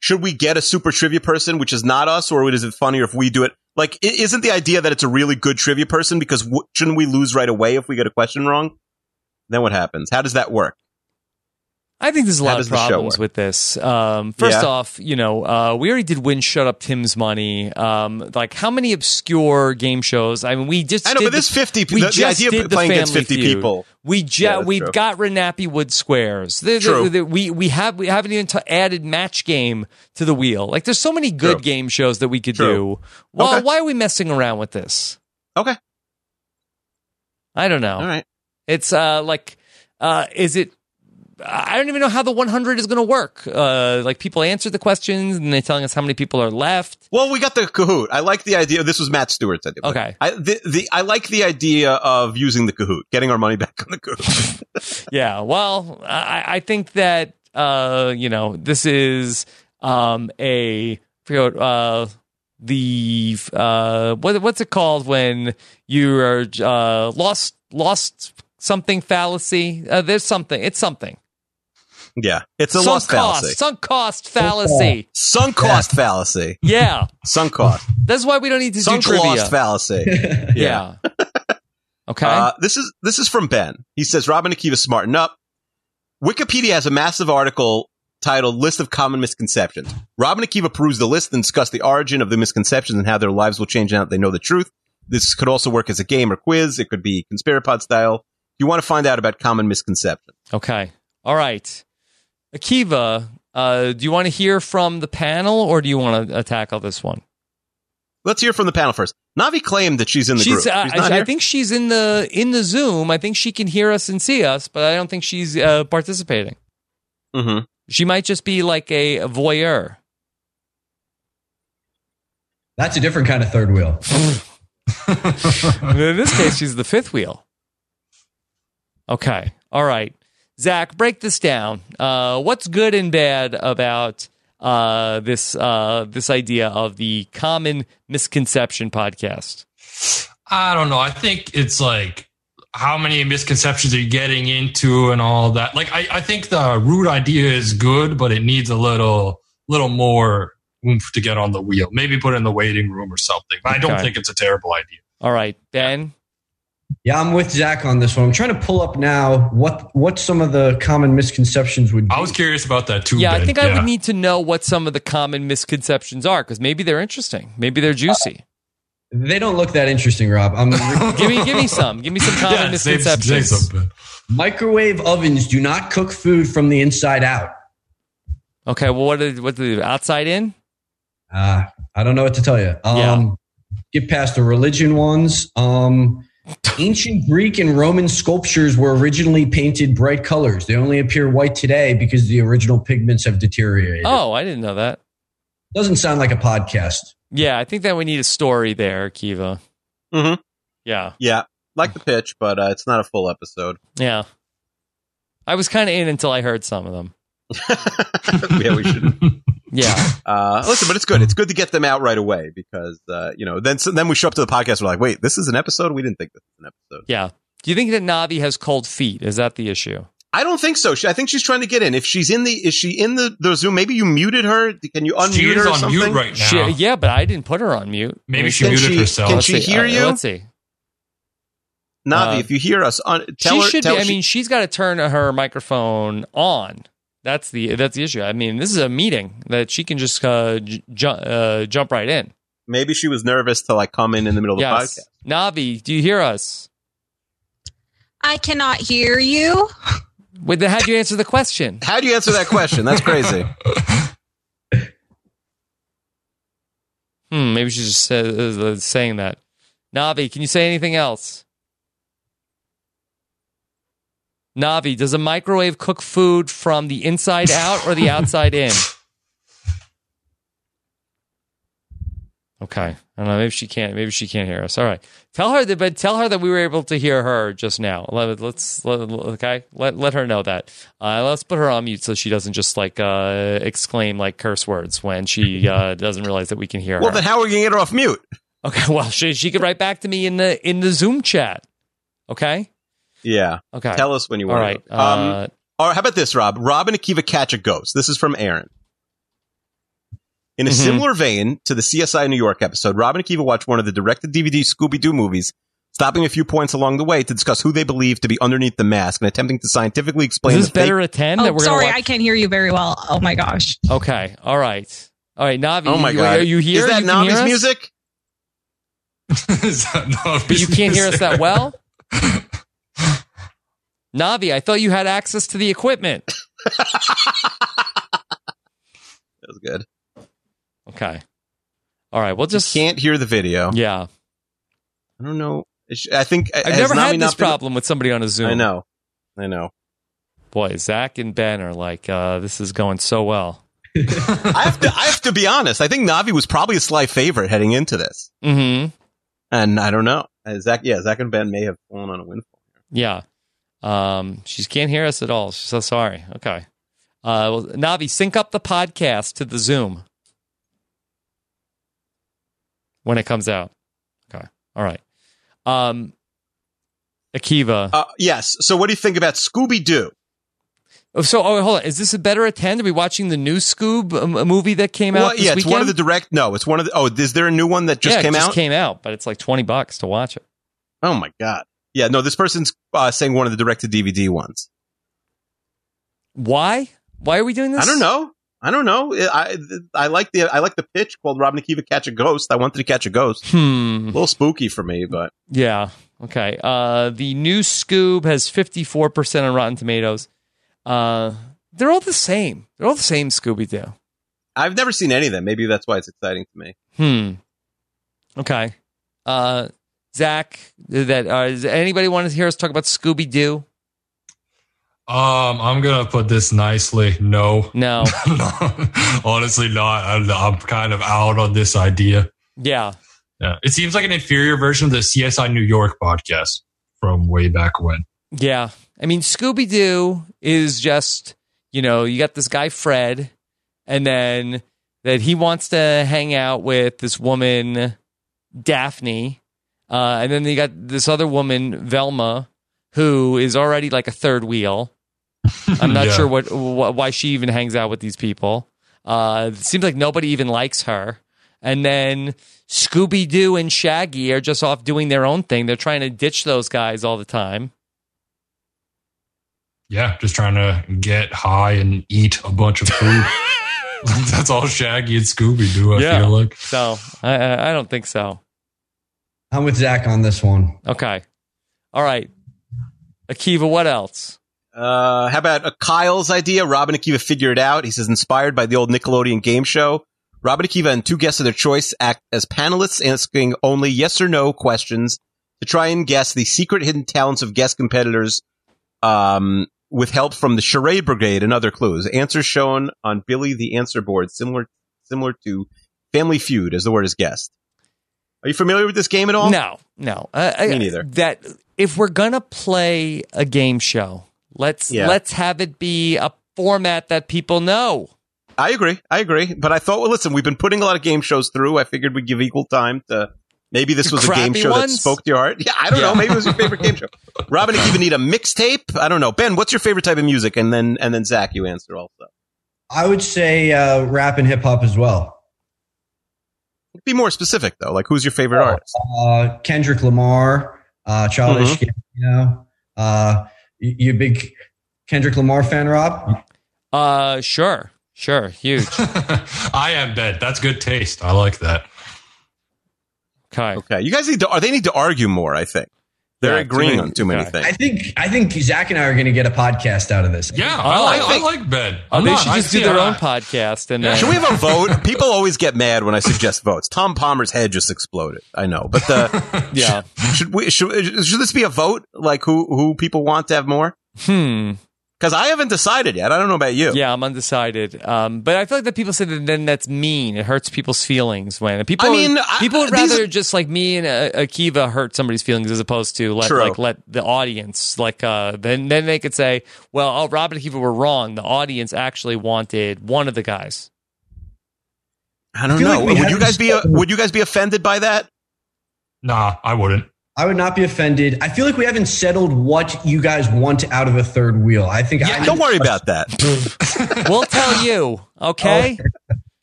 S3: should we get a super trivia person, which is not us, or is it funnier if we do it? Like, i- isn't the idea that it's a really good trivia person? Because w- shouldn't we lose right away if we get a question wrong? Then what happens? How does that work?
S2: I think there's a
S3: How
S2: lot
S3: does
S2: of
S3: the show
S2: problems
S3: work?
S2: with this. Um, first
S3: Yeah.
S2: off, you know, uh, we already did win Shut Up Tim's Money. Um, like, how many obscure game shows? I mean, we just
S3: I know,
S2: did
S3: but this 50
S2: We
S3: the- the
S2: just
S3: idea of
S2: did the
S3: playing against
S2: Family
S3: 50
S2: Feud.
S3: people.
S2: We
S3: Yeah,
S2: ja-
S3: that's
S2: we've
S3: true.
S2: got Renappy Wood squares. The- the-
S3: True.
S2: the- we we have we haven't even t- added match game to the wheel. Like, there's so many good
S3: True.
S2: game shows that we could
S3: True.
S2: do. Well,
S3: Okay.
S2: why are we messing around with this?
S3: Okay.
S2: I don't know. All
S3: right.
S2: It's uh like uh is it I don't even know how the 100 is going to work. Uh like people answered the questions and they're telling us how many people are left.
S3: Well, we got the Kahoot. I like the idea. This was Matt Stewart's idea.
S2: Okay.
S3: I the, the I like the idea of using the Kahoot, getting our money back on the Kahoot.
S2: yeah. Well, I I think that uh you know, this is um a I forget what, uh the uh what what's it called when you are uh lost lost something fallacy? Uh, there's something. It's something.
S3: yeah, it's a
S2: Sunk
S3: lost
S2: cost,
S3: fallacy.
S2: Sunk cost fallacy.
S3: Sunk cost fallacy.
S2: Yeah.
S3: Sunk cost.
S2: That's why we don't need to
S3: Sunk
S2: do trivia.
S3: lost fallacy.
S2: yeah. Okay.
S3: Uh, this is this is from Ben. He says Robin Akiva smarten up. Wikipedia has a massive article titled "List of Common Misconceptions." Robin Akiva perused the list and discussed the origin of the misconceptions and how their lives will change now that they know the truth. This could also work as a game or quiz. It could be Conspirapod style. You want to find out about common misconceptions.
S2: Okay. All right. Akiva, uh, do you want to hear from the panel or do you want to uh, tackle this one?
S3: Let's hear from the panel first. Navi claimed that she's in the
S2: She's,
S3: group.
S2: uh,
S3: She's not
S2: I, I
S3: here?
S2: think she's in the in the Zoom. I think she can hear us and see us, but I don't think she's uh, participating.
S3: Mm-hmm.
S2: She might just be like a voyeur.
S15: That's a different kind of third wheel.
S2: in this case, she's the fifth wheel. Okay. All right. Zach, break this down. Uh, what's good and bad about uh, this uh, this idea of the common misconception podcast?
S18: I don't know. I think it's like how many misconceptions are you getting into and all that. Like I, I think the root idea is good, but it needs a little little more oomph to get on the wheel. Maybe put it in the waiting room or something. But I don't
S2: Okay.
S18: think it's a terrible idea.
S2: All right, Ben.
S15: Yeah, I'm with Zach on this one. I'm trying to pull up now what what some of the common misconceptions would be.
S18: I was curious about that too.
S2: Yeah, I
S18: Ben.
S2: think I
S18: Yeah.
S2: would need to know what some of the common misconceptions are because maybe they're interesting, maybe they're juicy.
S15: They don't look that interesting, Rob. I'm
S2: give me give me some, give me some common
S15: Yeah, save- save
S2: misconceptions.
S15: some, Microwave ovens do not cook food from the inside out.
S2: okay, well, what are, what do they do? outside in?
S15: Uh, I don't know what to tell you. Um, Get past the religion ones. Um, ancient Greek and Roman sculptures were originally painted bright colors. They only appear white today because the original pigments have deteriorated.
S2: Oh, I didn't know that.
S15: Doesn't sound like a podcast.
S2: Yeah, I think that we need a story there, Kiva.
S3: Mm-hmm.
S2: Yeah.
S3: Yeah, like the pitch, but uh, it's not a full episode.
S2: Yeah. I was kind of in until I heard some of them.
S3: yeah, we shouldn't.
S2: yeah.
S3: Uh, listen, but it's good. It's good to get them out right away because uh, you know then so then we show up to the podcast. We're like, wait, this is an episode. We didn't think this was an episode.
S2: Yeah. Do you think that Navi has cold feet? Is that the issue?
S3: I don't think so. She, I think she's trying to get in. If she's in the, is she in the, the Zoom? Maybe you muted her. Can you unmute her? or something?
S2: She- uh, yeah, but I didn't put her on mute.
S3: Maybe she Can muted she- herself. can
S2: Let's
S3: she
S2: see.
S3: hear
S2: Uh,
S3: you?
S2: Let's see.
S3: Navi,
S2: Uh,
S3: if you hear us, un- tell
S2: she
S3: her.
S2: should
S3: tell
S2: be. I
S3: she-
S2: mean, she's got to turn her microphone on. That's the that's the issue. I mean, this is a meeting that she can just uh, j- ju- uh, jump right in.
S3: maybe she was nervous to like come in in the middle of
S2: Yes. Navi, do you hear us?
S9: I cannot hear you.
S2: With the, how do you answer the question?
S3: the podcast. How do you answer that question? That's crazy.
S2: Hmm, maybe she's just sa- uh, saying that. Navi, can you say anything else? Navi, does a microwave cook food from the inside out or the outside in? Okay, I don't know. Maybe she can't. Maybe she can't hear us. All right, tell her that. But tell her that we were able to hear her just now. Let, let's let, okay. Let let her know that. Uh, let's put her on mute so she doesn't just like uh, exclaim like curse words when she uh, doesn't realize that we can hear
S3: well,
S2: her.
S3: then how are you going to get her off mute?
S2: Okay. Well, she she could write back to me in the in the Zoom chat. Okay.
S3: Yeah.
S2: Okay. uh,
S3: Tell us when you
S2: All
S3: want.
S2: right,
S3: It. Um, all right. How about this, Rob? Rob and Akiva catch a ghost. This is from Aaron. In a
S2: Mm-hmm.
S19: Mhm.
S3: similar vein to the CSI New York episode, Rob and Akiva watch one of the directed DVD Scooby Doo movies, stopping a few points along the way to discuss who they believe to be underneath the mask and attempting to scientifically explain.
S20: Is this
S3: the fake-
S2: better at ten?
S20: Oh, sorry, I can't hear you very well. Oh my gosh.
S2: Okay. All right. All right, Navi.
S3: Oh my
S2: you-
S3: God.
S2: Are you
S3: Is
S2: here?
S3: that
S2: You can hear
S3: Navi's
S2: us?
S3: music?
S2: But you can't hear us that well. Navi, I thought you had access to the equipment.
S3: That was good.
S2: Okay. All right. Well, just
S3: can't hear the video.
S2: Yeah.
S3: I don't know. It's- I think
S2: I've never had this problem with somebody on a Zoom.
S3: I know. I know.
S2: Boy, Zach and Ben are like, uh, this is going so well.
S3: I have to be honest. I think Navi was probably a sly favorite heading into this,
S2: Mm-hmm.
S3: and I don't know. Uh, Zach, yeah, Zach and Ben may have fallen on a windfall.
S2: Yeah. Um, she can't hear us at all. She's so sorry. Okay. Uh, well, Navi, sync up the podcast to the Zoom when it comes out. Okay. All right. Um, Akiva.
S3: Uh, yes. So, what do you think about Scooby Doo?
S2: Oh, so, oh, hold on. Is this a better at 10? Are we watching the new Scoob um, a movie that came out
S3: Well,
S2: this
S3: yeah, it's one of the
S2: weekend?
S3: direct. No, it's one of the. Oh, is there a new one that just
S2: Yeah, it
S3: came
S2: just
S3: out?
S2: came out, but it's like 20 bucks to watch it.
S3: Oh my god. Yeah, no, this person's uh, saying one of the direct to DVD ones.
S2: Why? Why are we doing this?
S3: I don't know. I don't know. I I I like the I like the pitch called Rob Nikiva catch a ghost. I wanted to catch a ghost.
S2: Hmm. A
S3: little spooky for me, but
S2: Yeah. Okay. Uh, the new Scoob has 54% on Rotten Tomatoes. Uh, they're all the same. They're all the same Scooby Doo.
S3: I've never seen any of them. Maybe that's why it's exciting to me.
S2: Hmm. Okay. Uh, Zach, that uh, does anybody want to hear us talk about Scooby Doo?
S18: Um, I'm gonna put this nicely. No,
S2: no,
S18: honestly, not. I'm, I'm kind of out on this idea.
S2: Yeah.
S18: Yeah, it seems like an inferior version of the CSI New York podcast from way back when.
S2: Yeah. I mean, Scooby Doo is just, you know, you got this guy, Fred, and then that he wants to hang out with this woman, Daphne. Uh, and then you got this other woman, Velma, who is already like a third wheel. I'm not
S18: Yeah.
S2: sure what, wh- why she even hangs out with these people. Uh, it seems like nobody even likes her. And then Scooby Doo and Shaggy are just off doing their own thing. They're trying to ditch those guys all the time.
S18: Yeah, just trying to get high and eat a bunch of food. That's all Shaggy and Scooby do. I
S2: Yeah.
S18: feel like.
S2: So I, I I don't think so.
S15: I'm with Zach on this one.
S2: Okay. All right. Akiva, what else?
S3: Uh, how about uh, Kyle's idea? Robin Akiva figure it out. He says inspired by the old Nickelodeon game show. Robin Akiva and two guests of their choice act as panelists, asking only yes or no questions to try and guess the secret hidden talents of guest competitors. Um, with help from the Charade Brigade and other clues. Answers shown on Billy the Answer Board, similar similar to Family Feud, as the word is guessed. Are you familiar with this game at all?
S2: No, no. Uh, I,
S3: Me neither.
S2: That if we're gonna play a game show, let's
S3: Yeah.
S2: let's have it be a format that people know.
S3: I agree. I agree. But I thought, well, listen, we've been putting a lot of game shows through. I figured we'd give equal time to maybe this
S2: The
S3: was a game
S2: crappy
S3: show that
S2: ones?
S3: spoke to your heart. Yeah, I don't
S2: Yeah.
S3: know. Maybe it was your favorite game show. Robin, if you need a mixtape, I don't know. Ben, what's your favorite type of music? And then and then Zach, you answer also.
S15: I would say uh, rap and hip hop as well.
S3: Be more specific though. Like, who's your favorite
S2: Oh,
S3: artist?
S15: Uh, Kendrick Lamar, uh, Childish Gambino. Uh, you, you a big Kendrick Lamar fan, Rob?
S2: Uh, sure, sure, huge.
S18: I am Ben. That's good taste. I like that.
S2: Okay.
S3: Okay. You guys need to. Are they need to argue more? I think they're
S15: Yeah,
S3: agreeing
S15: too many-
S3: on too many
S15: yeah.
S3: things.
S15: I think I think Zach and I are going to get a podcast out of this.
S18: Yeah,
S3: Oh,
S18: I, like, I, like Ben.
S2: Oh,
S18: I'm
S2: they
S18: not-
S2: should
S18: I
S2: just do
S18: see
S2: their
S18: how
S2: own
S18: I-
S2: podcast and
S3: Should we have a vote? People always get mad when I suggest votes. Tom Palmer's head just exploded. I know, but the
S2: yeah.
S3: Should we? Should, should this be a vote? Like who who people want to have more?
S2: Hmm.
S3: Because I haven't decided yet. I don't know about you.
S2: Yeah, I'm undecided. Um, but I feel like that people say that then that's mean. It hurts people's feelings when people.
S3: I mean, I-
S2: people would
S3: these-
S2: rather just like me and uh, Akiva hurt somebody's feelings as opposed to let
S3: True.
S2: like let the audience like uh then then they could say, well, oh, Rob and Akiva were wrong. The audience actually wanted one of the guys.
S3: I don't
S2: feel
S3: know.
S2: like we
S3: would
S2: have
S3: you guys be uh would you guys be offended by that?
S13: Nah, I wouldn't.
S15: I would not be offended.
S21: I feel like we haven't settled what you guys want out of a third wheel. I think I
S3: don't worry about that.
S2: we'll tell you. Okay.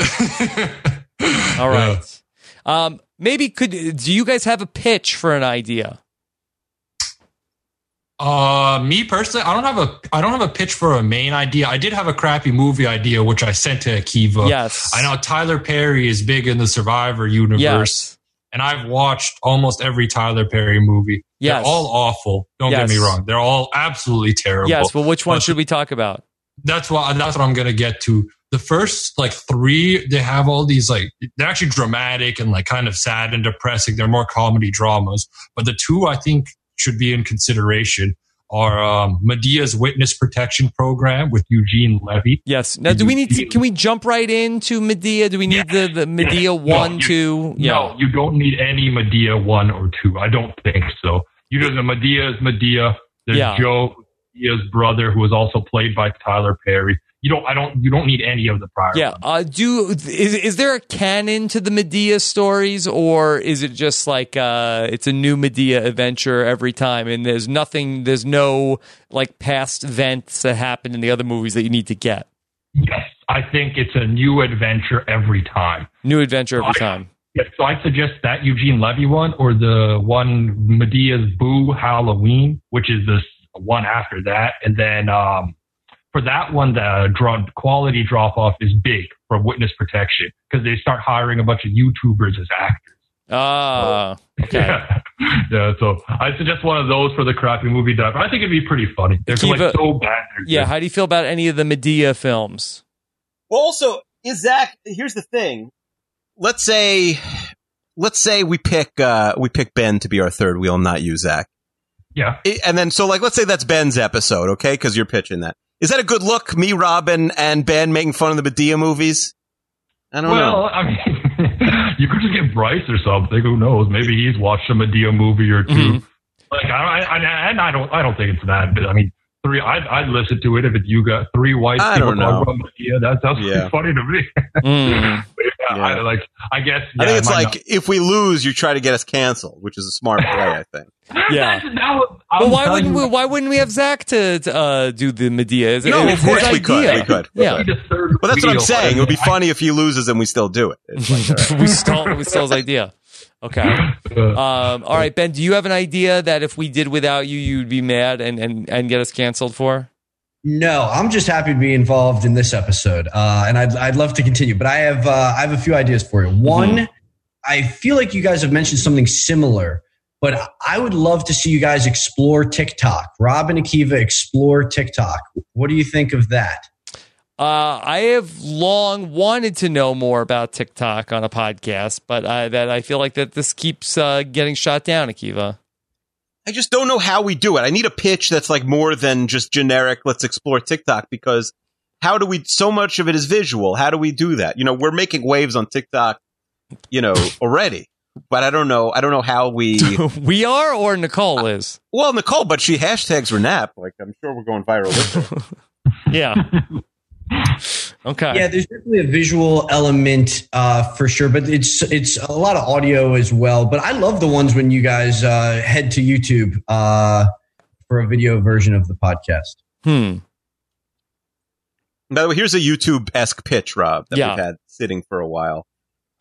S13: Oh.
S2: All right. Um, maybe could do you guys have a pitch for an idea?
S13: Uh, me personally, I don't have a I don't have a pitch for a main idea. I did have a crappy movie idea which I sent to Akiva.
S2: Yes.
S13: I know Tyler Perry is big in the Survivor universe,
S2: Yes.
S13: and I've watched almost every Tyler Perry movie.
S2: Yes.
S13: They're all awful. Don't
S2: Yes.
S13: get me wrong; they're all absolutely terrible.
S2: Yes, but which one should we talk about?
S13: That's what that's what I'm gonna get to. The first like three, they have all these like they're actually dramatic and like kind of sad and depressing. They're more comedy dramas. But the two I think should be in consideration are um, Medea's Witness Protection Program with Eugene Levy.
S2: Yes. Now, do we need to? Can we jump right into Medea? Do we need the the Medea one, two? Yeah.
S13: No, you don't need any Medea one or two. I don't think so. You know, the Medea is Medea. There's
S2: Yeah.
S13: Joe, Medea's brother, who was also played by Tyler Perry. You don't. I don't. You don't need any of the prior.
S2: Yeah.
S13: ones.
S2: Uh, do is is there a canon to the Medea stories, or is it just like uh, it's a new Medea adventure every time, and there's nothing, there's no like past events that happened in the other movies that you need to get
S13: Yes, I think it's a new adventure every time.
S2: new adventure every time.
S13: Yes, so I suggest that Eugene Levy one or the one Medea's Boo Halloween, which is this one after that, and then um, for that one, the drug quality drop off is big for witness protection because they start hiring a bunch of YouTubers as actors.
S2: Ah. okay.
S13: Yeah. yeah, so I suggest one of those for the crappy movie dive. I think it'd be pretty funny. They're
S2: Akiva-
S13: like so bad. they're
S2: Yeah.
S13: good.
S2: How do you feel about any of the Medea films?
S3: Well, also, is Zach? Here's the thing. Let's say, let's say we pick uh, we pick Ben to be our third wheel, and not you, Zach.
S13: Yeah.
S3: I- And then, so like, let's say that's Ben's episode, okay? Because you're pitching that. Is that a good look? Me, Robin, and Ben making fun of the Medea movies. I don't
S13: well,
S3: know.
S13: I mean, you could just get Bryce or something. Who knows? Maybe he's watched a Medea movie or 2 Like, I, I, I- and I don't, I don't think it's that. But I mean, three. I'd, I'd listen to it if it, you got three white
S3: I
S13: people
S3: don't know.
S13: talking about Medea. That sounds pretty
S3: Yeah.
S13: funny to
S3: Mm-hmm.
S13: me. Hmm. But yeah, I, like, I guess.
S3: I
S13: yeah,
S3: think it's
S13: might
S3: like
S13: not-
S3: if we lose, you try to get us canceled, which is a smart play, I think.
S2: Yeah. But why wouldn't we? Why wouldn't we have Zach to, to uh, do the Medea? Is it-
S3: No,
S2: it's
S3: of course
S2: his
S3: we could.
S2: idea.
S3: We could.
S2: Yeah.
S3: Well, that's what I'm
S2: wheel.
S3: saying. It would be funny if he loses and we still do it. It's like, all right.
S2: we stole we stole his idea. Okay. Um, all right, Ben. Do you have an idea that if we did without you, you'd be mad and and, and get us canceled for?
S15: No, I'm just happy to be involved in this episode, uh, and I'd, I'd love to continue. But I have uh, I have a few ideas for you. One, I feel like you guys have mentioned something similar, but I would love to see you guys explore TikTok. Rob and Akiva explore TikTok. What do you think of that?
S2: Uh, I have long wanted to know more about TikTok on a podcast, but I, that I feel like that this keeps uh, getting shot down, Akiva.
S3: I just don't know how we do it. I need a pitch that's like more than just generic, let's explore TikTok because how do we, so much of it is visual. How do we do that? You know, we're making waves on TikTok, you know, already, but I don't know. I don't know how we.
S2: we are or Nicole is?
S3: Well, Nicole, but she hashtags Renap. Like, I'm sure we're going viral with her.
S2: Yeah. okay.
S15: Yeah, there's definitely a visual element uh, for sure, but it's it's a lot of audio as well. But I love the ones when you guys uh, head to YouTube uh, for a video version of the podcast.
S2: Hmm.
S3: By the way, here's a YouTube esque pitch, Rob, that
S15: Yeah.
S3: we've had sitting for a while.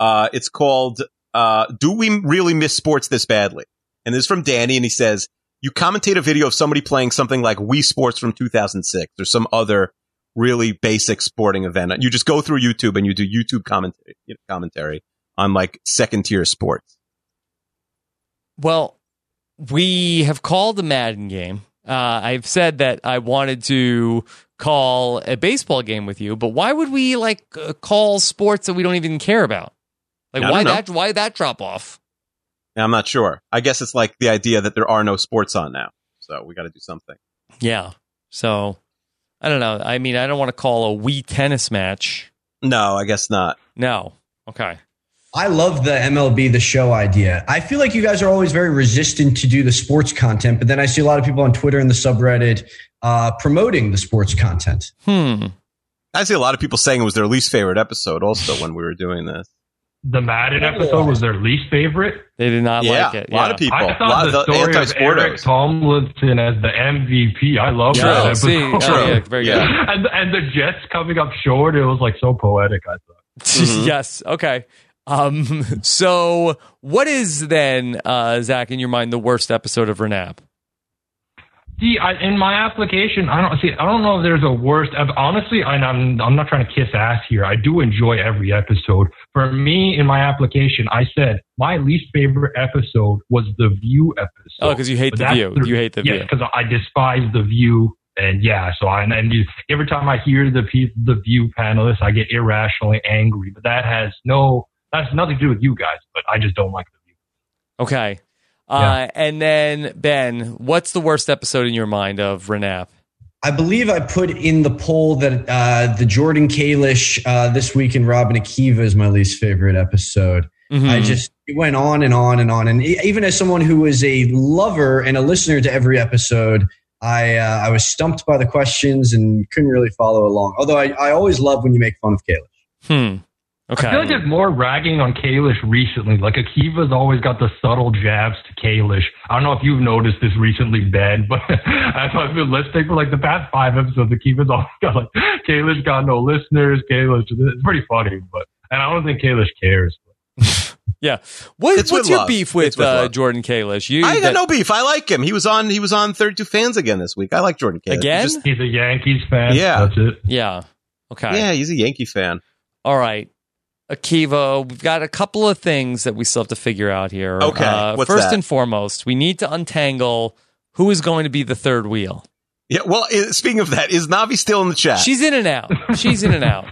S3: Uh, it's called uh, Do We Really Miss Sports This Badly? And this is from Danny, and he says, You commentate a video of somebody playing something like Wii Sports from 2006 or some other really basic sporting event. You just go through YouTube and you do YouTube commentary, you know, commentary on like second tier sports.
S2: Well, we have called a Madden game. Uh, I've said that I wanted to call a baseball game with you, but why would we like uh, call sports that we don't even care about? Like
S3: I don't
S2: why
S3: know.
S2: that why that drop off?
S3: Now, I'm not sure. I guess it's like the idea that there are no sports on now. So we got to do something.
S2: Yeah. So I don't know. I mean, I don't want to call a Wii tennis match.
S3: No, I guess not.
S2: No. Okay.
S15: I love the MLB the show idea. I feel like you guys are always very resistant to do the sports content, but then I see a lot of people on Twitter and the subreddit uh, promoting the sports content.
S2: Hmm.
S3: I see a lot of people saying it was their least favorite episode also when we were doing this.
S13: the Madden episode was their least favorite.
S2: They did not
S13: Yeah,
S2: like it.
S13: a lot of people. I thought A lot of the the story of anti-sportos. Eric Tomlinson as the MVP. I love
S2: True.
S13: that.
S2: See,
S13: episode.
S2: oh, yeah, very good.
S13: and and the Jets coming up short. It was like so poetic. I thought.
S2: yes. Okay. Um, so, what is then, uh, Zach, in your mind, the worst episode of Renap?
S13: See, I, in my application, I don't see. I don't know if there's a worst. ep- Honestly, I, I'm I'm not trying to kiss ass here. I do enjoy every episode. For me, in my application, I said my least favorite episode was the View episode.
S2: Oh, 'cause you hate
S13: But
S2: The
S13: that's
S2: View. You hate The
S13: yes,
S2: View.
S13: because I despise the View. And yeah, so I and you, every time I hear the pe- the View panelists, I get irrationally angry. But that has no that's nothing to do with you guys. But I just don't like.
S2: Okay. Uh, And then, Ben, what's the worst episode in your mind of Renap?
S15: I believe I put in the poll that uh, the Jordan Kalish uh, this week in Robin Akiva is my least favorite episode.
S2: Mhm.
S15: I just it went on and on and on, and e- even as someone who is a lover and a listener to every episode, I uh, I was stumped by the questions and couldn't really follow along. Although I, I always love when you make fun of Kalish.
S2: Hmm.
S13: I feel like there's more ragging on Kalish recently. Like Akiva's always got the subtle jabs to Kalish. I don't know if you've noticed this recently, Ben, but as I've been listening for like the past five episodes, Akiva's always got like Kalish got no listeners. Kalish, it's pretty funny, but and I don't think Kalish cares.
S2: Yeah. What,
S3: It's with
S2: what's your
S3: love.
S2: beef with,
S3: It's with
S2: uh,
S3: love.
S2: Jordan Kalish? You
S3: I got
S2: that-
S3: no beef. I like him. He was on. He was on 32 fans again this week. I like Jordan Kalish.
S2: Again?
S3: Just-
S13: He's a Yankees fan.
S3: Yeah.
S13: that's it.
S2: Yeah. Okay.
S3: Yeah, he's a Yankee fan.
S2: All right. Akiva, we've got a couple of things that we still have to figure out here.
S3: Okay,
S2: Uh,
S3: what's
S2: first
S3: that?
S2: and foremost, we need to untangle who is going to be the third wheel.
S3: Yeah. Well, i- speaking of that, is Navi still in the chat?
S2: She's in and out. She's in and out.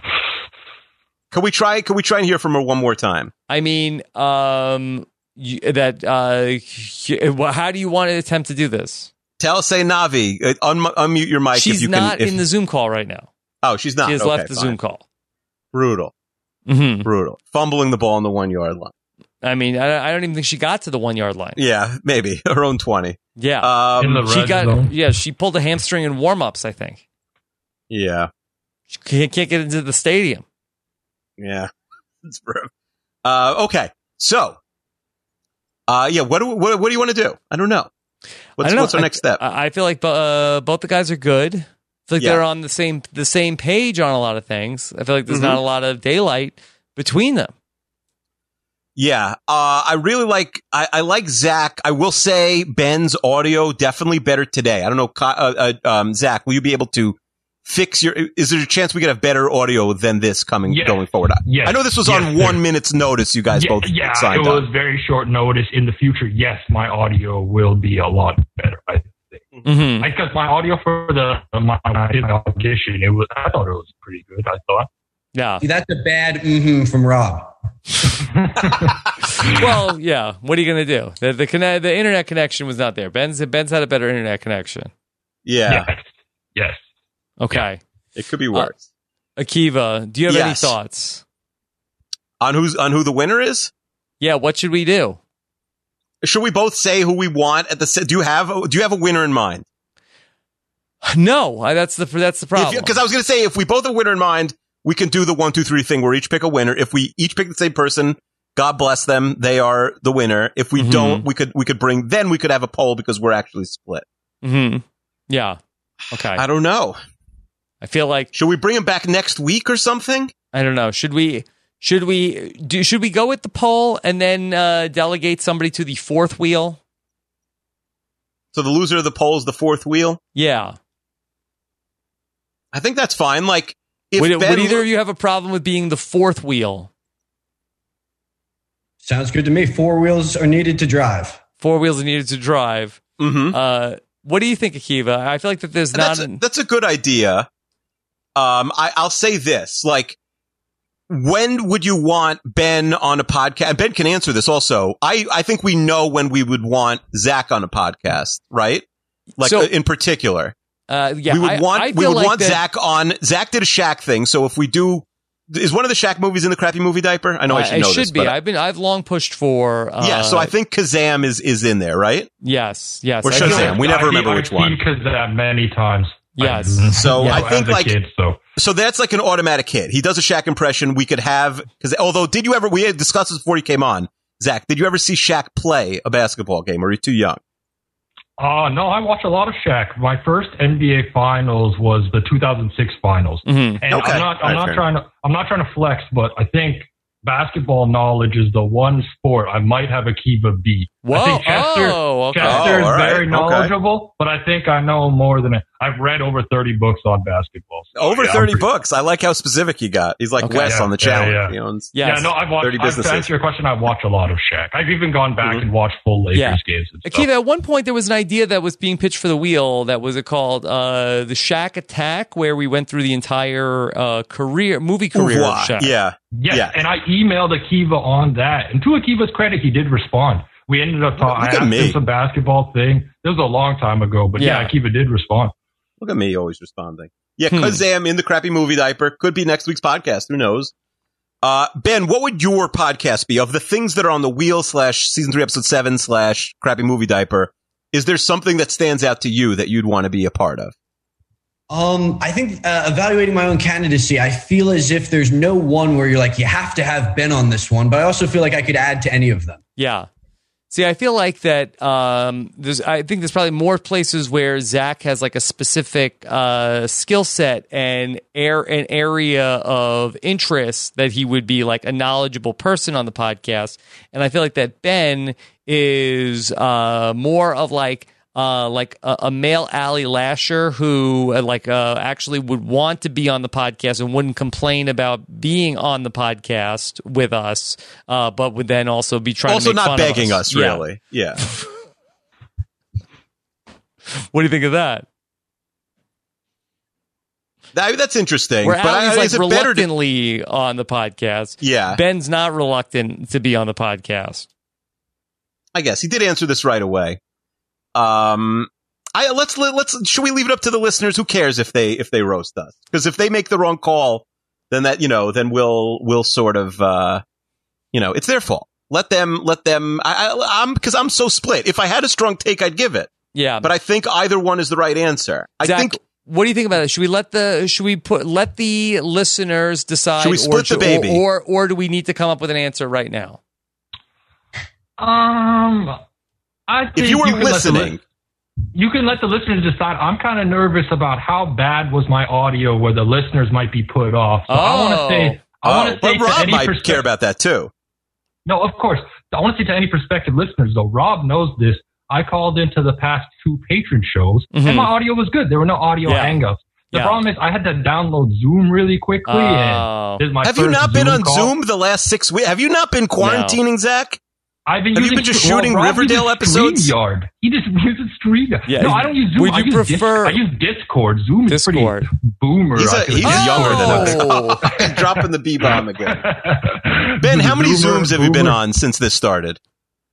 S3: Can we try? Can we try and hear from her one more time?
S2: I mean, um, you, that. Uh, y- well, how do you want to attempt to do this?
S3: Tell say Navi, uh, un- unmute your mic.
S2: She's
S3: if you
S2: not
S3: can, if-
S2: in the Zoom call right now.
S3: Oh, she's not.
S2: She has
S3: Okay,
S2: left the
S3: fine.
S2: Zoom call.
S3: Brutal.
S2: Mhm.
S3: Brutal. Fumbling the ball on the one yard line.
S2: I mean, I, I don't even think she got to the one yard line.
S3: Yeah, maybe her own twenty.
S2: Yeah,
S3: Um, In the
S2: she
S3: red
S2: got.
S3: zone.
S2: Yeah, she pulled a hamstring in warm ups. I think
S3: Yeah.
S2: she can't, can't get into the stadium.
S3: Yeah. It's brutal. Uh, okay. So, uh, yeah. What do what, what do you want to do? I don't know. What's,
S2: I don't know.
S3: what's our
S2: I-
S3: next step?
S2: I I feel like uh, both the guys are good. I feel like
S3: Yeah.
S2: they're on the same the same page on a lot of things. I feel like there's
S3: Mhm.
S2: not a lot of daylight between them.
S3: Yeah, uh, I really like I, I like Zach. I will say Ben's audio definitely better today. I don't know, Ki- uh, uh, um, Zach. Will you be able to fix your? Is there a chance we could have better audio than this coming
S13: Yes.
S3: going forward? I-
S13: Yes.
S3: I know this was
S13: Yes,
S3: on
S13: there-
S3: one minute's notice. You guys
S13: yeah,
S3: both
S13: yeah, it
S3: signed
S13: was
S3: up.
S13: very short notice. In the future, yes, my audio will be a lot better. I think.
S2: Mm-hmm.
S13: I because my audio for the my, when I did my audition, it was I thought it was pretty good. I thought.
S2: Yeah.
S15: See, that's a bad mm-hmm from Rob.
S2: well, yeah. What are you gonna do? The the, conne- the internet connection was not there. Ben's Ben's had a better internet connection.
S3: Yeah.
S13: Yes. Yes.
S2: Okay. Uh,
S3: It could be worse.
S2: Akiva, do you have any
S3: Yes.
S2: thoughts?
S3: on who's on who the winner is?
S2: Yeah. What should we do?
S3: Should we both say who we want at the? se- Do you have do you have a winner in mind?
S2: No, I, that's the that's the problem.
S3: Because I was going to say, if we both have a winner in mind, we can do the one, two, three thing where each pick a winner. If we each pick the same person, God bless them, they are the winner. If
S2: Mm-hmm.
S3: we don't, we could we could bring then we could have a poll because we're actually split.
S2: hmm Yeah. Okay.
S3: I don't know.
S2: I feel like
S3: should we bring him back next week or something?
S2: I don't know. Should we? Should we do? Should we go with the poll and then uh, delegate somebody to the fourth wheel?
S3: So the loser of the poll is the fourth wheel.
S2: Yeah.
S3: I think that's fine. Like if
S2: would, it-
S3: Ben
S2: would either of you have a problem with being the fourth wheel?
S15: Sounds good to me. Four wheels are needed to drive.
S2: Four wheels are needed to drive. Uh, what do you think, Akiva? I feel like that there's not.
S3: Mm-hmm. that's,
S2: An,
S3: that's a good idea. Um, I, I'll say this: like, when would you want Ben on a podcast? Ben can answer this also. I, I think we know when we would want Zach on a podcast, right? Like
S2: So-
S3: uh, in particular,
S2: uh, yeah,
S3: we would
S2: I-
S3: want
S2: I
S3: we
S2: feel
S3: would
S2: like
S3: want
S2: that-
S3: Zach on. Zach did a Shaq thing, so if we do, is one of the Shaq movies in the crappy movie diaper? I know I should know
S2: Uh, it should
S3: this,
S2: be.
S3: but-
S2: I've been. I've long pushed for. Uh,
S3: yeah, so I think Kazam is is in there, right?
S2: Yes. Yes.
S3: Or
S2: I feel
S3: Shazam.
S2: like-
S3: We never
S13: I've-
S3: remember
S13: I've
S3: which one.
S13: Because that many times. Mm-hmm.
S2: Yes.
S3: So
S13: Yeah.
S3: I think like
S13: Advocate, so.
S3: that's like an automatic hit. He does a Shaq impression. We could have because although did you ever we had discussed this before he came on, Zach? Did you ever see Shaq play a basketball game? Or are you too young?
S13: Uh, no, I watch a lot of Shaq. My first NBA Finals was the 2006 Finals,
S2: Mhm.
S13: and
S2: Okay.
S13: I'm not, I'm
S2: All right, fair
S13: not trying to, I'm not trying to flex, but I think basketball knowledge is the one sport I might have Akiva beat.
S2: Whoa,
S13: I think Chester,
S2: oh, okay.
S13: Chester
S2: Oh, all
S13: is
S2: right,
S13: very
S2: okay.
S13: knowledgeable, but I think I know more than I've read over 30 books on basketball. So,
S3: Over
S13: Oh, yeah, I'm
S3: thirty
S13: pretty-
S3: books. I like how specific you got. He's like
S13: Okay.
S3: Wes
S13: Yeah,
S3: on the
S13: yeah,
S3: challenge.
S13: yeah.
S3: He owns
S13: Yeah, no, I've watched.
S3: thirty
S13: I've, to
S3: businesses.
S13: answer your question, I watch a lot of Shaq. I've even gone back and watched full Lakers
S2: Mm-hmm. Yeah.
S13: games. And stuff.
S2: Akiva, at one point there was an idea that was being pitched for the wheel that was it called uh, the Shaq Attack, where we went through the entire uh, career, movie career. of Shaq.
S13: Yes, and I emailed Akiva on that. And to Akiva's credit, he did respond. We ended up talking. I
S3: Look at
S13: asked
S3: me.
S13: him some basketball thing. This was a long time ago, but yeah,
S3: Yeah.
S13: Akiva did respond.
S3: Look at me always responding. Yeah,
S2: Hmm.
S3: Kazam in the crappy movie diaper could be next week's podcast. Who knows? Uh, ben, what would your podcast be of the things that are on the wheel slash season three episode seven slash crappy movie diaper? Is there something that stands out to you that you'd want to be a part of?
S15: Um, I think uh, evaluating my own candidacy, I feel as if there's no one where you're like, you have to have been on this one, but I also feel like I could add to any of them.
S2: Yeah. See, I feel like that. Um, there's, I think there's probably more places where Zach has like a specific uh, skill set and air an area of interest that he would be like a knowledgeable person on the podcast, and I feel like that Ben is uh, more of like uh, like a, a male Ally Lasher who uh, like uh, actually would want to be on the podcast and wouldn't complain about being on the podcast with us, uh, but would then also be trying
S3: also
S2: to make
S3: not
S2: fun of
S3: begging us,
S2: Yeah.
S3: really. Yeah.
S2: What do you think of that?
S3: That- that's interesting.
S2: Where
S3: but I-
S2: Ally's
S3: is
S2: like
S3: it better to,
S2: reluctantly on the podcast.
S3: Yeah.
S2: Ben's not reluctant to be on the podcast.
S3: I guess he did answer this right away. Um, I let's let, let's should we leave it up to the listeners? Who cares if they if they roast us? Because if they make the wrong call, then that you know then we'll we'll sort of uh, you know it's their fault. Let them let them. I, I, I'm because I'm so split. If I had a strong take, I'd give it.
S2: Yeah,
S3: but I think either one is the right answer. I
S2: Zach,
S3: think
S2: What do you think about it? Should we let the should we put let the listeners decide
S3: Should we
S2: or,
S3: split the
S2: should-
S3: baby?
S2: or, or or do we need to come up with an answer right now?
S13: Um, I think
S2: If you were
S13: can let the
S2: listening-
S13: li- you can let the listeners decide. I'm kind of nervous about how bad was my audio, where the listeners might be put off. So I want to say, I
S3: Oh,
S13: want to say
S3: but
S13: to
S3: Rob
S13: any
S3: might
S13: perspective-
S3: care about that too.
S13: No, of course. I want to say to any prospective listeners, though, Rob knows this. I called into the past two patron shows,
S2: Mhm.
S3: Mm-hmm.
S13: and my audio was good. There were no audio
S2: Yeah.
S13: hangups. The
S2: Yeah.
S13: problem is I had to download Zoom really quickly.
S2: Oh.
S13: and this is my
S3: Have you
S13: first
S3: not been
S13: Zoom
S3: on
S13: call.
S3: Zoom the last six weeks? Have you not been quarantining, Zach?
S13: I've been
S3: Have you
S13: using
S3: been just
S13: Stre- well,
S3: shooting
S13: Rob uses
S3: Riverdale episodes?
S13: StreamYard. He just uses StreamYard.
S3: Yeah,
S13: no, I don't use Zoom.
S3: would
S13: I
S3: you
S13: use Dis-
S3: prefer-
S13: I use Discord. Zoom is pretty boomer.
S3: He's, a,
S13: I feel
S3: he's
S13: like.
S3: younger than us.
S15: Oh.
S3: He's dropping the B bomb again. Ben, how many
S15: Boomer,
S3: Zooms have you been
S15: boomer.
S3: on since this started?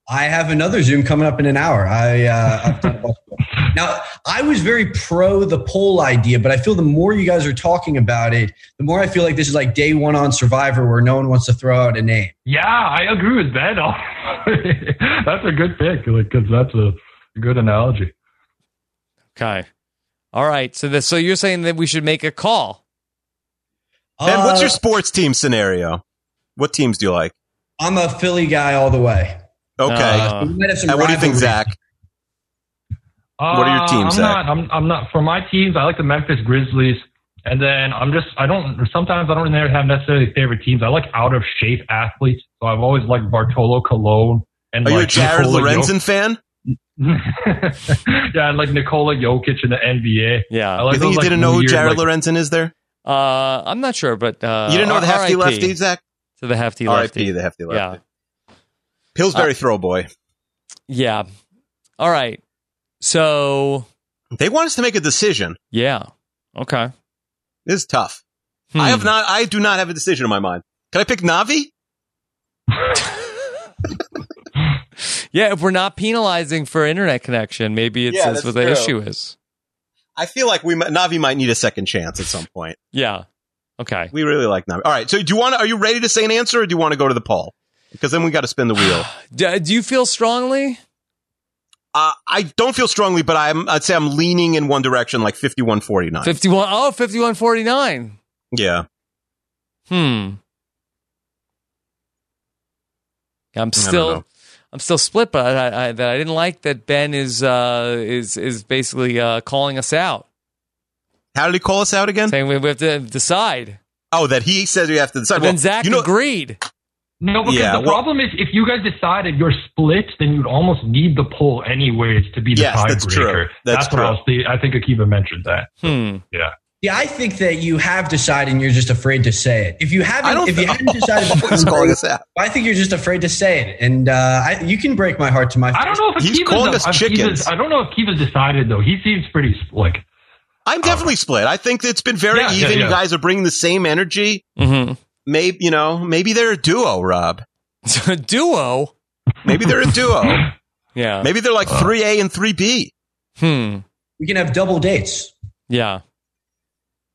S15: I have another Zoom coming up in an hour. I uh, I've done a bunch of them. now I was very pro the poll idea, but I feel the more you guys are talking about it, the more I feel like this is like day one on Survivor, where no one wants to throw out a name.
S13: Yeah, I agree with Ben. that's a good pick because that's a good analogy.
S2: Okay. All right. So this, so you're saying that we should make a call.
S3: Ben, what's
S15: Uh,
S3: your sports team scenario? What teams do you like?
S15: I'm a Philly guy all the way.
S3: Okay.
S15: Uh, we might have some
S3: and what do you
S15: rivalry.
S3: think, Zach? What are your teams,
S13: Uh, I'm
S3: Zach?
S13: not. I'm, I'm not. For my teams, I like the Memphis Grizzlies, and then I'm just. I don't. Sometimes I don't really have necessarily favorite teams. I like out of shape athletes, so I've always liked Bartolo Colon. And
S3: Are you
S13: like
S3: a Jared
S13: Nikola
S3: Lorenzen fan?
S13: Jok- yeah, I like Nikola Jokic in the NBA.
S2: Yeah,
S13: I like
S3: you think
S13: those,
S3: you
S13: like,
S3: didn't know who
S13: weird,
S3: Jared
S13: like-
S3: Lorenzen is there?
S2: Uh, I'm not sure, but uh,
S3: You didn't know the hefty
S2: RIP.
S3: lefty, Zach?
S2: To the hefty lefty.
S3: R.I.P. the hefty lefty.
S2: Yeah.
S3: Pillsbury
S2: Uh,
S3: throw boy.
S2: Yeah. All right. So
S3: they want us to make a decision.
S2: Yeah. Okay. Hmm.
S3: This is tough. I have not. I do not have a decision in my mind. Can I pick Navi?
S2: Yeah, if we're not penalizing for internet connection, maybe it's
S3: Yeah,
S2: that's
S3: that's
S2: what the
S3: true.
S2: issue is.
S3: I feel like we might, Navi might need a second chance at some point.
S2: Yeah. Okay.
S3: We really like Navi. All right. So do you want? to Are you ready to say an answer, or do you want to go to the poll? Because then we got to spin the wheel.
S2: D- do you feel strongly?
S3: Uh, I don't feel strongly, but I'm, I'd say I'm leaning in one direction, like 5149.
S2: 51 oh 5149
S3: Yeah.
S2: hmm i'm still
S3: know.
S2: i'm still split but I, I that i didn't like that ben is uh is is basically uh calling us out
S3: how did he call us out again
S2: saying we, we have to decide
S3: oh that he says we have to decide
S2: and
S3: Well,
S2: then zach
S3: you know-
S2: agreed
S13: No, because
S3: Yeah,
S13: the
S3: well-
S13: problem is if you guys decided you're split, then you'd almost need the poll anyways to be the
S15: Yes, that's true.
S13: tiebreaker.
S15: That's
S13: what I was thinking. I think Akiva mentioned that.
S2: Hmm.
S13: Yeah.
S15: Yeah, I think that you have decided and you're just afraid to say it. If you
S3: I
S15: haven't,
S3: don't
S15: if you
S3: know.
S15: haven't decided,
S3: Who's calling us out?
S15: I think you're just afraid to say it, and uh, I, you can break my heart to my.
S13: I don't know if Akiva's I- Akiva's- I don't know if Kiva's decided though. He seems pretty like
S3: I'm
S2: Oh.
S3: definitely split. I think it's been very
S13: Yeah, yeah,
S3: even.
S13: yeah.
S3: You guys are bringing the same energy.
S2: Mm-hmm.
S3: Maybe you know, maybe they're a duo, Rob.
S2: a duo.
S3: Maybe they're a duo.
S2: yeah.
S3: Maybe they're like three A and three B.
S2: Hmm.
S15: We can have double dates.
S2: Yeah.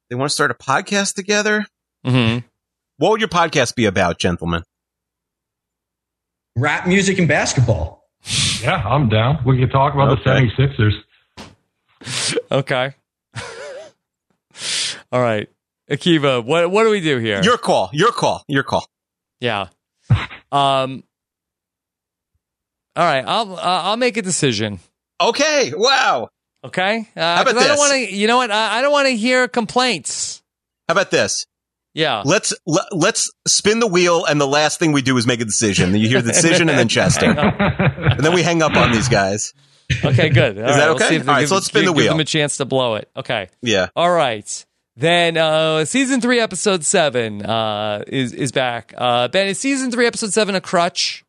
S3: They want to start a podcast together.
S2: Mm-hmm.
S3: What would your podcast be about, gentlemen?
S15: Rap music and basketball.
S13: Yeah, I'm down. We can talk about
S3: Okay.
S13: the 76ers.
S2: okay all right akiva what what do we do here
S3: Your call. Your call. Your call.
S2: Yeah. Um. All right, I'll uh, I'll make a decision.
S3: Okay. Wow.
S2: Okay. Uh,
S3: How about
S2: 'cause I don't
S3: this?
S2: want to. You know what? I, I don't want to hear complaints.
S3: How about this?
S2: Yeah.
S3: Let's let, let's spin the wheel, and the last thing we do is make a decision. Then you hear the decision, and then Chester, and then we hang up on these guys.
S2: Okay. Good.
S3: Is
S2: All right,
S3: that
S2: we'll see
S3: okay?
S2: if they
S3: All right.
S2: give-
S3: so let's spin the
S2: give- Give
S3: wheel.
S2: them a chance to blow it. Okay.
S3: yeah.
S2: All right. Then uh, season three, episode seven uh, is is back. Uh, ben, is season three, episode seven a crutch?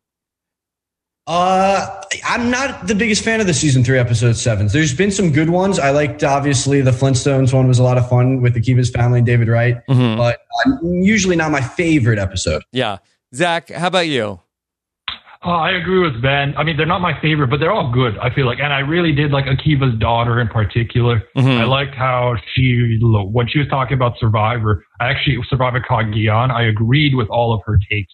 S15: Uh, I'm not the biggest fan of the season three episode sevens. There's been some good ones. I liked obviously the Flintstones one was a lot of fun with the Akiva's family and David Wright,
S3: Mm-hmm.
S2: Mhm.
S15: but uh, usually not my favorite episode.
S2: Yeah. Zach, how about you?
S13: Uh, I agree with Ben. I mean, they're not my favorite, but they're all good. I feel like, and I really did like Akiva's daughter in particular.
S2: Mhm.
S3: Mm-hmm.
S13: I liked how she when she was talking about Survivor. I actually Survivor caught Guion. I agreed with all of her takes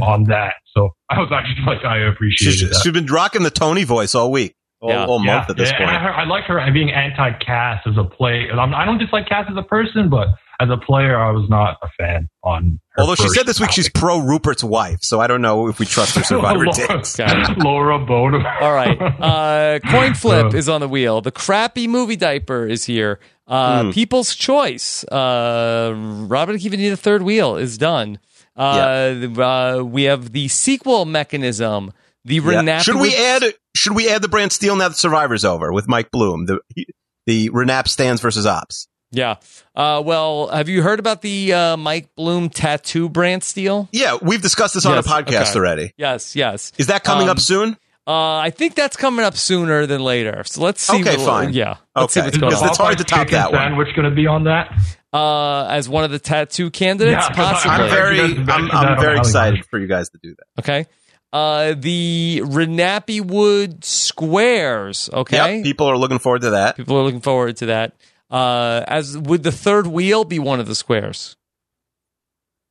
S13: on that. So I was actually like, I appreciated
S3: She's,
S13: that.
S3: she's been rocking the Tony voice all week, all, all month at this
S13: Yeah, and
S3: point.
S13: I, I like her being anti Cass as a play. and I'm, I don't dislike Cass as a person, but as a player, I was not a fan on. her
S3: Although she
S13: first
S3: said this week she's pro Rupert's wife, so I don't know if we trust her survivor takes.
S13: Laura Bonham.
S2: All right. Uh, coin flip is on the wheel. The crappy movie diaper is here. Uh,
S3: Hmm.
S2: People's choice. Uh, Robert Akiva need a third wheel is done. Uh, the- uh, we have the sequel mechanism. The
S3: Yeah.
S2: Renap-
S3: Should we add? Should we add the brand Steel now that Survivor's over with Mike Bloom? The the Renap stands versus Ops.
S2: Yeah. Uh, well, have you heard about the uh, Mike Bloom tattoo brand steal?
S3: Yeah, we've discussed this on
S2: Yes,
S3: a podcast
S2: okay.
S3: already.
S2: Yes. Yes. Um,
S3: Is that coming up soon?
S2: Uh, I think that's coming up sooner than later. So let's see.
S3: Okay,
S2: what-
S3: fine.
S2: Yeah. Let's see
S3: Okay.
S2: what's going
S3: Because
S2: on.
S3: it's hard to top
S13: Chicken
S3: that one.
S13: Sandwich going to be on that.
S2: Uh, as one of the tattoo candidates, possibly.
S3: I'm very, I'm, I'm very excited for you guys to do that.
S2: Okay. Uh, the Renappy Wood squares. Okay.
S3: Yep, people are looking forward to that.
S2: People are looking forward to that. Uh, as would the third wheel be one of the squares?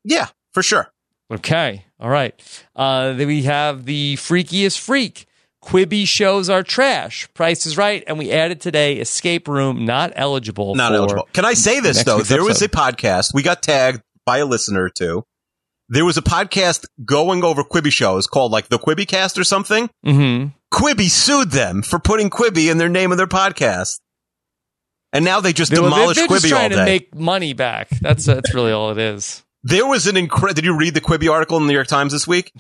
S3: Yeah, for sure.
S2: Okay. All right. Uh, then we have the freakiest freak. Quibi shows are trash. Price is right, and we added today. Escape room not eligible.
S3: Not
S2: for
S3: eligible. Can I say this
S2: next
S3: though?
S2: week's
S3: There was a
S2: episode.
S3: podcast we got tagged by a listener to. There was a podcast going over Quibi shows called like the Quibi Cast or something.
S2: Mm-hmm.
S3: Quibi sued them for putting Quibi in their name of their podcast, and now they just
S2: They-
S3: demolish
S2: they're just
S3: Quibi all
S2: trying
S3: day.
S2: to make money back. That's that's really all it is.
S3: there was an incredible. Did you read the Quibi article in the New York Times this week?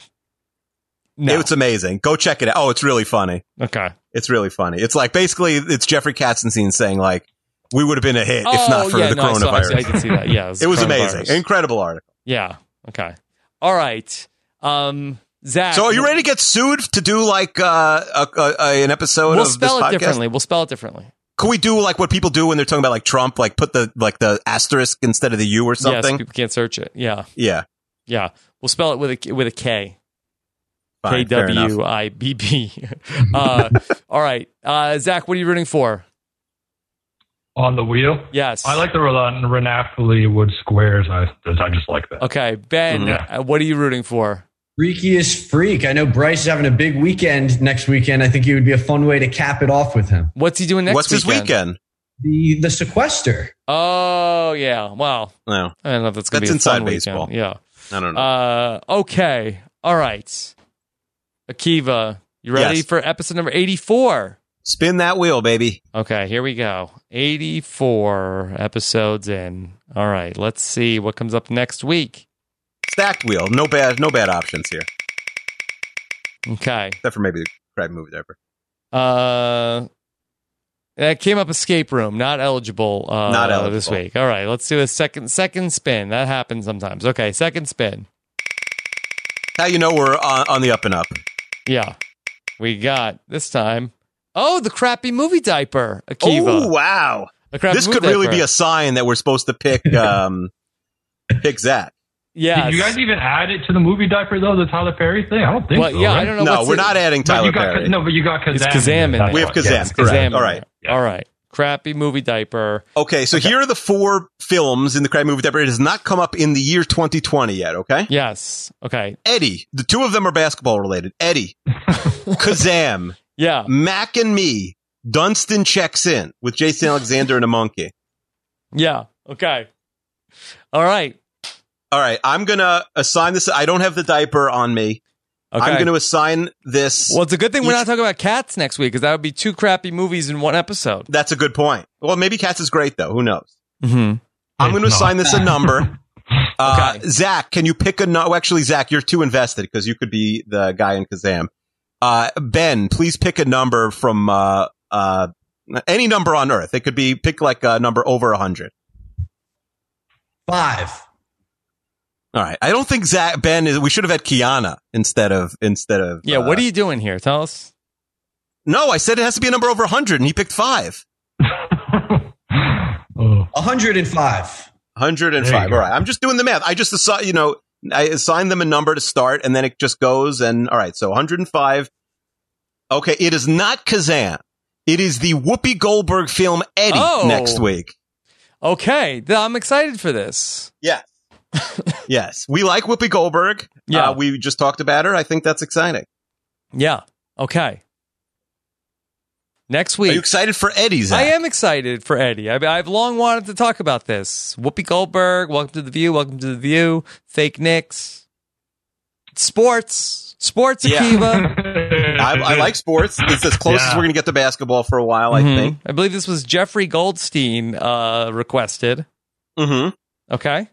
S2: No.
S3: It's amazing. Go check it out. Oh, it's really funny.
S2: Okay.
S3: It's really funny. It's like basically it's Jeffrey Katzenstein saying like we would have been a hit if
S2: Oh,
S3: not for
S2: yeah,
S3: the
S2: no, I
S3: coronavirus.
S2: saw- I see- I did see that. Yeah, it
S3: it
S2: was
S3: was,
S2: the
S3: amazing.
S2: coronavirus.
S3: Incredible article.
S2: Yeah. Okay. All right. Um, Zach.
S3: So are you ready to get sued to do like uh, a, a, a- an episode
S2: We'll
S3: of
S2: spell
S3: this
S2: it
S3: podcast?
S2: differently. We'll spell it differently.
S3: Can we do like what people do when they're talking about like Trump, like put the like the asterisk instead of the U or
S2: Yes,
S3: something?
S2: people can't search it. Yeah.
S3: yeah.
S2: Yeah. We'll spell it with a with a K. K
S3: Fine, fair enough.
S2: W I B B. Uh, All right, uh, Zach. What are you rooting for?
S13: on the wheel.
S2: Yes,
S13: I like the Ren- Renafoli wood squares. I I just like that.
S2: Okay, Ben.
S13: Yeah.
S2: uh, What are you rooting for?
S15: Freakiest freak. I know Bryce is having a big weekend next weekend. I think it would be a fun way to cap it off with him.
S2: What's he doing next
S15: What's his
S2: weekend?
S15: The the sequester.
S2: Oh yeah. Wow.
S3: No.
S2: I don't know if that's gonna
S3: That's
S2: be a
S3: inside
S2: fun weekend.
S3: baseball.
S2: Yeah.
S3: I don't know.
S2: Uh, okay. All right. Akiva, you ready
S3: Yes.
S2: for episode number 84?
S3: Spin that wheel, baby.
S2: Okay, here we go. 84 episodes in. All right, let's see what comes up next week.
S3: Stacked wheel. No bad. No bad options here.
S2: Okay.
S3: Except for maybe the crab movie diaper.
S2: Uh, that came up escape room, not eligible. Uh,
S3: Not eligible.
S2: this week. All right, let's do a second second spin. That happens sometimes. Okay, second spin.
S3: How you know we're on, on the up and up?
S2: Yeah, we got this time. Oh, the crappy movie diaper, Akiva.
S3: Oh wow!
S2: A crappy
S3: this
S2: movie
S3: could really
S2: diaper.
S3: be a sign that we're supposed to pick um, pick Zach.
S2: Yeah.
S18: Did you guys even add it to the movie diaper though? The Tyler Perry thing? I don't think.
S2: Well,
S18: so,
S2: yeah, I
S18: right?
S2: don't know No, what's we're in- not adding
S18: But you
S2: Tyler
S18: got-
S2: Perry.
S18: No, but you got Kazam.
S2: It's Kazam in
S18: there.
S2: there.
S3: We have Kazam,
S2: Yeah, it's
S3: correct.
S2: Kazam in
S3: All right.
S2: there. All right. Crappy movie diaper.
S3: Okay, so here are the four films in the crab movie diaper. It has not come up in the year 2020 yet. Okay.
S2: Yes. Okay.
S3: Eddie. The two of them are basketball related. Eddie, Kazam.
S2: Yeah.
S3: Mac and me. Dunstan checks in with Jason Alexander and a monkey.
S2: Yeah. Okay. All right.
S3: All right. I'm gonna assign this. I don't have the diaper on me. I'm
S2: Okay.
S3: gonna assign this.
S2: Well, it's a good thing we're
S3: each-
S2: not talking about cats next week because that would be two crappy movies in one episode.
S3: That's a good point. Well, maybe Cats is great though. Who knows?
S2: Mm-hmm.
S3: I'm going to
S2: It's not.
S3: assign this a number. Uh, Zach, can you pick a number? No- actually, Zach, you're too invested because you could be the guy in Kazam. Uh, ben, please pick a number from uh, uh, any number on Earth. It could be pick like a number over 100.
S15: Five.
S3: All right. I don't think Zach Ben is. We should have had Kiana instead of instead of. uh,
S2: Yeah. what are you doing here? Tell us.
S3: No, I said it has to be a number over 100, and he picked five.
S15: 105.
S3: 105. All right. I'm just doing the math. I just assign, you know, I assign them a number to start and then it just goes and all right. So 105. Okay. It is not Kazam. It is the Whoopi Goldberg film Eddie
S2: Oh.
S3: next week.
S2: Okay. th- I'm excited for this.
S3: Yes. yes. We like Whoopi Goldberg.
S2: Yeah.
S3: Uh, we just talked about her. I think that's exciting.
S2: Yeah. Okay. Next week.
S3: Are you excited for Eddie's?
S2: I am excited for Eddie. I, I've long wanted to talk about this. Whoopi Goldberg, welcome to the View, welcome to the View, fake Knicks, sports, sports,
S3: Yeah.
S2: Akiva.
S3: I, I like sports. It's as close as
S2: Yeah.
S3: we're going to get to basketball for a while, I
S2: Mhm.
S3: think.
S2: I believe this was Jeffrey Goldstein uh, requested.
S3: Mm-hmm.
S2: Okay.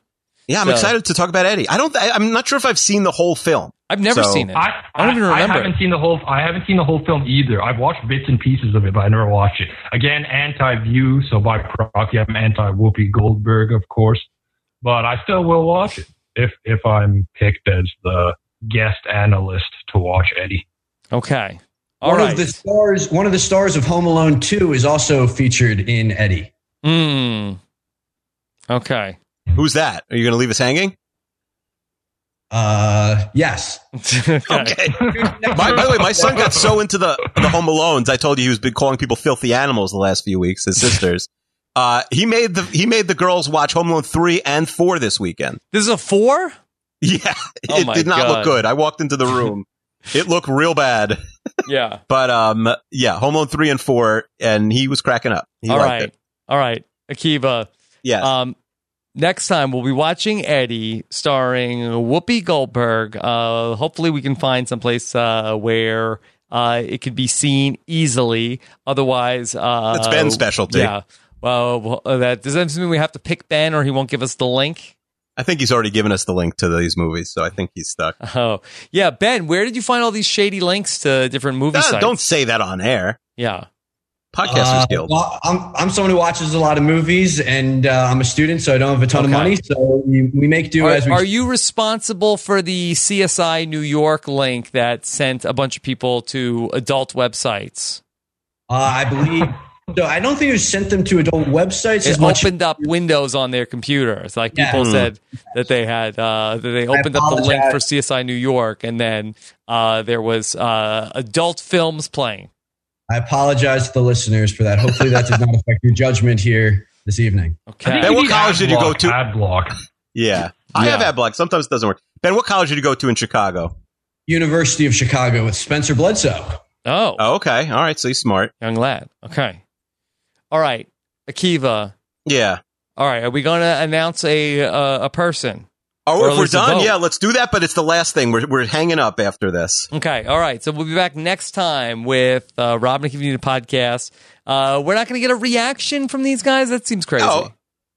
S3: Yeah, I'm
S2: So-
S3: excited to talk about Eddie. I don't. I, I'm not sure if I've seen the whole film.
S2: I've never
S3: So-
S2: seen it.
S18: I,
S2: I don't even remember
S18: I haven't
S2: it.
S18: seen the whole. I haven't seen the whole film either. I've watched bits and pieces of it, but I never watched it. Again, anti-view, so by proxy, I'm anti-Whoopi Goldberg, of course. But I still will watch it if if I'm picked as the guest analyst to watch Eddie.
S2: Okay.
S18: All
S15: one
S18: right.
S15: of the stars, one of the stars of Home Alone 2 is also featured in Eddie.
S2: Mm. Okay.
S3: Who's that? Are you going to leave us hanging?
S15: Uh, yes.
S2: okay.
S3: My, by the way, my son got so into the the Home Alones. I told you he was been calling people filthy animals the last few weeks. His sisters. Uh, he made the he made the girls watch Home Alone three and four this weekend.
S2: This is a four?
S3: Yeah,
S2: Oh
S3: it
S2: my
S3: did not
S2: God.
S3: look good. I walked into the room. it looked real bad.
S2: Yeah.
S3: But um, yeah, Home Alone three and four, and he was cracking up. He
S2: All
S3: liked
S2: right.
S3: it.
S2: All right. Akiva.
S3: Yes.
S2: Um, next time we'll be watching Eddie starring Whoopi Goldberg. Uh, hopefully we can find someplace uh, where uh, it could be seen easily. Otherwise, uh,
S3: That's Ben's specialty.
S2: Yeah. Well, uh, that does that mean we have to pick Ben or he won't give us the link?
S3: I think he's already given us the link to these movies, so I think he's stuck.
S2: Oh, yeah, Ben. Where did you find all these shady links to different movie
S3: Ah,
S2: sites?
S3: don't say that on air.
S2: Yeah.
S3: Podcasters Guild.
S15: Uh, Well, I'm, I'm someone who watches a lot of movies and uh, I'm a student, so I don't have a ton
S2: Okay.
S15: of money. So you, we make do
S2: Are,
S15: as we
S2: are you responsible for the CSI New York link that sent a bunch of people to adult websites?
S15: Uh, I believe. So I don't think it was sent them to adult websites as
S2: It
S15: much.
S2: opened up Windows on their computers. Like
S15: Yeah.
S2: people
S15: Hmm.
S2: said that they had uh, that they opened up the link for CSI New York, and then uh, there was uh, adult films playing.
S15: I apologize to the listeners for that. Hopefully, that did not affect your judgment here this evening.
S2: Okay.
S3: Ben, what college did you go to?
S18: Ad block.
S3: Yeah. I have ad block. Sometimes it doesn't work. Ben, what college did you go to in Chicago?
S15: University of Chicago with Spencer Bledsoe.
S2: Oh.
S3: okay. All right. So he's smart.
S2: Young lad. Okay. All right. Akiva.
S3: Yeah.
S2: All right. Are we going to announce a uh, a person? Or
S3: Oh,
S2: at
S3: if we're
S2: least a
S3: done,
S2: vote?
S3: yeah, let's do that. But it's the last thing. We're, we're hanging up after this.
S2: Okay. All right. So we'll be back next time with uh, Rob and Akiva podcast. Uh, we're not going to get a reaction from these guys. That seems crazy.
S3: Oh,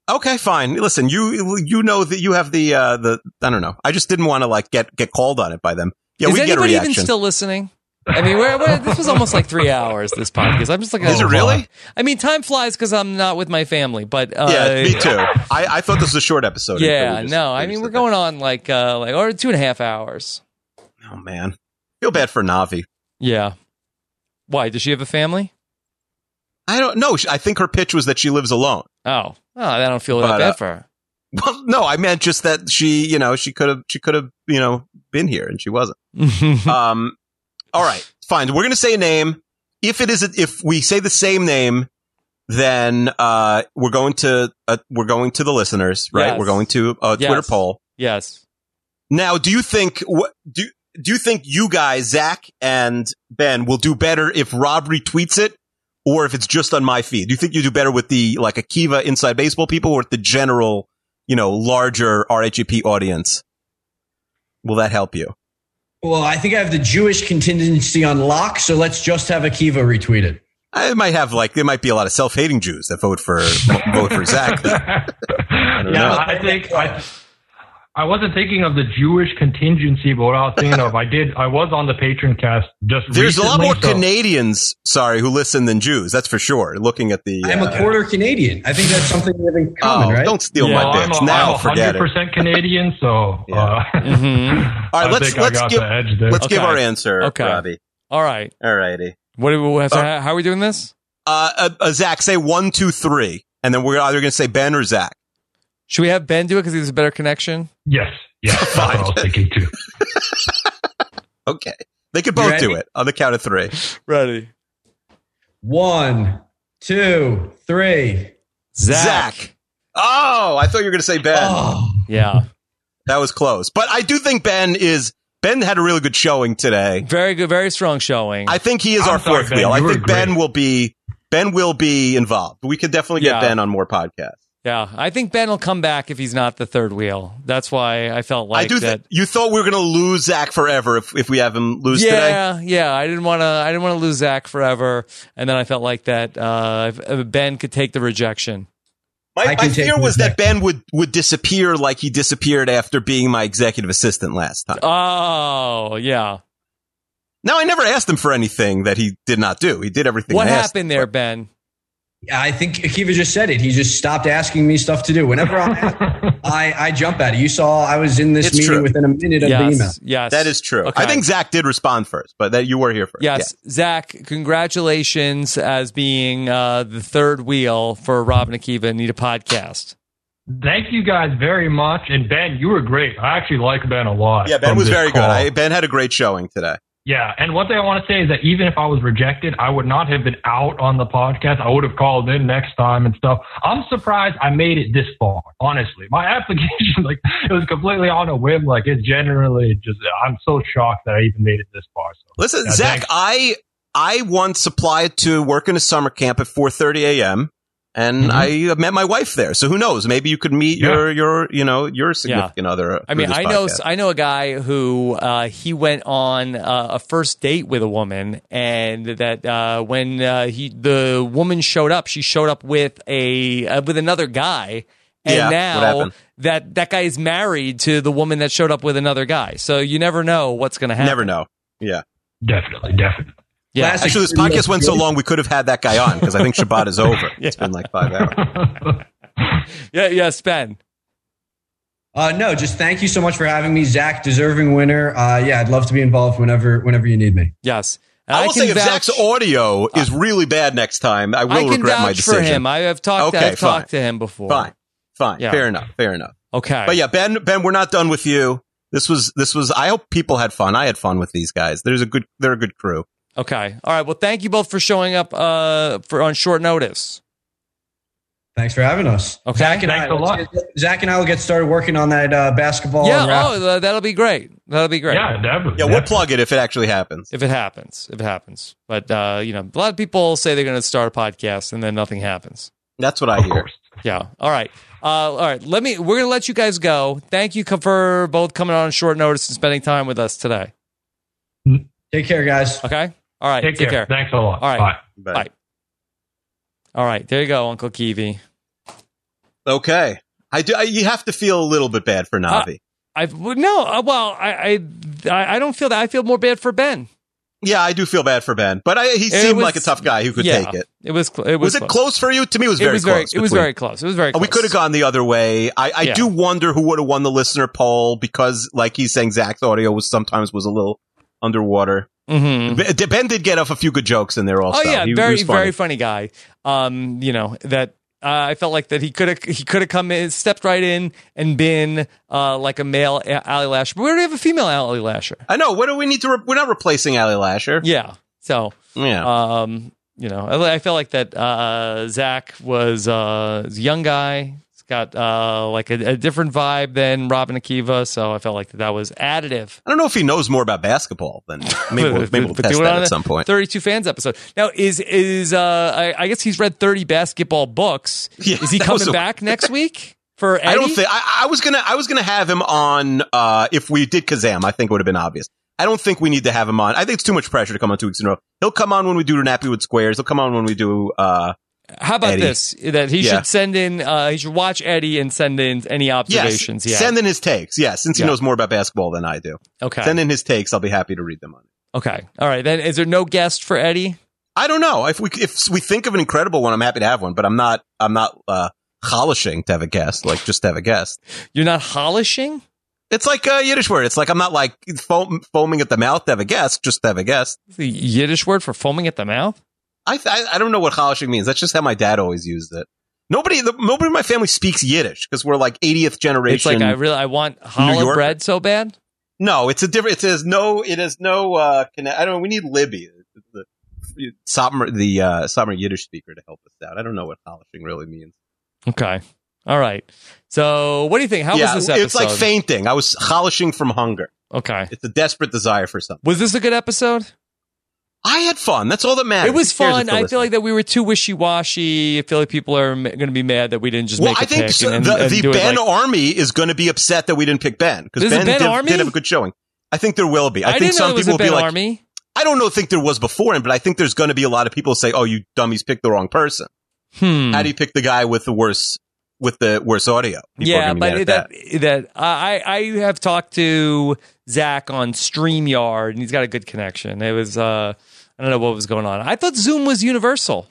S3: okay, fine. Listen, you you know that you have the uh, the I don't know. I just didn't want to like get get called on it by them. Yeah,
S2: Is
S3: we get a
S2: anybody
S3: reaction.
S2: even still listening? I mean, we're, we're- this was almost like three hours. This podcast. I'm just like, oh,
S3: Is it really?
S2: I mean, time flies because I'm not with my family. But uh,
S3: yeah, me too. I, I thought this was a short episode.
S2: Yeah, no. I mean, we're going on like uh, like or two and a half hours.
S3: Oh man, feel bad for Navi.
S2: Yeah. Why does she have a family?
S3: I don't know. She- I think her pitch was that she lives alone.
S2: Oh, oh, I don't feel that
S3: But,
S2: bad
S3: uh,
S2: for her.
S3: Well, no, I meant just that she, you know, she could have, she could have, you know, been here and she wasn't. um, all right, fine. We're gonna say a name. If it is, a, if we say the same name, then uh, we're going to uh, we're going to the listeners, right?
S2: Yes.
S3: We're going to a Twitter
S2: Yes.
S3: poll.
S2: Yes.
S3: Now, do you think what do do you think you guys, Zach and Ben, will do better if Rob retweets it? Or if it's just on my feed, do you think you do better with the like Akiva inside baseball people or with the general, you know, larger RHEP audience? Will that help you?
S15: Well, I think I have the Jewish contingency on lock, so let's just have Akiva retweet it.
S3: I might have like there might be a lot of self hating Jews that vote for vote for Zach. though. I don't
S18: Yeah,
S3: know.
S18: I think I, I wasn't thinking of the Jewish contingency, but what I was thinking of, I did, I was on the patron cast just
S3: There's a lot
S18: recently,
S3: more
S18: so-
S3: Canadians, sorry, who listen than Jews. That's for sure. Looking at the,
S15: I'm a
S3: uh,
S15: quarter Canadian. I think that's something we have in common,
S3: Oh,
S15: right?
S3: don't steal my
S18: Well, I'm
S3: bits.
S18: a-
S3: now
S18: I'm
S3: forget it. Mm-hmm.
S18: 100% Canadian, so. Uh,
S3: All right,
S18: I
S3: let's
S18: think I
S3: let's
S18: got
S3: give
S18: the edge there.
S3: let's give
S2: Okay.
S3: our answer,
S2: Okay.
S3: Robbie.
S2: All right.
S3: All righty.
S2: What do we, so how, how are we doing this?
S3: Uh, uh, uh, Zach, say one, two, three, and then we're either going to say Ben or Zach.
S2: Should we have Ben do it because he has a better connection?
S18: Yes. Yeah. Fine. I was thinking too.
S3: okay, they could both do
S15: ready?
S3: it on the count of three.
S2: Ready?
S15: One, two, three.
S3: Zach. Oh, I thought you were going to say Ben.
S18: Oh.
S2: Yeah.
S3: That was close, but I do think Ben is Ben had a really good showing today.
S2: Very good, very strong showing.
S3: I think he is
S2: I'm
S3: our
S2: sorry,
S3: fourth
S2: Ben,
S3: wheel. I
S2: you were
S3: think Ben will be Ben will be involved. We could definitely get
S2: Yeah.
S3: Ben on more podcasts.
S2: Yeah, I think Ben will come back if he's not the third wheel. That's why I felt like
S3: I do
S2: that.
S3: think you thought we were going to lose Zach forever if, if we have him lose today.
S2: yeah, yeah. I didn't want to. I didn't want to lose Zach forever, and then I felt like that uh, if- uh, Ben could take the rejection.
S3: My, my fear was that Ben would, would disappear like he disappeared after being my executive assistant last time.
S2: Oh, yeah.
S3: Now I never asked him for anything that he did not do. He did everything.
S2: What
S3: I asked.
S2: happened there, Ben?
S15: I think Akiva just said it. He just stopped asking me stuff to do. Whenever I'm asked, I, I jump at it. You saw I was in this
S3: It's
S15: meeting
S3: true.
S15: within a minute of the email.
S2: Yes.
S3: that is true.
S2: Okay.
S3: I think Zach did respond first, but that you were here first.
S2: Yes, Zach. Congratulations as being uh, the third wheel for Rob and Akiva and Need a podcast.
S18: Thank you guys very much. And Ben, you were great. I actually like Ben a lot.
S3: Yeah, yeah Ben
S18: from
S3: was
S18: this
S3: very good.
S18: call.
S3: I, ben had a great showing today.
S18: yeah. And one thing I want to say is that even if I was rejected, I would not have been out on the podcast. I would have called in next time and stuff. I'm surprised I made it this far, honestly. My application, like, it was completely on a whim. Like, it generally just, I'm so shocked that I even made it this far. So,
S3: Listen,
S18: yeah,
S3: Zach, I I once applied to work in a summer camp at 4:30 a.m. and
S18: Mm-hmm.
S3: I met my wife there. So who knows? Maybe you could meet your your you know your significant other.
S2: I
S3: through
S2: mean,
S3: this
S2: I know
S3: podcast.
S2: I know a guy who uh, he went on uh, a first date with a woman, and that uh, when uh, he the woman showed up, she showed up with a uh, with another guy, and
S3: Yeah, what
S2: now
S3: happened?
S2: that that guy is married to the woman that showed up with another guy. So you never know what's going to happen.
S3: Never know. Yeah.
S18: Definitely, definitely.
S2: Yeah.
S3: Actually, this podcast went so long, we could have had that guy on because I think Shabbat is over. It's been like five hours.
S2: Yeah, yes, Ben.
S15: Uh, no, just thank you so much for having me, Zach. Deserving winner. Uh, yeah, I'd love to be involved whenever whenever you need me.
S2: Yes,
S3: I will
S15: can
S3: say if
S15: vouch-
S3: Zach's audio is really bad next time, I will
S2: Uh, I can
S3: regret my
S2: vouch for
S3: decision.
S2: him. I have talked-
S3: Okay,
S2: I've
S3: fine.
S2: talked to him before.
S3: Fine, fine,
S2: Yeah.
S3: fair enough, fair enough.
S2: Okay,
S3: But yeah, Ben, Ben, we're not done with you. This was this was. I hope people had fun. I had fun with these guys. There's a good. They're a good crew.
S2: Okay. All right. Well, thank you both for showing up uh, for on short notice.
S15: Thanks for having us. Okay. Zach and I.
S2: Thanks a lot.
S15: let's get- Zach and I will get started working on that uh, basketball. and
S2: yeah,
S15: rap-
S2: oh, th- that'll be great. That'll be great.
S15: Yeah, definitely.
S3: Yeah, we'll plug it if it actually happens.
S2: If it happens, if it happens. But uh, you know, a lot of people say they're going to start a podcast and then nothing happens.
S3: That's what I hear.
S2: Yeah. All right. Uh, all right. Let me. We're going to let you guys go. Thank you co- for both coming on short notice and spending time with us today.
S15: Take care, guys.
S2: Okay. All right.
S15: Take
S2: Take,
S15: care.
S2: care.
S15: Thanks a lot.
S2: All right.
S15: Bye.
S2: Bye. All right. There you go, Uncle Kiwi.
S3: Okay. I do. I, you have to feel a little bit
S2: Uh,
S3: bad for Navi.
S2: I well, no. uh, Well, I I I I don't feel that. I feel more bad for Ben.
S3: yeah, I do feel bad for Ben, but I, he
S2: It
S3: seemed
S2: was-
S3: like a tough guy who could
S2: yeah.
S3: take it.
S2: It was. cl- It was.
S3: it close for you? To me, it was very close.
S2: It was
S3: between-
S2: very close. It was very.
S3: Uh,
S2: close.
S3: We could have gone the other way. I, I
S2: Yeah.
S3: do wonder who would have won the listener poll because, like he's saying, Zach's audio was sometimes was a little underwater.
S2: Mhm.
S3: Ben, ben did get off a few good jokes in there also.
S2: Oh yeah,
S3: He- he
S2: very
S3: was funny.
S2: very funny guy. Um, you know that uh, I felt like that he could have he could have come in, stepped right in and been uh like a male A- Ally Lasher. But we already have a female Ally Lasher.
S3: I know. What do we need to? Re- we're not replacing Ally Lasher.
S2: Yeah. So
S3: yeah.
S2: Um, you know, I, I felt like that uh Zach was uh is a young guy. It's got uh like a, a different vibe than Robin Akiva. So I felt like that, that was additive.
S3: I don't know if he knows more about basketball than maybe we'll, maybe we'll
S2: But
S3: test
S2: do it
S3: that
S2: on
S3: at
S2: a
S3: some point.
S2: 32 fans episode. Now is is uh I, I guess he's read 30 basketball books. is he
S3: that was
S2: coming
S3: a-
S2: back next week for Eddie?
S3: I don't think I, I was gonna. I was gonna have him on uh, if we did Kazam. I think it would have been obvious. I don't think we need to have him on. I think it's too much pressure to come on two weeks in a row. He'll come on when we do Nappywood Squares. He'll come on when we do. Uh,
S2: How about
S3: Eddie.
S2: this? That he
S3: Yeah.
S2: should send in uh he should watch Eddie and send in any
S3: Yes,
S2: observations. yeah.
S3: send in his takes. Yeah, since he
S2: Yeah.
S3: knows more about basketball than I do.
S2: Okay.
S3: send in his takes. I'll be happy to read them on. it.
S2: okay. All right. Then is there no guest for Eddie?
S3: I don't know if we if we think of an incredible one. I'm happy to have one, but I'm not. I'm not uh, holishing to have a guest. Like just to have a guest.
S2: You're not holishing.
S3: It's like a Yiddish word. It's like I'm not like foam, foaming at the mouth to have a guest. Just to have a guest.
S2: The Yiddish word for foaming at the mouth.
S3: I I, I don't know what holishing means. That's just how my dad always used it. Nobody the, nobody in my family speaks Yiddish because we're like 80th generation.
S2: It's like I really I want challah
S3: Yorker.
S2: bread so bad.
S3: No, it's a different. It has no. It has no. Uh, conne- I don't. know. We need Libby, the the Satmar- the uh, Satmar Yiddish speaker, to help us out. I don't know what polishing really means.
S2: Okay. All right. So what do you think? How
S3: Yeah,
S2: was this episode?
S3: It's like fainting. I was holishing from hunger.
S2: Okay.
S3: It's a desperate desire for something.
S2: Was this a good episode?
S3: I had fun. That's all that matters.
S2: It was
S3: Who cares if
S2: fun.
S3: they're
S2: I feel
S3: listening?
S2: like that we were too wishy washy. I feel like people are going to be mad that we didn't just
S3: Well,
S2: make a
S3: I think
S2: pick
S3: so-
S2: and,
S3: the,
S2: and
S3: the
S2: do it
S3: Ben
S2: like-
S3: Army is going to be upset that we didn't pick Ben because
S2: There's a
S3: Ben,
S2: Ben
S3: did,
S2: Army?
S3: did have a good showing. I think there will be. I,
S2: I
S3: think
S2: didn't know
S3: some
S2: there was
S3: people
S2: a
S3: will be
S2: Ben
S3: like,
S2: Army.
S3: I don't know. Think there was before him, but I think there's going to be a lot of people say, "Oh, you dummies picked the wrong person."
S2: Hmm.
S3: How do you pick the guy with the worse with the worse audio? People are
S2: yeah,
S3: gonna be
S2: but
S3: mad
S2: it- uh,
S3: at
S2: that that, I I I have talked to Zach on Streamyard and he's got a good connection. It was uh I don't know what was going on. I thought Zoom was universal.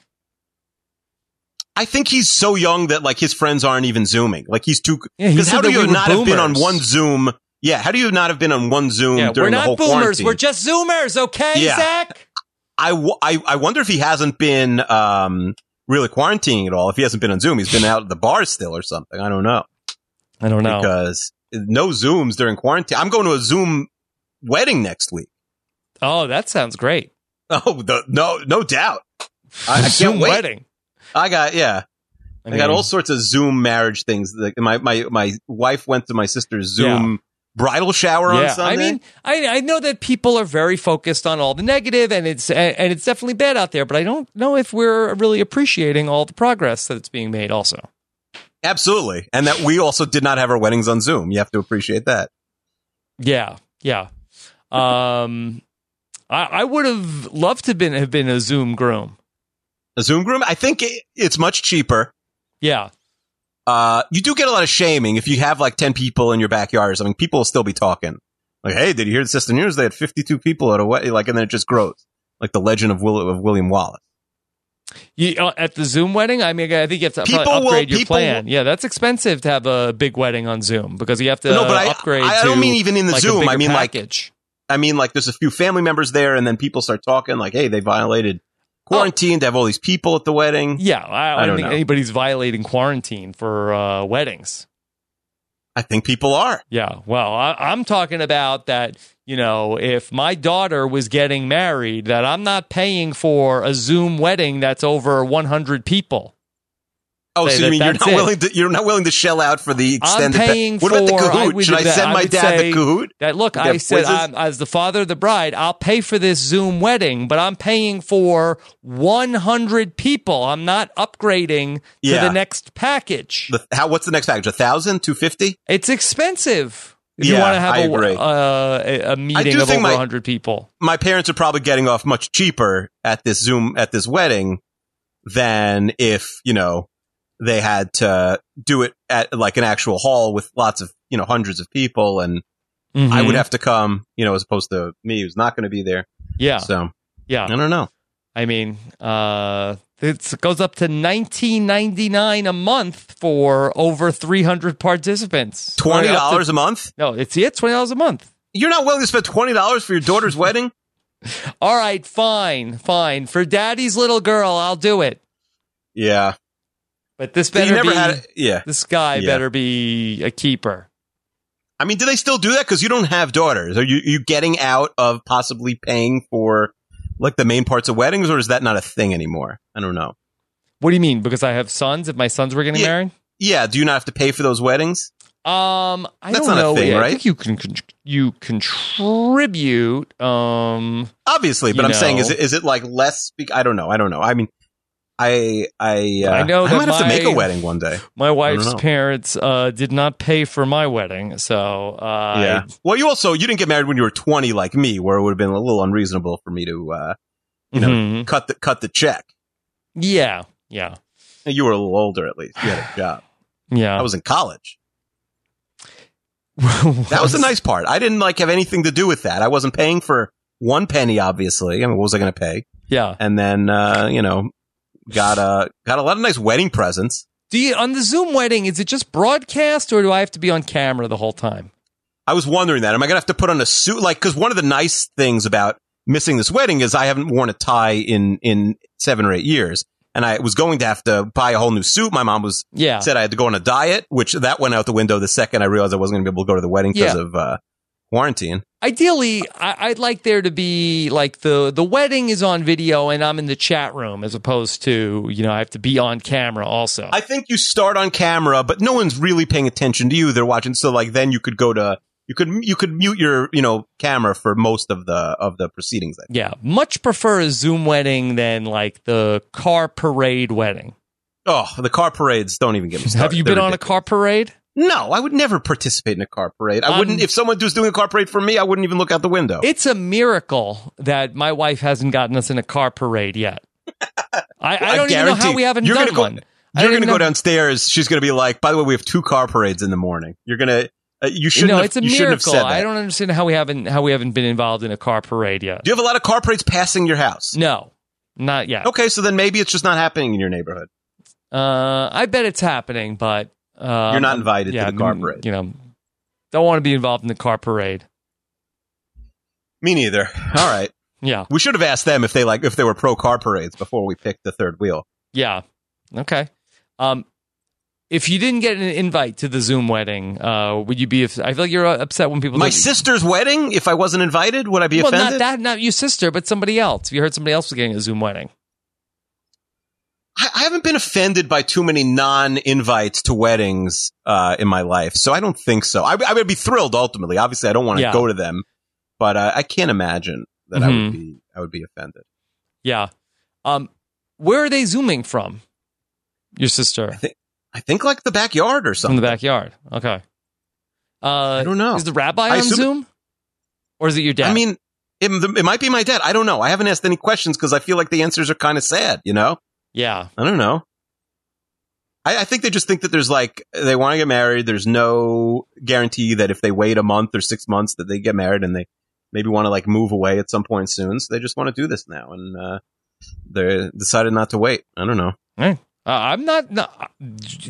S3: I think he's so young that like his friends aren't even zooming. Like he's too.
S2: Yeah, he
S3: Because how
S2: said
S3: do
S2: that
S3: you
S2: we were
S3: not have been on
S2: boomers.
S3: one Zoom? Yeah, how do you not have been on one Zoom
S2: Yeah,
S3: during
S2: we're
S3: the whole
S2: not boomers.
S3: quarantine?
S2: We're just Zoomers. Okay,
S3: Yeah.
S2: Zach.
S3: I, w- I, I wonder if he hasn't been um, really quarantining at all. If he hasn't been on Zoom, he's been out at the bar still or something. I don't know.
S2: I don't know.
S3: Because no Zooms during quarantine. I'm going to a Zoom wedding next week.
S2: Oh, that sounds great.
S3: Oh, the, no, no doubt. I, I can't
S2: Zoom
S3: wait.
S2: wedding.
S3: I got, yeah. I,
S2: I
S3: got
S2: mean-
S3: all sorts of Zoom marriage things. Like my, my, my wife went to my sister's Zoom bridal shower on
S2: Yeah, I
S3: Sunday.
S2: mean, I, I know that people are very focused on all the negative, and it's and it's definitely bad out there. But I don't know if we're really appreciating all the progress that's being made. Also,
S3: absolutely. And that we also did not have our weddings on Zoom. You have to appreciate that.
S2: yeah, yeah. Um, I, I would have loved to been have been a Zoom groom.
S3: A Zoom groom, I think it, it's much cheaper.
S2: Yeah.
S3: Uh, you do get a lot of shaming if you have like 10 people in your backyard or something. People will still be talking. Like, hey, did you hear the sister news? They had 52 people at a wedding. Like, and then it just grows. Like the legend of, Will- of William Wallace.
S2: You, uh, at the Zoom wedding, I mean, I think you have to
S3: People
S2: probably
S3: will-
S2: upgrade your
S3: people
S2: plan.
S3: will-
S2: yeah, that's expensive to have a big wedding on Zoom because you have to
S3: no, but I,
S2: upgrade.
S3: I, I don't
S2: to,
S3: mean even in the
S2: like, a
S3: Zoom. I
S2: bigger
S3: mean
S2: package.
S3: like, I mean like there's a few family members there and then people start talking like, hey, they violated quarantine to have all these people at the wedding.
S2: yeah, I, I
S3: I
S2: don't
S3: don't
S2: think
S3: know.
S2: anybody's violating quarantine for uh, weddings.
S3: I think people are.
S2: Yeah. Well, I, I'm talking about that. You know, if my daughter was getting married, that I'm not paying for a Zoom wedding that's over 100 people.
S3: Oh,
S2: say
S3: so you
S2: that
S3: mean you're
S2: that's
S3: not
S2: it.
S3: willing to you're not willing to shell out for the
S2: I'm
S3: extended? pa-
S2: paying
S3: what about the
S2: for-
S3: Kahoot?
S2: would
S3: Should I
S2: do that.
S3: send my
S2: would
S3: dad
S2: say
S3: the Kahoot?
S2: That look,
S3: Yeah,
S2: I said,
S3: quizzes?
S2: I'm, as the father of the bride, I'll pay for this Zoom wedding, but I'm paying for 100 people. I'm not upgrading to
S3: Yeah.
S2: the next package.
S3: The- how? What's the next package? A thousand? Two fifty?
S2: It's expensive. If you
S3: Yeah,
S2: want to have
S3: I
S2: a-
S3: agree.
S2: uh, a, a meeting
S3: do
S2: of over
S3: think my-
S2: 100 people.
S3: My parents are probably getting off much cheaper at this Zoom at this wedding than if you know they had to do it at like an actual hall with lots of you know hundreds of people, and I
S2: Mhm.
S3: would have to come, you know, as opposed to me who's not going to be there.
S2: Yeah.
S3: So
S2: Yeah.
S3: I don't know.
S2: I mean, uh, it goes up to 19.99 a month for over 300 participants.
S3: twenty
S2: Up
S3: dollars
S2: to-
S3: a month?
S2: No, it's it's twenty dollars a month.
S3: You're not willing to spend twenty dollars for your daughter's wedding?
S2: All right, fine, fine. For daddy's little girl, I'll do it.
S3: Yeah.
S2: But this
S3: So you
S2: better
S3: never
S2: be
S3: had a- yeah.
S2: This guy
S3: Yeah.
S2: better be a keeper.
S3: I mean, do they still do that? Because you don't have daughters. Are you you getting out of possibly paying for like the main parts of weddings, or is that not a thing anymore? I don't know.
S2: What do you mean? Because I have sons. If my sons were getting married,
S3: Yeah, do you not have to pay for those weddings?
S2: um, I
S3: That's
S2: don't
S3: not a
S2: know.
S3: thing,
S2: Yeah, I
S3: right?
S2: think you can con- you contribute. Um,
S3: Obviously, but
S2: you
S3: I'm saying,
S2: know.
S3: is it is it like less? Be- I don't know. I don't know. I mean, I I uh,
S2: I know
S3: I
S2: that
S3: might have to make a
S2: my-
S3: wedding one day.
S2: My
S3: I
S2: wife's
S3: don't know.
S2: parents uh, did not pay for my wedding, so uh,
S3: yeah.
S2: I-
S3: Well, you also you didn't get married when you were 20, like me, where it would have been a little unreasonable for me to, uh, you know, cut the cut the check.
S2: yeah, Mm-hmm. yeah,
S3: And You were a little older, at least. You had a job.
S2: yeah.
S3: I was in college. that was the nice part. I didn't like have anything to do with that. I wasn't paying for one penny, obviously. I mean, what was I going to pay?
S2: Yeah.
S3: And then, uh, you know, got a got a lot of nice wedding presents.
S2: Do you on the Zoom wedding? Is it just broadcast, or do I have to be on camera the whole time?
S3: I was wondering that. Am I going to have to put on a suit? Like, because one of the nice things about missing this wedding is I haven't worn a tie in in seven or eight years, and I was going to have to buy a whole new suit. My mom was
S2: Yeah.
S3: said I had to go on a diet, which that went out the window the second I realized I wasn't going to be able to go to the wedding because
S2: Yeah.
S3: of uh, quarantine.
S2: Ideally, I, I'd like there to be like the the wedding is on video, and I'm in the chat room, as opposed to you know I have to be on camera also.
S3: I think you start on camera, but no one's really paying attention to you. They're watching, so like then you could go to you could you could mute your you know camera for most of the of the proceedings. I think.
S2: yeah, much prefer a Zoom wedding than like the car parade wedding.
S3: Oh, the car parades! Don't even get me started.
S2: Have you been on a car parade?
S3: No, I would never participate in a car parade. I
S2: Um,
S3: wouldn't. If someone was doing a car parade for me, I wouldn't even look out the window.
S2: It's a miracle that my wife hasn't gotten us in a car parade yet. I, I don't even know how
S3: guarantee
S2: we haven't
S3: you're
S2: done
S3: gonna go,
S2: one. I don't
S3: You're going
S2: even
S3: to go
S2: know-
S3: downstairs. She's going to be like, "By the way, we have two car parades in the morning." You're going to. Uh, you shouldn't.
S2: no,
S3: have,
S2: it's a
S3: you shouldn't
S2: miracle.
S3: have said that.
S2: I don't understand how we haven't how we haven't been involved in a car parade yet.
S3: Do you have a lot of car parades passing your house?
S2: No, not yet.
S3: Okay, so then maybe it's just not happening in your neighborhood.
S2: Uh, I bet it's happening, but uh,
S3: You're not invited to
S2: yeah,
S3: the car
S2: mm,
S3: parade.
S2: You know, don't want to be involved in the car parade.
S3: Me neither. All right.
S2: Yeah,
S3: We should have asked them if they like if they were pro car parades before we picked the third wheel.
S2: yeah, okay. Um, if you didn't get an invite to the Zoom wedding, uh, would you be? ups- I feel like you're uh, upset when people.
S3: My
S2: don't-
S3: sister's wedding. If I wasn't invited, would I be
S2: well,
S3: offended?
S2: not that, not your sister, but somebody else. You heard somebody else was getting a Zoom wedding.
S3: I, I haven't been offended by too many non-invites to weddings uh, in my life, so I don't think so. I, I would be thrilled ultimately. Obviously, I don't want to
S2: Yeah.
S3: go to them, but uh, I can't imagine that I
S2: Mhm.
S3: would be I would be offended.
S2: Yeah. Um, where are they zooming from? Your sister. I
S3: think, I think like the backyard or something.
S2: From the backyard. Okay. Uh, I don't know. Is the rabbi
S3: I
S2: on
S3: assume-
S2: Zoom? Or is it your dad?
S3: I mean, it, it might be my dad. I don't know. I haven't asked any questions because I feel like the answers are kind of sad. You know?
S2: Yeah.
S3: I don't know. I, I think they just think that there's like they want to get married. There's no guarantee that if they wait a month or six months that they get married, and they maybe want to like move away at some point soon. So they just want to do this now, and uh, they decided not to wait. I don't know.
S2: Hey, uh, I'm not, no-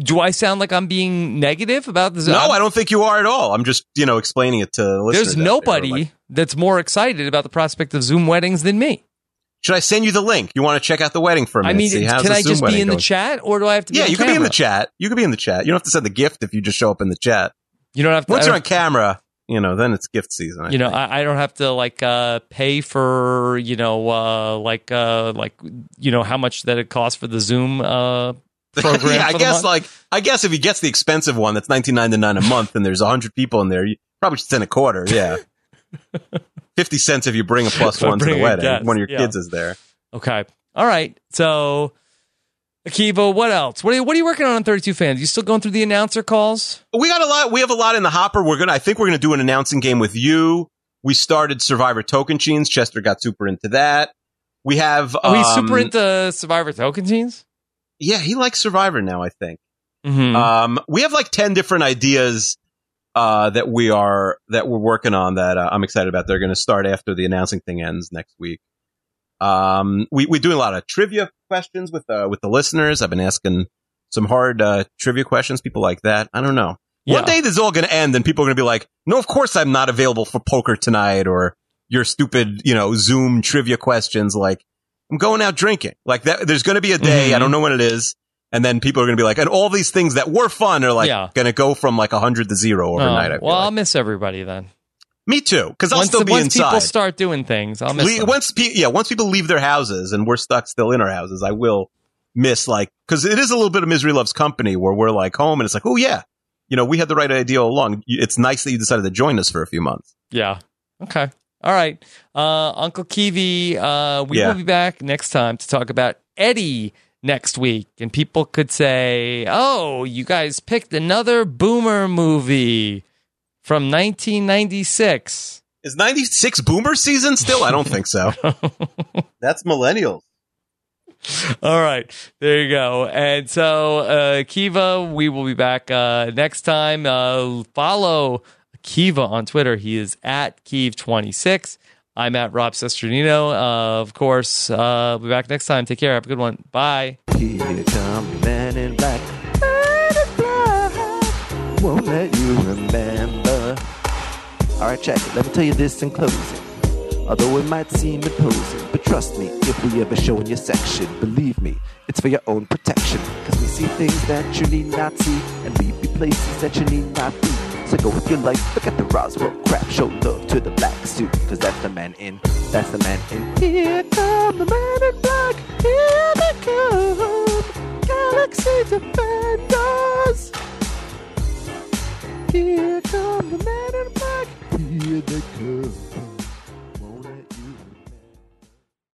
S2: Do I sound like I'm being negative about this?
S3: No,
S2: I'm-
S3: I don't think you are at all. I'm just you know explaining it to the listeners.
S2: There's
S3: out there.
S2: nobody that's more excited about the prospect of Zoom weddings than me.
S3: Should I send you the link? You want to check out the wedding for me?
S2: I
S3: and
S2: mean,
S3: see how's
S2: can
S3: the
S2: I
S3: Zoom
S2: just
S3: wedding
S2: be in the
S3: going?
S2: chat or do I have to be
S3: Yeah,
S2: on
S3: you could be in
S2: camera?
S3: the chat. You could be in the chat. You don't have to send the gift if you just show up in the chat.
S2: You don't have to-
S3: Once
S2: I
S3: you're on
S2: don't-
S3: camera, you know, then it's gift season. I
S2: you know I, I don't have to like uh pay for you know uh like uh like you know how much that it costs for the zoom uh program.
S3: yeah,
S2: for
S3: I
S2: the
S3: guess
S2: month?
S3: like I guess if he gets the expensive one that's nineteen ninety nine a month and there's hundred people in there, you probably should send a quarter. Yeah, fifty cents if you bring a plus
S2: If I
S3: one to
S2: bring
S3: the
S2: a
S3: wedding.
S2: guest,
S3: one of your
S2: yeah.
S3: kids is there.
S2: Okay. All right. So, Akiva, what else? What are, what are you working on on 32 fans? You still going through the announcer calls?
S3: We got a lot. We have a lot in the hopper. We're gonna. I think we're gonna do an announcing game with you. We started Survivor Token Chains. Chester got super into that. We have.
S2: Are we
S3: um,
S2: super into Survivor Token teams?
S3: Yeah, he likes Survivor now. I think. Um, we have like ten different ideas uh, that we are that we're working on that uh, I'm excited about. They're going to start after the announcing thing ends next week. Um, we we're doing a lot of trivia questions with uh, with the listeners. I've been asking some hard uh, trivia questions. People like that. I don't know. One day this is all going to end, and people are going to be like, "No, of course I'm not available for poker tonight," or your stupid, you know, Zoom trivia questions. Like, I'm going out drinking. Like that. There's going to be a day.
S2: Mm-hmm.
S3: I don't know when it is. And then people are going to be like, and all these things that were fun are like
S2: Yeah.
S3: going to go from like 100 to zero overnight.
S2: Oh,
S3: I feel
S2: well,
S3: like.
S2: I'll miss everybody then.
S3: Me too, because I'll
S2: once
S3: still
S2: the-
S3: be
S2: once
S3: inside.
S2: people start doing things, I'll miss
S3: We-
S2: them.
S3: once pe- yeah, once people leave their houses and we're stuck still in our houses, I will miss like because it is a little bit of misery loves company where we're like home and it's like, oh yeah, you know, we had the right idea all along. You- It's nice that you decided to join us for a few months.
S2: Yeah. Okay. All right. Uh, Uncle Kiwi, uh, we
S3: Yeah.
S2: will be back next time to talk about Eddie next week. And people could say, oh, you guys picked another boomer movie from 1996.
S3: Is 96 boomer season still? I don't think so. That's millennials.
S2: All right. There you go. And so, uh, Kiva, we will be back uh, next time. Uh, follow Kiva on Twitter. He is at Keeve26. I'm at Rob Sesternino. Uh, of course, uh, we'll be back next time. Take care. Have a good one. Bye.
S1: Here come the man in black. Man in black. Won't let you remember. Alright, check it. Let me tell you this in closing. Although it might seem imposing, but trust me, if we ever show in your section, believe me, it's for your own protection. Cause we see things that you need not see, and we be places that you need not be. So go with your life, look at the Roswell crap, show love to the black suit, cause that's the man in, that's the man in. Here come the man in black, here they come, Galaxy Defenders! Here come the man in black, here they come.